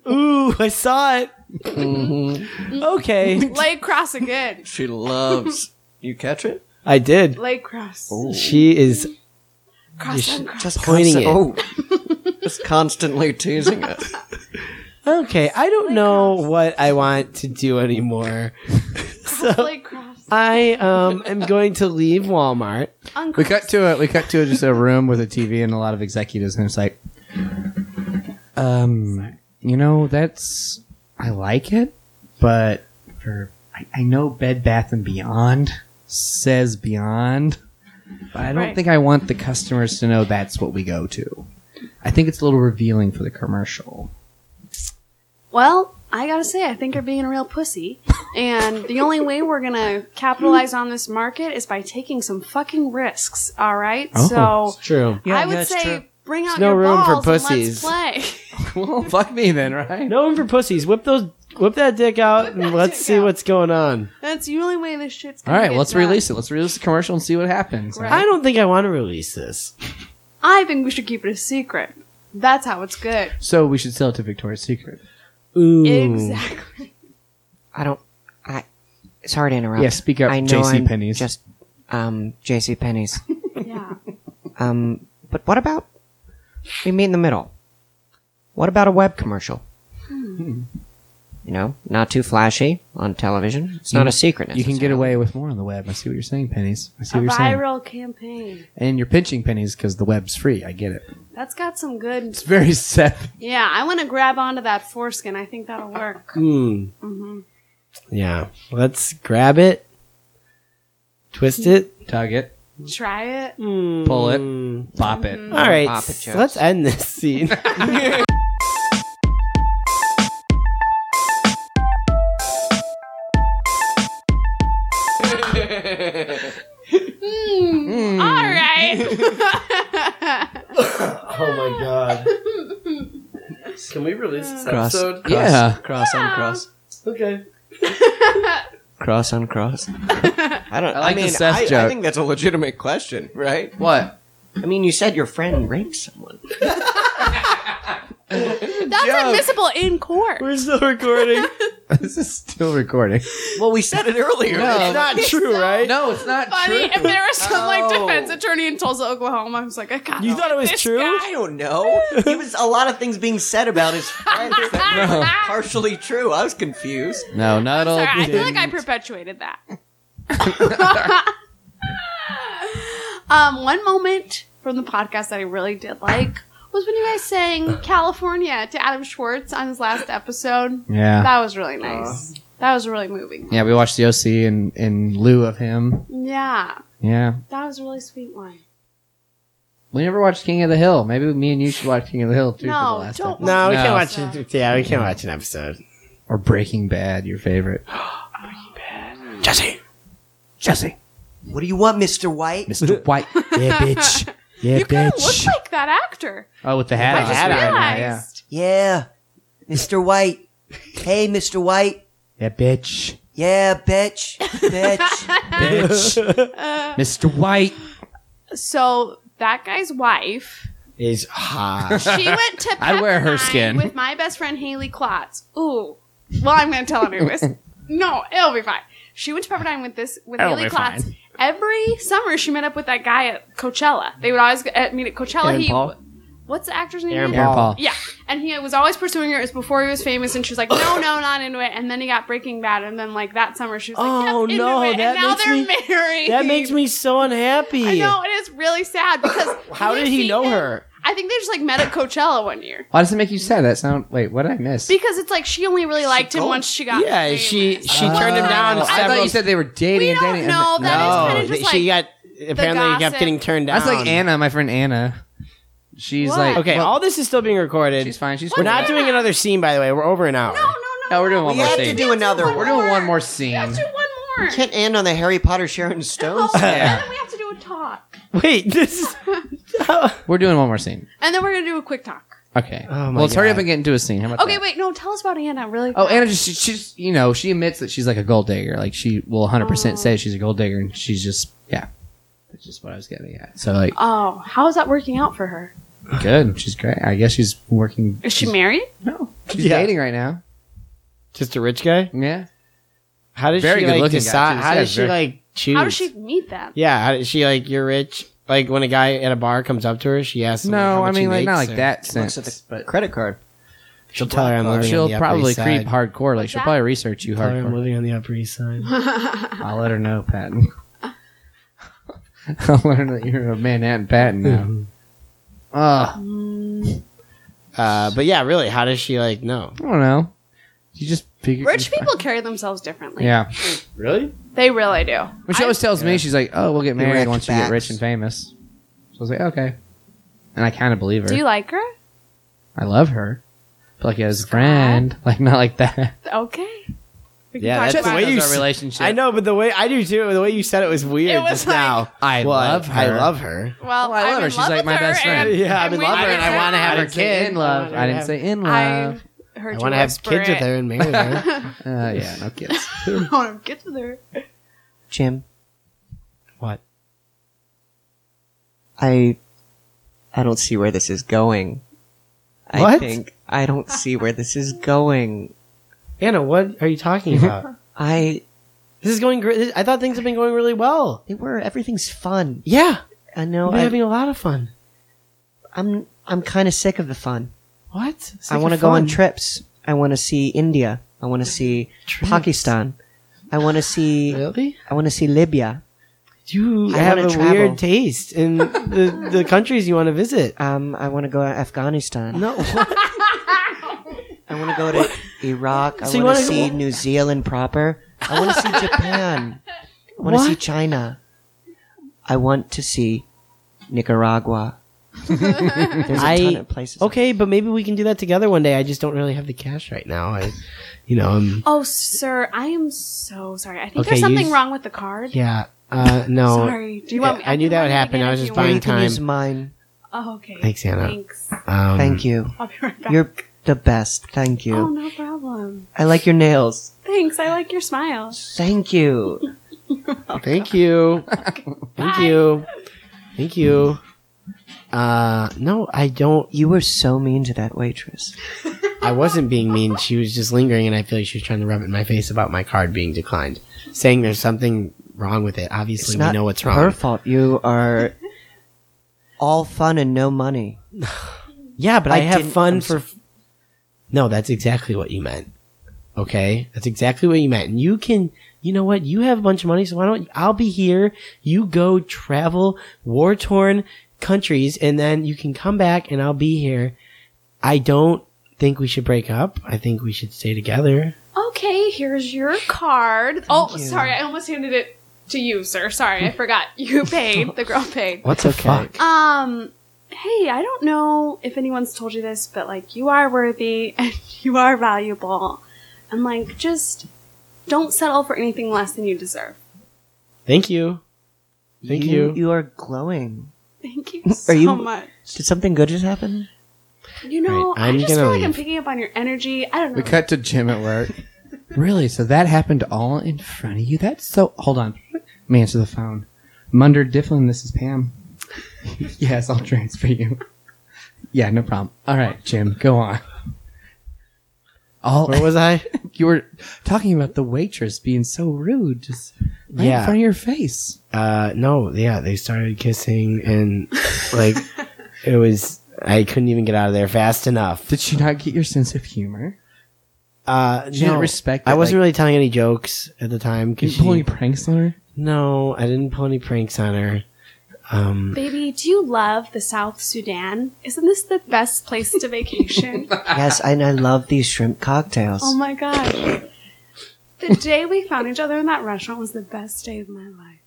Speaker 3: Ooh, I saw it.
Speaker 11: Mm-hmm.
Speaker 3: okay.
Speaker 10: Leg cross again.
Speaker 11: She loves. you catch it?
Speaker 3: I did.
Speaker 10: Leg cross.
Speaker 2: Oh,
Speaker 3: She is
Speaker 10: Cross
Speaker 3: just
Speaker 10: and cross.
Speaker 11: Just
Speaker 3: Pointing
Speaker 11: pointing Oh, just constantly teasing it.
Speaker 3: okay. I
Speaker 10: Oh
Speaker 3: don't know what I want to do anymore. so
Speaker 10: Leg cross.
Speaker 3: I um am going to leave Walmart.
Speaker 2: We cut to it. We cut to just a room with a TV and a lot of executives, and it's like, um, you know, that's I like it, but for I, I know Bed Bath and Beyond says Beyond, but I don't
Speaker 10: Right.
Speaker 2: think I want the customers to know that's what we go to. I think it's a little revealing for the commercial.
Speaker 10: Well, I gotta say, I think you're being a real pussy. And the only way we're gonna capitalize on this market is by taking some fucking risks. All right.
Speaker 2: Oh.
Speaker 10: So
Speaker 3: It's true.
Speaker 10: I would say bring out
Speaker 3: no
Speaker 10: your
Speaker 3: room for
Speaker 10: balls
Speaker 3: pussies.
Speaker 10: and let's play.
Speaker 2: well, fuck me then, right?
Speaker 3: No room for pussies. Whip those. Whip that dick out and
Speaker 10: that
Speaker 3: let's
Speaker 10: dick
Speaker 3: see
Speaker 10: out.
Speaker 3: what's going on.
Speaker 10: That's the only way this shit's
Speaker 2: All
Speaker 10: gonna
Speaker 2: right,
Speaker 10: get
Speaker 2: let's
Speaker 10: done.
Speaker 2: release it. Let's release the commercial and see what happens.
Speaker 10: Right.
Speaker 3: I don't think I want to release this.
Speaker 10: I think we should keep it a secret. That's how it's good.
Speaker 2: So we should sell it to Victoria's Secret.
Speaker 3: Ooh. mm.
Speaker 10: Exactly.
Speaker 11: I don't. I. Sorry to interrupt.
Speaker 2: Yeah, speak up,
Speaker 11: I know
Speaker 2: JC
Speaker 11: I'm
Speaker 2: Penney's.
Speaker 11: Just um, J.C. Penney's.
Speaker 10: Yeah.
Speaker 11: Um, but what about we meet in the middle? What about a web commercial? You know, not too flashy on television. It's
Speaker 2: You-
Speaker 11: not a secret.
Speaker 2: You can get
Speaker 11: necessarily.
Speaker 2: away with more on the web. I see what you're saying, pennies. I see
Speaker 10: A
Speaker 2: what you're saying.
Speaker 10: viral campaign.
Speaker 2: And you're pinching pennies because the web's free. I get it.
Speaker 10: That's got some good.
Speaker 2: It's very Seth.
Speaker 10: Yeah, I want to grab onto that foreskin. I Mm-hmm. think that'll work.
Speaker 3: Mm. Yeah. Let's grab it Twist it.
Speaker 2: Tug it.
Speaker 10: Try it.
Speaker 2: Pull it.
Speaker 3: Mm.
Speaker 2: Bop it.
Speaker 10: Mm-hmm.
Speaker 3: All right,
Speaker 4: Papa
Speaker 3: so
Speaker 4: Joe's.
Speaker 3: let's end this scene.
Speaker 10: All
Speaker 3: Mm.
Speaker 10: right.
Speaker 3: oh my god. Can we release this
Speaker 4: Cross, cross,
Speaker 2: Yeah.
Speaker 4: cross on cross,
Speaker 3: Okay.
Speaker 4: cross on cross.
Speaker 11: I don't.
Speaker 2: I like
Speaker 11: mean,
Speaker 2: the Seth
Speaker 11: I, I
Speaker 2: joke.
Speaker 11: think that's a legitimate question, right?
Speaker 2: What?
Speaker 4: I mean, you said your friend raped someone.
Speaker 10: That's admissible in court.
Speaker 3: We're still recording.
Speaker 2: this is still recording.
Speaker 11: Well, we said it earlier.
Speaker 2: No.
Speaker 3: it's not true, right?
Speaker 2: No, it's not
Speaker 10: Funny.
Speaker 2: true.
Speaker 10: If there was some like
Speaker 11: Oh.
Speaker 10: defense attorney in Tulsa, Oklahoma, I was like, I got
Speaker 3: You thought it was
Speaker 10: this
Speaker 3: true?
Speaker 10: guy.
Speaker 11: I don't know. There was a lot of things being said about his friends that were
Speaker 2: No.
Speaker 11: partially true. I was confused.
Speaker 2: No, not all.
Speaker 10: Sorry, I feel like I perpetuated that. um, one moment from the podcast that I really did like was when you guys sang California to Adam Schwartz on his last episode.
Speaker 2: Yeah. Uh.
Speaker 10: That was really nice. That was really moving.
Speaker 2: Yeah, we watched the OC in, in lieu of him.
Speaker 10: Yeah.
Speaker 2: Yeah.
Speaker 10: That was a really sweet one.
Speaker 2: We never watched King of the Hill. Maybe me and you should watch King of the Hill too for the
Speaker 10: No,
Speaker 2: last
Speaker 10: don't
Speaker 2: time.
Speaker 3: No, we
Speaker 2: No.
Speaker 3: can't watch it. Yeah, we can't watch an episode.
Speaker 2: Or Breaking Bad, your favorite.
Speaker 3: Jesse.
Speaker 2: Jesse.
Speaker 11: What do you want, Mr. White?
Speaker 2: Mr. White.
Speaker 3: Yeah, bitch. Yeah,
Speaker 10: You kind of look like that actor.
Speaker 2: Oh, with the hat
Speaker 10: I
Speaker 2: on.
Speaker 10: just
Speaker 3: hat on,
Speaker 2: yeah.
Speaker 10: realized.
Speaker 11: Yeah. Mr. White. Hey, Mr. White.
Speaker 2: Yeah, bitch.
Speaker 11: Yeah, bitch. Bitch.
Speaker 2: Bitch. Mr. White.
Speaker 10: So that guy's wife
Speaker 3: Is hot.
Speaker 10: She went to
Speaker 2: I'd wear her
Speaker 10: Pepperdine
Speaker 2: skin.
Speaker 10: with my best friend Haley Klotz. Ooh, well, I'm gonna tell anyways. no, it'll be fine. She went to Pepperdine with this with
Speaker 2: It'll be
Speaker 10: Haley Klotz.
Speaker 2: fine.
Speaker 10: Every summer, she met up with that guy at Coachella. They would always go- at, meet at Coachella.
Speaker 4: Aaron
Speaker 10: he,
Speaker 4: Paul?
Speaker 10: what's the actor's name?
Speaker 3: Aaron
Speaker 10: again?
Speaker 2: Aaron Paul.
Speaker 10: Yeah, and he was always pursuing her. It was before he was famous, and she was like, "No, no, not into it." And then he got Breaking Bad, and then like that summer, she was like,
Speaker 3: Oh,
Speaker 10: yep,
Speaker 3: no,
Speaker 10: into it.
Speaker 3: that
Speaker 10: and now
Speaker 3: makes
Speaker 10: they're
Speaker 3: me-
Speaker 10: married.
Speaker 3: That makes me so unhappy.
Speaker 10: I know, and it's really sad because
Speaker 3: How
Speaker 10: you
Speaker 3: did he
Speaker 10: see
Speaker 3: know
Speaker 10: him-
Speaker 3: her?
Speaker 10: I think they just like met at Coachella one year.
Speaker 2: Why does it make you sad? That sound. Wait, what did I miss?
Speaker 10: Because it's like she only really liked him once she got.
Speaker 3: Yeah,
Speaker 10: famous.
Speaker 3: she she turned
Speaker 10: Oh.
Speaker 3: him down.
Speaker 2: I thought you
Speaker 3: Several,
Speaker 2: said they were dating.
Speaker 10: We
Speaker 2: and
Speaker 10: don't
Speaker 2: dating and
Speaker 10: know.
Speaker 2: th-
Speaker 10: That is
Speaker 2: no.
Speaker 10: kinda just
Speaker 3: she
Speaker 10: like
Speaker 3: got apparently
Speaker 10: the
Speaker 3: kept
Speaker 10: gossip.
Speaker 3: getting turned down.
Speaker 2: That's like Anna, my friend Anna. She's
Speaker 10: What?
Speaker 2: like
Speaker 3: Okay,
Speaker 2: well,
Speaker 3: all this is still being recorded.
Speaker 2: she's fine. She's
Speaker 3: We're
Speaker 2: cool.
Speaker 3: not doing another scene, by the way. We're over an hour.
Speaker 10: No, no, no.
Speaker 2: No, we're doing one
Speaker 11: We
Speaker 2: more
Speaker 11: have to
Speaker 2: scene.
Speaker 11: do another
Speaker 2: we're
Speaker 11: one.
Speaker 2: doing one more scene.
Speaker 10: Let's do one more.
Speaker 11: Can't end on the Harry Potter Sharon Stone.
Speaker 10: Oh, and
Speaker 2: Yeah.
Speaker 10: then we have to do a talk,
Speaker 3: Wait, this is.
Speaker 2: We're doing one more scene.
Speaker 10: and then we're gonna do a quick talk.
Speaker 2: Okay.
Speaker 3: Oh my
Speaker 2: well, let's hurry up
Speaker 3: God.
Speaker 2: and get into a scene. How about
Speaker 10: Okay,
Speaker 2: that?
Speaker 10: wait, no. Tell us about Anna, really.
Speaker 2: Oh,
Speaker 10: quick.
Speaker 2: Anna just she- she's you know she admits that she's like a gold digger. Like she will 100
Speaker 10: Oh.
Speaker 2: percent say she's a gold digger, and she's just yeah. That's just what I was getting at. So like
Speaker 10: Oh, how is that working out for her?
Speaker 2: good, she's great. I guess she's working.
Speaker 10: Is she married?
Speaker 2: No, she's
Speaker 3: Yeah.
Speaker 2: dating right now.
Speaker 3: Just a rich guy?
Speaker 2: Yeah,
Speaker 3: How does
Speaker 2: Very
Speaker 3: she
Speaker 2: good
Speaker 3: like
Speaker 2: looking guy,
Speaker 3: decide?
Speaker 2: too.
Speaker 3: How
Speaker 2: Yeah,
Speaker 3: does she
Speaker 2: very-
Speaker 3: like choose?
Speaker 10: How does she meet them?
Speaker 3: Yeah, how does she like? You're rich. Like when a guy at a bar comes up to her, she asks. Him
Speaker 2: no,
Speaker 3: how
Speaker 2: I
Speaker 3: much he
Speaker 2: mean like not
Speaker 3: makes,
Speaker 2: like
Speaker 3: or-
Speaker 2: that
Speaker 11: Looks at
Speaker 2: sense,
Speaker 11: the
Speaker 2: but
Speaker 11: credit card.
Speaker 3: She'll tell her I'm living. on
Speaker 2: she'll
Speaker 3: the Upper
Speaker 2: probably
Speaker 3: East
Speaker 2: creep
Speaker 3: Side.
Speaker 2: hardcore. Like
Speaker 10: What's
Speaker 2: she'll
Speaker 10: that?
Speaker 2: probably research you
Speaker 3: Tell her I'm
Speaker 2: hardcore.
Speaker 3: living on the Upper East Side.
Speaker 2: I'll let her know, Patton. I'll learn that you're a Manhattan Patton now. Ugh,
Speaker 3: uh, but yeah, really, how does she like? No,
Speaker 2: I don't know. You just figure.
Speaker 10: Rich people carry themselves differently.
Speaker 2: Yeah,
Speaker 3: really?
Speaker 10: They really do.
Speaker 2: But she always tells me she's like, "Oh, we'll get married
Speaker 11: Erect
Speaker 2: once you get
Speaker 11: backs.
Speaker 2: rich and famous." So I was like, "Okay," and I kind of believe her.
Speaker 10: Do you like her?
Speaker 2: I love her, but like as a friend, like not like that.
Speaker 10: Okay. We can
Speaker 3: Yeah,
Speaker 10: talk
Speaker 3: that's the
Speaker 10: about
Speaker 3: way
Speaker 10: it.
Speaker 3: you
Speaker 2: That's our
Speaker 3: s-
Speaker 2: relationship.
Speaker 3: I know, but the way I do too. The way you said it was weird.
Speaker 10: It was
Speaker 3: just
Speaker 10: like-
Speaker 3: now.
Speaker 2: I
Speaker 3: What?
Speaker 2: love her.
Speaker 3: I love her.
Speaker 10: Well,
Speaker 2: I
Speaker 10: I'm
Speaker 2: love her.
Speaker 10: in
Speaker 2: She's
Speaker 10: love
Speaker 2: like
Speaker 10: with
Speaker 2: my
Speaker 10: her,
Speaker 2: best friend.
Speaker 10: and-
Speaker 3: Yeah, I'm
Speaker 10: and
Speaker 3: in
Speaker 10: we
Speaker 3: love with her, and
Speaker 10: like
Speaker 3: I wanna have
Speaker 2: I
Speaker 3: her
Speaker 2: didn't say
Speaker 3: kid.
Speaker 2: in love. I didn't
Speaker 3: have-
Speaker 2: say in
Speaker 10: I
Speaker 2: love.
Speaker 10: heard
Speaker 3: I
Speaker 10: you
Speaker 3: want to have
Speaker 10: whisper
Speaker 3: kids with
Speaker 10: it.
Speaker 3: her and marry her.
Speaker 2: Uh, yeah, no kids.
Speaker 10: I want to have kids with her.
Speaker 4: Jim,
Speaker 3: what?
Speaker 4: I, I don't see where this is going. I
Speaker 3: What?
Speaker 4: think I don't see where this is going.
Speaker 3: Anna, what are you talking about?
Speaker 4: I,
Speaker 3: this is going great. I thought things have been going really well.
Speaker 4: they were everything's fun.
Speaker 3: Yeah,
Speaker 4: I
Speaker 3: we've
Speaker 4: know.
Speaker 3: been
Speaker 4: I,
Speaker 3: having a lot of fun.
Speaker 4: I'm, I'm kind of sick of the fun.
Speaker 3: What?
Speaker 4: I want to go on trips. I want to see India. I want to see
Speaker 3: Trips.
Speaker 4: Pakistan. I want to see.
Speaker 3: Really?
Speaker 4: I want to see Libya.
Speaker 3: You
Speaker 4: I
Speaker 3: have a
Speaker 4: wanna travel.
Speaker 3: weird taste in the, the countries you want to visit.
Speaker 4: Um, I want to go to Afghanistan.
Speaker 3: No,
Speaker 4: I want to go to Iraq. I
Speaker 3: So you
Speaker 4: want to
Speaker 3: wanna go-
Speaker 4: see New Zealand proper. I want to see Japan. I want to
Speaker 3: What?
Speaker 4: see China. I want to see Nicaragua. There's a
Speaker 3: I-
Speaker 4: ton of places.
Speaker 3: Okay, but maybe we can do that together one day. I just don't really have the cash right now. I, you know, I'm
Speaker 10: Oh, sir, I am so sorry. I think
Speaker 3: Okay,
Speaker 10: there's something
Speaker 3: use-
Speaker 10: wrong with the card.
Speaker 3: yeah. Uh, no,
Speaker 10: Sorry. Do you want me?
Speaker 3: I knew
Speaker 10: can
Speaker 3: that would
Speaker 10: run it
Speaker 3: happen.
Speaker 10: again
Speaker 3: I
Speaker 10: if
Speaker 3: was
Speaker 10: you
Speaker 3: just
Speaker 10: want.
Speaker 4: Or you
Speaker 3: buying
Speaker 4: can
Speaker 3: time.
Speaker 4: use mine.
Speaker 10: Oh, okay.
Speaker 3: Thanks, Anna.
Speaker 10: Thanks.
Speaker 3: Um,
Speaker 4: Thank you.
Speaker 10: I'll be right back.
Speaker 4: You're the best. Thank you.
Speaker 10: Oh, no problem.
Speaker 4: I like your nails.
Speaker 10: Thanks. I like your smile.
Speaker 4: Thank you.
Speaker 3: Thank you. Thank you. Thank you. Uh, no, I don't.
Speaker 4: You were so mean to that waitress.
Speaker 3: I wasn't being mean. She was just lingering, and I feel like she was trying to rub it in my face about my card being declined, saying there's something wrong with it. Obviously, we know what's wrong.
Speaker 4: her fault. You are all fun and no money.
Speaker 3: Yeah, but I,
Speaker 4: I
Speaker 3: have
Speaker 4: didn't-
Speaker 3: fun
Speaker 4: I'm
Speaker 3: for. No, that's exactly what you meant. Okay, that's exactly what you meant. And you can, you know what? You have a bunch of money, so why don't I'll be here? You go travel war torn countries, and then you can come back, and I'll be here. I don't think we should break up. I think we should stay together.
Speaker 10: Okay, here's your card. oh, sorry. I almost handed it to you, sir. Sorry, I forgot. You paid. The girl paid.
Speaker 3: What's the fuck?
Speaker 10: Um, hey, I don't know if anyone's told you this, but like you are worthy and you are valuable. And like just don't settle for anything less than you deserve.
Speaker 3: Thank you. Thank you.
Speaker 4: you. are glowing.
Speaker 10: Thank you so
Speaker 4: Are you-
Speaker 10: much.
Speaker 4: Did something good just happen?
Speaker 10: You know,
Speaker 3: Right, I'm
Speaker 10: I just
Speaker 3: gonna
Speaker 10: feel like I'm
Speaker 3: leave.
Speaker 10: picking up on your energy. I don't know.
Speaker 2: We cut to Jim at work. really? So that happened all in front of you? That's so. Hold on. Let me answer the phone. Munder Difflin, this is Pam. yes, I'll transfer you. Yeah, no problem. All right, Jim, go on. All
Speaker 3: Where was I?
Speaker 2: you were talking about the waitress being so rude, just right
Speaker 3: Yeah.
Speaker 2: in front of your face.
Speaker 3: uh no yeah they started kissing and like it was i couldn't even get out of there fast enough
Speaker 2: Did she not get your sense of humor?
Speaker 3: uh
Speaker 2: She didn't respect
Speaker 3: i
Speaker 2: it,
Speaker 3: wasn't
Speaker 2: like-
Speaker 3: really telling any jokes at the time
Speaker 2: Did
Speaker 3: because
Speaker 2: you pull any pranks on her?
Speaker 3: no i didn't pull any pranks on her um
Speaker 10: Baby, do you love the South Sudan? Isn't this the best place to vacation?
Speaker 4: yes, and I love these shrimp cocktails.
Speaker 10: oh my gosh. The day we found each other in that restaurant was the best day of my life.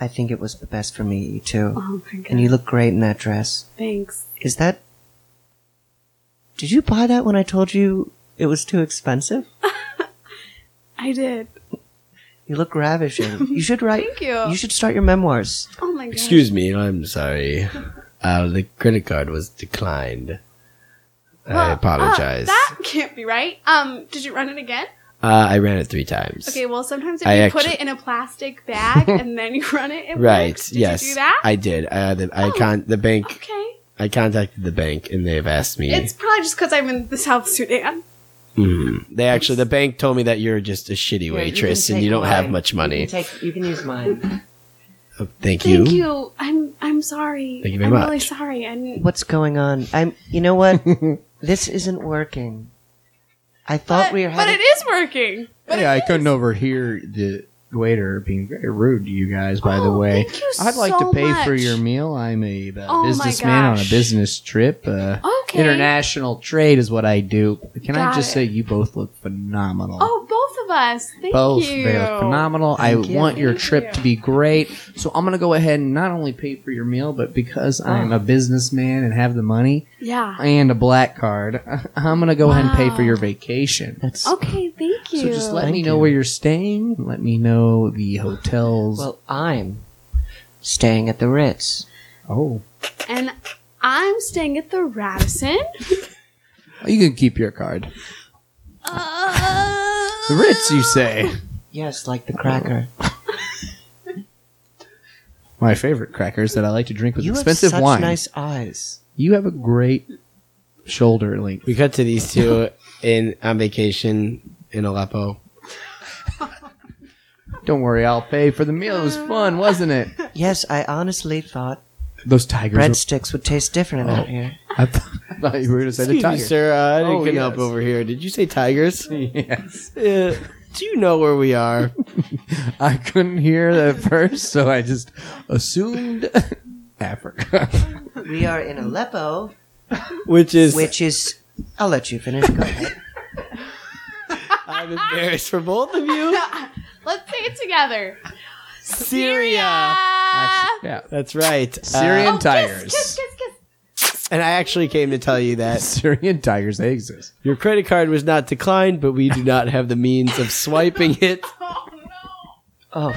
Speaker 4: I think it was the best for me too.
Speaker 10: Oh my
Speaker 4: And
Speaker 10: god.
Speaker 4: you look great in that dress.
Speaker 10: Thanks.
Speaker 4: Is that? Did you buy that when I told you it was too expensive?
Speaker 10: I did.
Speaker 4: You look ravishing. You should write.
Speaker 10: Thank you.
Speaker 4: You should start your memoirs.
Speaker 10: Oh my god.
Speaker 3: me i'm sorry uh the credit card was declined i apologize
Speaker 10: uh, that can't be right. Um, did you run it again?
Speaker 3: uh i ran it three times
Speaker 10: Okay, well sometimes if
Speaker 3: I
Speaker 10: you put
Speaker 3: actu-
Speaker 10: it in a plastic bag and then you run it, it
Speaker 3: right
Speaker 10: works. Did
Speaker 3: yes
Speaker 10: you do that?
Speaker 3: i did uh the, i
Speaker 10: Oh.
Speaker 3: con the bank
Speaker 10: okay.
Speaker 3: i contacted the bank and they've asked me
Speaker 10: It's probably just because I'm in the South Sudan.
Speaker 3: Mhm. They actually, the bank told me that you're just a shitty
Speaker 4: you
Speaker 3: waitress
Speaker 4: can
Speaker 3: and you
Speaker 4: take
Speaker 3: don't have
Speaker 4: mine.
Speaker 3: much money.
Speaker 4: take. You can use mine.
Speaker 3: Oh, thank, you.
Speaker 10: Thank you. I'm I'm sorry.
Speaker 3: Thank you very
Speaker 10: I'm
Speaker 3: much.
Speaker 10: really sorry. And
Speaker 4: What's going on? I'm. You know what? this isn't working. I thought
Speaker 10: but,
Speaker 4: we were
Speaker 10: but
Speaker 4: having.
Speaker 10: it is working.
Speaker 2: Yeah, I couldn't overhear the waiter being very rude to you guys. By the
Speaker 10: Oh,
Speaker 2: way,
Speaker 10: thank you
Speaker 2: I'd like
Speaker 10: so
Speaker 2: to pay for
Speaker 10: much.
Speaker 2: your meal. I'm a uh,
Speaker 10: Oh my
Speaker 2: businessman on a
Speaker 10: gosh.
Speaker 2: business trip. Uh,
Speaker 10: Okay.
Speaker 2: International trade is what I do. Can I
Speaker 10: Got
Speaker 2: just
Speaker 10: it.
Speaker 2: say you both look phenomenal.
Speaker 10: Oh, both of us. Thank
Speaker 2: both
Speaker 10: you.
Speaker 2: they look phenomenal. I
Speaker 4: you.
Speaker 2: want your trip to be great. So I'm gonna go ahead and not only pay for your meal, but because
Speaker 10: Oh.
Speaker 2: I'm a businessman and have the money
Speaker 10: Yeah.
Speaker 2: and a black card, I'm gonna go ahead and pay for your vacation.
Speaker 4: That's
Speaker 10: Okay. Thank you.
Speaker 2: So just let
Speaker 4: Thank
Speaker 2: me know
Speaker 4: you.
Speaker 2: where you're staying. Let me know the hotels.
Speaker 4: well. I'm staying at the Ritz.
Speaker 2: oh,
Speaker 10: and I'm staying at the Radisson.
Speaker 2: you can keep your card.
Speaker 10: Uh,
Speaker 2: The Ritz, you say?
Speaker 4: Yes,
Speaker 2: Oh.
Speaker 4: like the cracker.
Speaker 2: My favorite crackers that I like to drink with
Speaker 4: you
Speaker 2: expensive
Speaker 4: have such
Speaker 2: wine.
Speaker 4: nice eyes.
Speaker 2: You have a great shoulder length.
Speaker 3: We cut to these two in on vacation in Aleppo.
Speaker 2: Don't worry, I'll pay for the meal. It was fun, wasn't it?
Speaker 4: Yes, I honestly thought
Speaker 2: Those tigers.
Speaker 4: breadsticks would taste different
Speaker 2: Oh.
Speaker 4: out here.
Speaker 2: were- I, th- I thought you were going to say the
Speaker 3: Excuse me,
Speaker 2: tiger.
Speaker 3: sir. Uh, I
Speaker 2: Oh,
Speaker 3: couldn't help
Speaker 2: yes.
Speaker 3: over here. Did you say tigers? Uh,
Speaker 2: Yes.
Speaker 3: do you know where we are?
Speaker 2: I couldn't hear that at first, so I just assumed Africa.
Speaker 4: We are in Aleppo,
Speaker 3: Which is
Speaker 4: which is. I'll let you finish. Go ahead.
Speaker 3: I'm embarrassed for both of you.
Speaker 10: Let's say it together.
Speaker 3: Syria.
Speaker 10: Ah!
Speaker 2: yeah.
Speaker 3: Uh, That's right. Uh,
Speaker 4: Oh,
Speaker 2: Syrian tigers.
Speaker 3: and I actually came to tell you that
Speaker 2: Syrian tigers, they exist.
Speaker 3: your credit card was not declined, but we do not have the means of swiping it.
Speaker 2: Oh.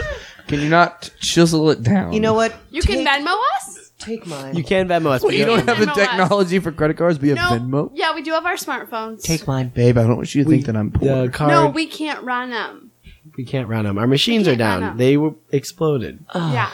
Speaker 2: Can you not chisel it down?
Speaker 4: You know what?
Speaker 10: You can Venmo us?
Speaker 4: Take mine.
Speaker 3: You can Venmo us. but
Speaker 2: Wait, you
Speaker 3: don't-
Speaker 2: don't have the
Speaker 10: Venmo us.
Speaker 2: technology for credit cards, but you have
Speaker 10: No.
Speaker 2: Venmo?
Speaker 10: Yeah, we do have our smartphones.
Speaker 4: Take mine.
Speaker 2: Babe, I don't want you to think that I'm poor.
Speaker 3: the card.
Speaker 10: no, we can't run them.
Speaker 3: we can't run them. Our machines
Speaker 10: We
Speaker 3: are
Speaker 10: can't run
Speaker 3: down.
Speaker 10: 'em.
Speaker 3: They were exploded.
Speaker 10: Yeah.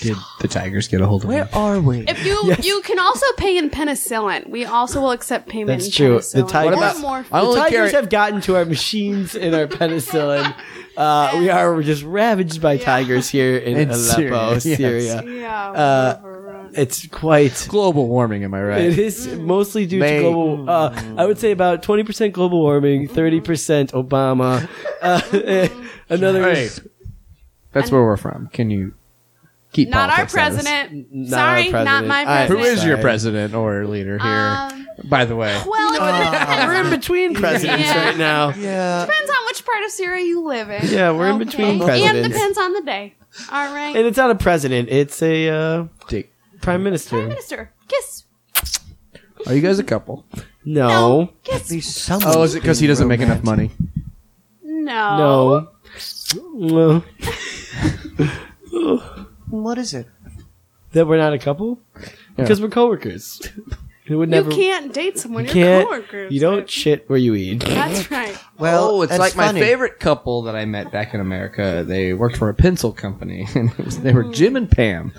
Speaker 2: Did the tigers get a hold of
Speaker 4: Where are we?
Speaker 10: If you
Speaker 3: Yes.
Speaker 10: you can also pay in penicillin. We also will accept payment.
Speaker 3: That's
Speaker 10: in
Speaker 3: true.
Speaker 10: Penicillin.
Speaker 3: The Uh, Tigers-
Speaker 10: Or
Speaker 3: What about-
Speaker 10: morph-
Speaker 2: I
Speaker 3: The
Speaker 2: only
Speaker 3: tigers
Speaker 2: carry.
Speaker 3: have gotten to our machines and our penicillin. Uh, we are just ravaged by tigers here in,
Speaker 2: In
Speaker 3: Aleppo,
Speaker 2: Syria,
Speaker 3: Syria.
Speaker 2: yes.
Speaker 10: yeah.
Speaker 3: uh,
Speaker 10: overrun.
Speaker 3: It's quite. Mm.
Speaker 2: global warming, am I right?
Speaker 3: It is mostly due
Speaker 2: They-
Speaker 3: to global. Uh, I would say about twenty percent global warming, thirty percent Obama. Uh, another
Speaker 2: Hey, that's where we're from. Can you keep
Speaker 10: not our
Speaker 2: politics out of this?
Speaker 10: president.
Speaker 3: Not our
Speaker 10: Sorry, not
Speaker 3: president.
Speaker 10: my
Speaker 3: I-
Speaker 10: president.
Speaker 2: Who is your
Speaker 3: Sorry.
Speaker 2: president or leader here?
Speaker 10: Um,
Speaker 2: by the way,
Speaker 10: Well, it
Speaker 2: Oh.
Speaker 3: we're in
Speaker 10: depends,
Speaker 3: between presidents
Speaker 10: Yeah.
Speaker 3: right now.
Speaker 4: yeah.
Speaker 10: depends on which part of Syria you live in.
Speaker 3: Yeah, we're in
Speaker 10: Okay.
Speaker 3: between
Speaker 10: And
Speaker 3: presidents.
Speaker 10: depends on the day. All right.
Speaker 3: And it's not a president; it's a uh,
Speaker 2: Dick.
Speaker 3: prime minister.
Speaker 10: Minister, kiss.
Speaker 2: Are you guys a couple?
Speaker 3: No,
Speaker 10: Kiss.
Speaker 4: Please, someone
Speaker 2: Oh, is it because he doesn't make enough money?
Speaker 10: No.
Speaker 3: no. Well,
Speaker 4: What is it?
Speaker 3: that we're not a couple because we're coworkers. It would never.
Speaker 10: You can't date someone.
Speaker 3: you
Speaker 10: You
Speaker 3: can't-
Speaker 10: are coworkers.
Speaker 3: you don't shit where you eat.
Speaker 10: That's right.
Speaker 4: Well,
Speaker 2: oh, it's
Speaker 4: that's
Speaker 2: like
Speaker 4: funny.
Speaker 2: my favorite couple that I met back in America. They worked for a pencil company, and it was, they were Jim and Pam.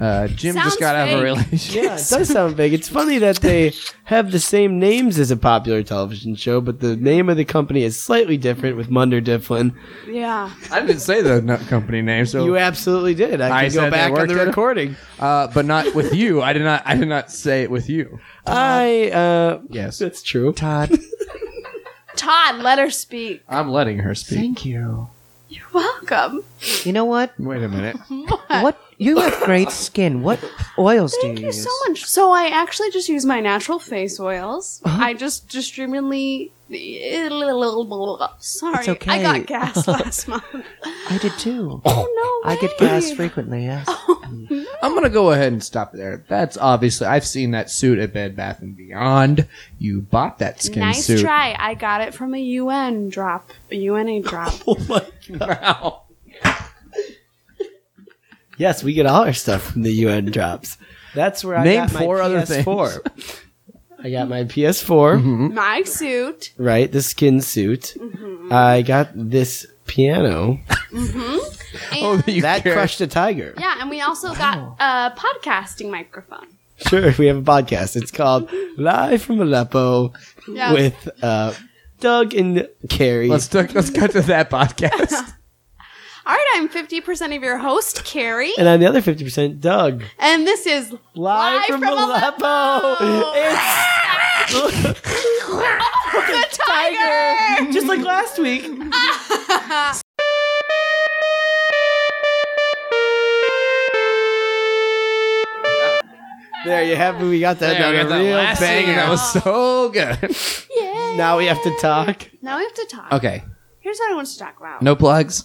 Speaker 2: Uh, Jim
Speaker 10: Sounds
Speaker 2: just got out of a
Speaker 10: fake.
Speaker 2: relationship.
Speaker 3: Yeah, it does sound big. It's funny that they have the same names as a popular television show, but the name of the company is slightly different with Munder Difflin.
Speaker 10: Yeah.
Speaker 2: I didn't say the nut company name, so
Speaker 3: You absolutely did. I
Speaker 2: I
Speaker 3: can go
Speaker 2: said they
Speaker 3: back on
Speaker 2: worked
Speaker 3: the
Speaker 2: at a-
Speaker 3: recording.
Speaker 2: uh, but not with you. I did not. I did not say it with you.
Speaker 3: I, uh,
Speaker 2: Yes,
Speaker 3: that's true.
Speaker 4: Todd,
Speaker 10: Todd, let her speak.
Speaker 2: I'm letting her speak.
Speaker 4: thank you.
Speaker 10: You're welcome.
Speaker 4: You know what?
Speaker 2: Wait a minute.
Speaker 4: What you have great skin. What oils
Speaker 10: Thank
Speaker 4: do
Speaker 10: you
Speaker 4: you use?
Speaker 10: so much. So I actually just use my natural face oils.
Speaker 3: Uh-huh.
Speaker 10: I just distributively. Sorry,
Speaker 4: It's okay.
Speaker 10: I got gas last month.
Speaker 4: I did too.
Speaker 10: Oh no!
Speaker 4: I get
Speaker 10: way.
Speaker 4: gas frequently. Yes.
Speaker 2: I'm gonna go ahead and stop there. That's obviously I've seen that suit at Bed Bath and Beyond. You bought that skin
Speaker 10: Nice
Speaker 2: suit.
Speaker 10: try. I got it from a UN drop, a UNA drop.
Speaker 2: Wow.
Speaker 3: Yes, we get all our stuff from the UN drops. That's where I
Speaker 2: Name
Speaker 3: got my
Speaker 2: four other Mm-hmm.
Speaker 3: PS4. I got my PS4,
Speaker 10: my suit.
Speaker 3: right? The skin suit. I got this piano
Speaker 2: Oh, you
Speaker 3: that
Speaker 2: care.
Speaker 3: crushed a tiger.
Speaker 10: Yeah, and we also got a podcasting microphone.
Speaker 3: Sure, we have a podcast. It's called Live from Aleppo
Speaker 10: Yeah.
Speaker 3: with uh, Doug and Carrie.
Speaker 2: Let's t- let's cut to that podcast.
Speaker 10: All right, I'm 50% of your host, Carrie,
Speaker 3: and I'm the other 50% Doug.
Speaker 10: and this is Live,
Speaker 3: Live from, Aleppo! It's
Speaker 10: the Tiger!
Speaker 3: just like last week. there you have it. We got that
Speaker 2: There,
Speaker 3: down.
Speaker 2: we got
Speaker 3: a
Speaker 2: that
Speaker 3: real
Speaker 2: last
Speaker 3: bang.
Speaker 2: thing, and that was so good.
Speaker 10: Yeah.
Speaker 3: Now we have to talk.
Speaker 10: Now we have to talk.
Speaker 2: Okay,
Speaker 10: Here's what I want to talk about.
Speaker 2: no plugs.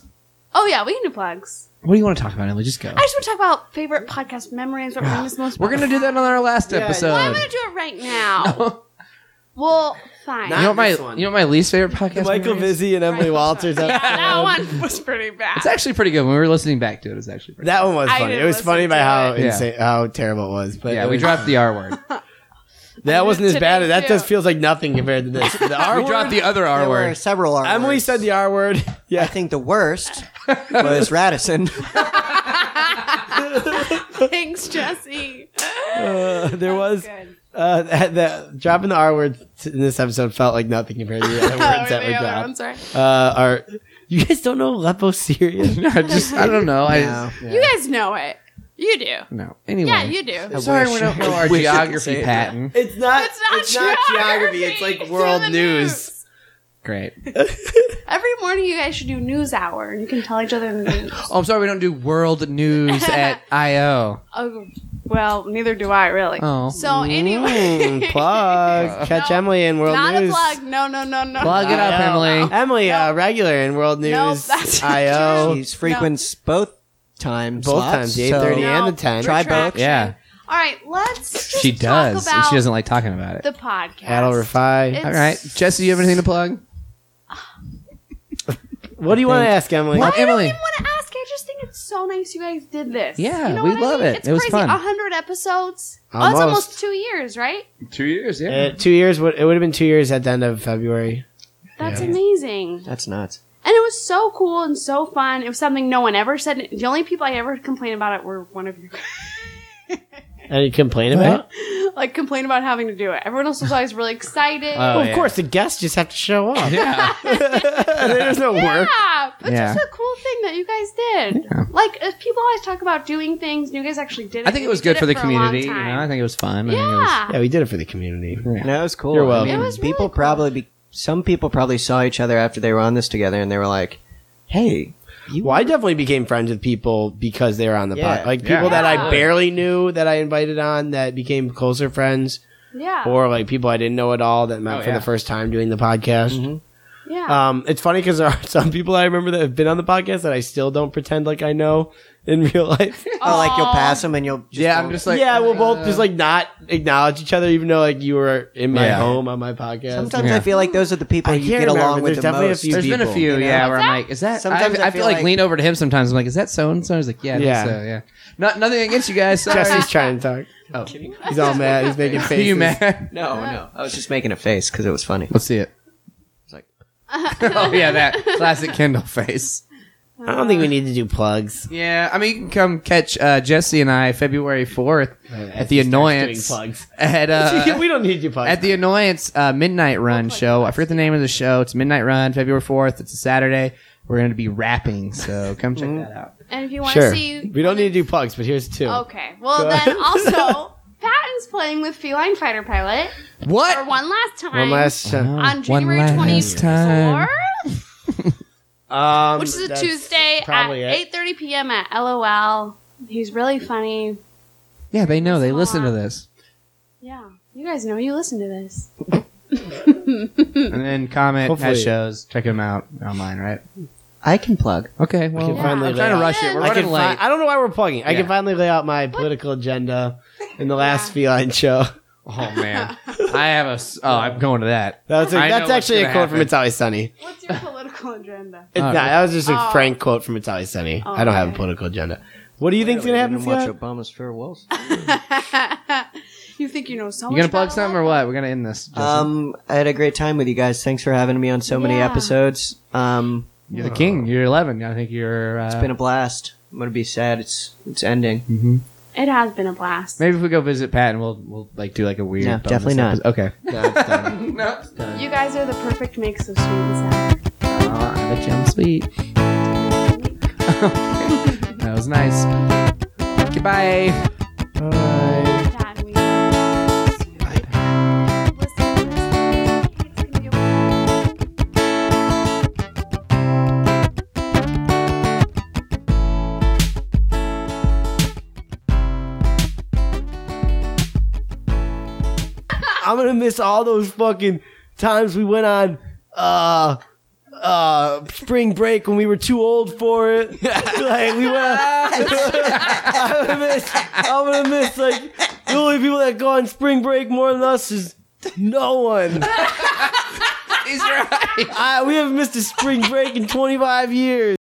Speaker 10: Oh, yeah, we can do plugs.
Speaker 2: What do you want to talk about, Emily? Just go.
Speaker 10: I just want to talk about favorite podcast memories. What brings us most
Speaker 2: We're gonna do that on our last episode.
Speaker 10: I'm going to do it right now. Well, fine.
Speaker 2: you know what my
Speaker 3: this one.
Speaker 2: you know what my least favorite podcast?
Speaker 3: Michael
Speaker 2: memory is?
Speaker 3: Vizzi and Emily Walters.
Speaker 10: yeah,
Speaker 3: episode.
Speaker 10: that one was pretty bad.
Speaker 2: It's actually pretty good. When we were listening back to it, it was actually pretty.
Speaker 3: That one was
Speaker 10: I
Speaker 3: funny.
Speaker 10: didn't
Speaker 3: It was
Speaker 10: listen
Speaker 3: funny by
Speaker 10: to
Speaker 3: how
Speaker 2: it. Yeah.
Speaker 3: insane, how terrible it was. But
Speaker 2: yeah,
Speaker 3: it
Speaker 2: we
Speaker 3: was-
Speaker 2: dropped the R word.
Speaker 3: That wasn't as
Speaker 10: today,
Speaker 3: bad. That
Speaker 10: too.
Speaker 3: does feels like nothing compared to this. The R
Speaker 2: we
Speaker 3: word.
Speaker 2: dropped the other R
Speaker 4: There were
Speaker 2: word.
Speaker 4: several R
Speaker 3: Emily
Speaker 4: words.
Speaker 3: said the R word.
Speaker 4: I
Speaker 3: Yeah,
Speaker 4: think the worst was Radisson.
Speaker 10: Thanks, Jesse.
Speaker 3: uh, there was
Speaker 10: Good.
Speaker 3: uh, that, that- dropping the R word in this episode felt like nothing compared to the other
Speaker 10: Oh,
Speaker 3: words that
Speaker 10: the
Speaker 3: were
Speaker 10: other ones
Speaker 3: dropped.
Speaker 10: are.
Speaker 3: Uh, are you guys don't know Aleppo, Syria?
Speaker 2: I just I don't know. I
Speaker 4: No.
Speaker 2: just, yeah.
Speaker 10: You guys know it. You do.
Speaker 2: no. Anyway,
Speaker 10: Yeah, you do.
Speaker 2: Sorry, we don't know our
Speaker 3: Wish I could say
Speaker 2: geography
Speaker 3: it.
Speaker 2: pattern.
Speaker 3: It's not.
Speaker 10: It's not geography.
Speaker 3: It's like
Speaker 10: Do
Speaker 3: world
Speaker 10: the
Speaker 3: news.
Speaker 2: Great.
Speaker 10: Every morning, you guys should do news hour, and you can tell each other the news.
Speaker 2: Oh, I'm sorry, we don't do world news at IO.
Speaker 10: oh, Well, neither do I really.
Speaker 2: Oh.
Speaker 10: So anyway,
Speaker 3: Mm, plug. Catch
Speaker 10: No,
Speaker 3: Emily in World
Speaker 10: not
Speaker 3: News.
Speaker 10: a plug. No, no, no, no.
Speaker 2: Plug it up, Emily.
Speaker 3: Emily, uh, regular in World News.
Speaker 10: No, that's not
Speaker 3: IO.
Speaker 4: She's frequents both times.
Speaker 3: Both times, the 8:30 and the 10.
Speaker 4: Try both.
Speaker 2: Yeah.
Speaker 10: All right, let's.
Speaker 2: She
Speaker 10: just talk
Speaker 2: does, and
Speaker 10: about
Speaker 2: she doesn't like talking about it.
Speaker 10: the podcast.
Speaker 3: Adel Refai.
Speaker 10: It's-
Speaker 2: All right, Jesse, you have anything to plug?
Speaker 3: What do you want to ask, Emily?
Speaker 2: What?
Speaker 10: I don't
Speaker 2: Emily.
Speaker 10: even want to ask. I just think it's so nice you guys did this.
Speaker 2: Yeah,
Speaker 10: you know
Speaker 2: we
Speaker 10: what I
Speaker 2: love
Speaker 10: mean?
Speaker 2: it.
Speaker 10: It's
Speaker 2: It was
Speaker 10: crazy.
Speaker 2: fun.
Speaker 10: hundred episodes. Oh, it's
Speaker 3: Almost.
Speaker 10: almost two years, right?
Speaker 2: Two years, yeah.
Speaker 3: Uh, two years. would- It would have been two years at the end of February.
Speaker 10: That's amazing.
Speaker 4: That's nuts.
Speaker 10: And it was so cool and so fun. It was something no one ever said. The only people I ever complained about it were one of you.
Speaker 3: And you complain about it?
Speaker 10: like complain about having to do it. Everyone else was always really excited.
Speaker 2: Oh,
Speaker 3: Well, of
Speaker 2: yeah.
Speaker 3: course, the guests just have to show up.
Speaker 2: Yeah.
Speaker 3: There's no work.
Speaker 10: yeah, that's
Speaker 2: Yeah.
Speaker 10: just a cool thing that you guys did. Like if people always talk about doing things, and you guys actually did it.
Speaker 2: I think it
Speaker 10: and
Speaker 2: was
Speaker 10: you did
Speaker 2: good for the
Speaker 10: a long
Speaker 2: community. You
Speaker 10: time.
Speaker 2: know, I think it was fun. I think it was-
Speaker 10: yeah,
Speaker 3: Yeah, we did it for the community.
Speaker 4: And that was cool.
Speaker 3: You're
Speaker 4: I
Speaker 3: welcome.
Speaker 4: mean,
Speaker 10: It was really
Speaker 4: people
Speaker 10: cool.
Speaker 4: probably be, some people probably saw each other after they were on this together, and they were like, "Hey,
Speaker 3: Well, I definitely became friends with people because they were on the
Speaker 4: Yeah.
Speaker 3: pod. Like
Speaker 2: Yeah.
Speaker 3: people that I
Speaker 10: Yeah.
Speaker 3: barely knew that I invited on that became closer friends,
Speaker 10: yeah,
Speaker 3: or like people I didn't know at all that met
Speaker 2: Oh,
Speaker 3: for
Speaker 2: yeah.
Speaker 3: the first time doing the podcast.
Speaker 10: yeah.
Speaker 3: Um, it's funny because there are some people I remember that have been on the podcast that I still don't pretend like I know in real life.
Speaker 4: oh, like you'll pass them and you'll just
Speaker 2: yeah.
Speaker 4: go-
Speaker 2: I'm just like
Speaker 3: yeah, we'll both just like not acknowledge each other, even though like you were in my
Speaker 2: Yeah.
Speaker 3: home on my podcast.
Speaker 4: Sometimes
Speaker 2: Yeah.
Speaker 4: I feel like those are the people
Speaker 3: I can't
Speaker 4: you get
Speaker 3: remember,
Speaker 4: along
Speaker 3: but
Speaker 4: with
Speaker 3: there's
Speaker 4: the
Speaker 3: definitely a
Speaker 4: most.
Speaker 3: few
Speaker 2: There's been a
Speaker 3: people,
Speaker 2: few,
Speaker 4: you know?
Speaker 2: yeah, where I'm like, is that?
Speaker 4: Sometimes
Speaker 2: I, I, feel like, lean over to him sometimes. I'm like, is that so and so? He's like, yeah, I think
Speaker 3: Yeah.
Speaker 2: so, yeah. Not nothing against you guys. Sorry.
Speaker 3: Jesse's trying to talk.
Speaker 2: Oh.
Speaker 3: He's all mad. He's making
Speaker 2: Are
Speaker 3: faces.
Speaker 2: you mad?
Speaker 4: No, no. I was just making a face because it was funny.
Speaker 2: Let's see it.
Speaker 4: It's like-
Speaker 2: oh yeah, that classic Kendall face.
Speaker 3: I don't think we need to do plugs.
Speaker 2: Yeah, I mean, you can come catch uh, Jesse and I February fourth at the Annoyance
Speaker 3: plugs.
Speaker 2: at uh,
Speaker 3: we don't need to do plugs.
Speaker 2: at the Annoyance uh, Midnight Run show. I forget the name of the show. It's Midnight Run, February fourth. It's a Saturday. We're going to be rapping, so come check that out.
Speaker 10: and if you want to
Speaker 3: sure.
Speaker 10: see,
Speaker 3: We don't need to do plugs, but here's two.
Speaker 10: okay. Well,
Speaker 3: Go
Speaker 10: then
Speaker 3: ahead.
Speaker 10: also, Patton's playing with Feline Fighter Pilot for
Speaker 2: What?
Speaker 10: one last time.
Speaker 3: One last time.
Speaker 10: on January twenty fourth,
Speaker 3: Um,
Speaker 10: which is a
Speaker 3: that's
Speaker 10: Tuesday at
Speaker 3: probably it.
Speaker 10: eight thirty p.m. at LOL. He's really funny.
Speaker 2: Yeah, they know. They listen to this.
Speaker 10: Yeah, you guys know you listen to this.
Speaker 2: and then comment
Speaker 3: Hopefully.
Speaker 2: has shows. Check them out online, right?
Speaker 4: I can plug.
Speaker 2: Okay. Well,
Speaker 3: can finally
Speaker 2: I'm trying to
Speaker 3: lay
Speaker 2: rush it. We're
Speaker 3: I,
Speaker 2: running
Speaker 3: can
Speaker 2: late.
Speaker 3: fi- I don't know why we're plugging. I
Speaker 2: Yeah.
Speaker 3: can finally lay out my political agenda in the last feline show.
Speaker 2: oh man, I have a. s- Oh, I'm going to that.
Speaker 3: That's a,
Speaker 2: I know
Speaker 3: that's
Speaker 2: what's
Speaker 3: actually a
Speaker 2: gonna
Speaker 3: quote
Speaker 2: happen.
Speaker 3: from It's Always Sunny.
Speaker 10: What's your political agenda?
Speaker 3: It's
Speaker 2: Oh.
Speaker 3: not, that was just a
Speaker 10: Oh.
Speaker 3: frank quote from It's Always Sunny. I don't have a
Speaker 10: okay.
Speaker 3: political agenda. What do you think's
Speaker 4: Really,
Speaker 3: gonna
Speaker 4: you
Speaker 3: happen?
Speaker 4: didn't watch
Speaker 3: Scott?
Speaker 4: Obama's farewells.
Speaker 10: you think you know so
Speaker 2: You
Speaker 10: much?
Speaker 2: gonna plug
Speaker 10: about
Speaker 2: something
Speaker 10: it?
Speaker 2: or what? We're gonna end this. Jason.
Speaker 4: Um, I had a great time with you guys. Thanks for having me on so many
Speaker 10: Yeah.
Speaker 4: episodes. Um,
Speaker 2: you're the king. You're 11. I think you're. Uh,
Speaker 4: it's been a blast. I'm gonna be sad. It's it's ending.
Speaker 2: Mm-hmm.
Speaker 10: It has been a blast.
Speaker 2: maybe if we go visit Pat and we'll we'll like do like a weird.
Speaker 4: No,
Speaker 2: bonus
Speaker 4: definitely not.
Speaker 2: episode. Okay.
Speaker 10: You guys are the perfect mix of sweet and sour.
Speaker 2: Aw, I bet you I'm sweet. that was nice. Goodbye.
Speaker 10: Dad, we Listen, listen. It's gonna be a
Speaker 3: I'm gonna miss all those fucking times we went on uh uh spring break when we were too old for it. like we went on, I'm gonna miss I'm gonna miss like the only people that go on spring break more than us is no one.
Speaker 2: He's right.
Speaker 3: I, we haven't missed a spring break in 25 years.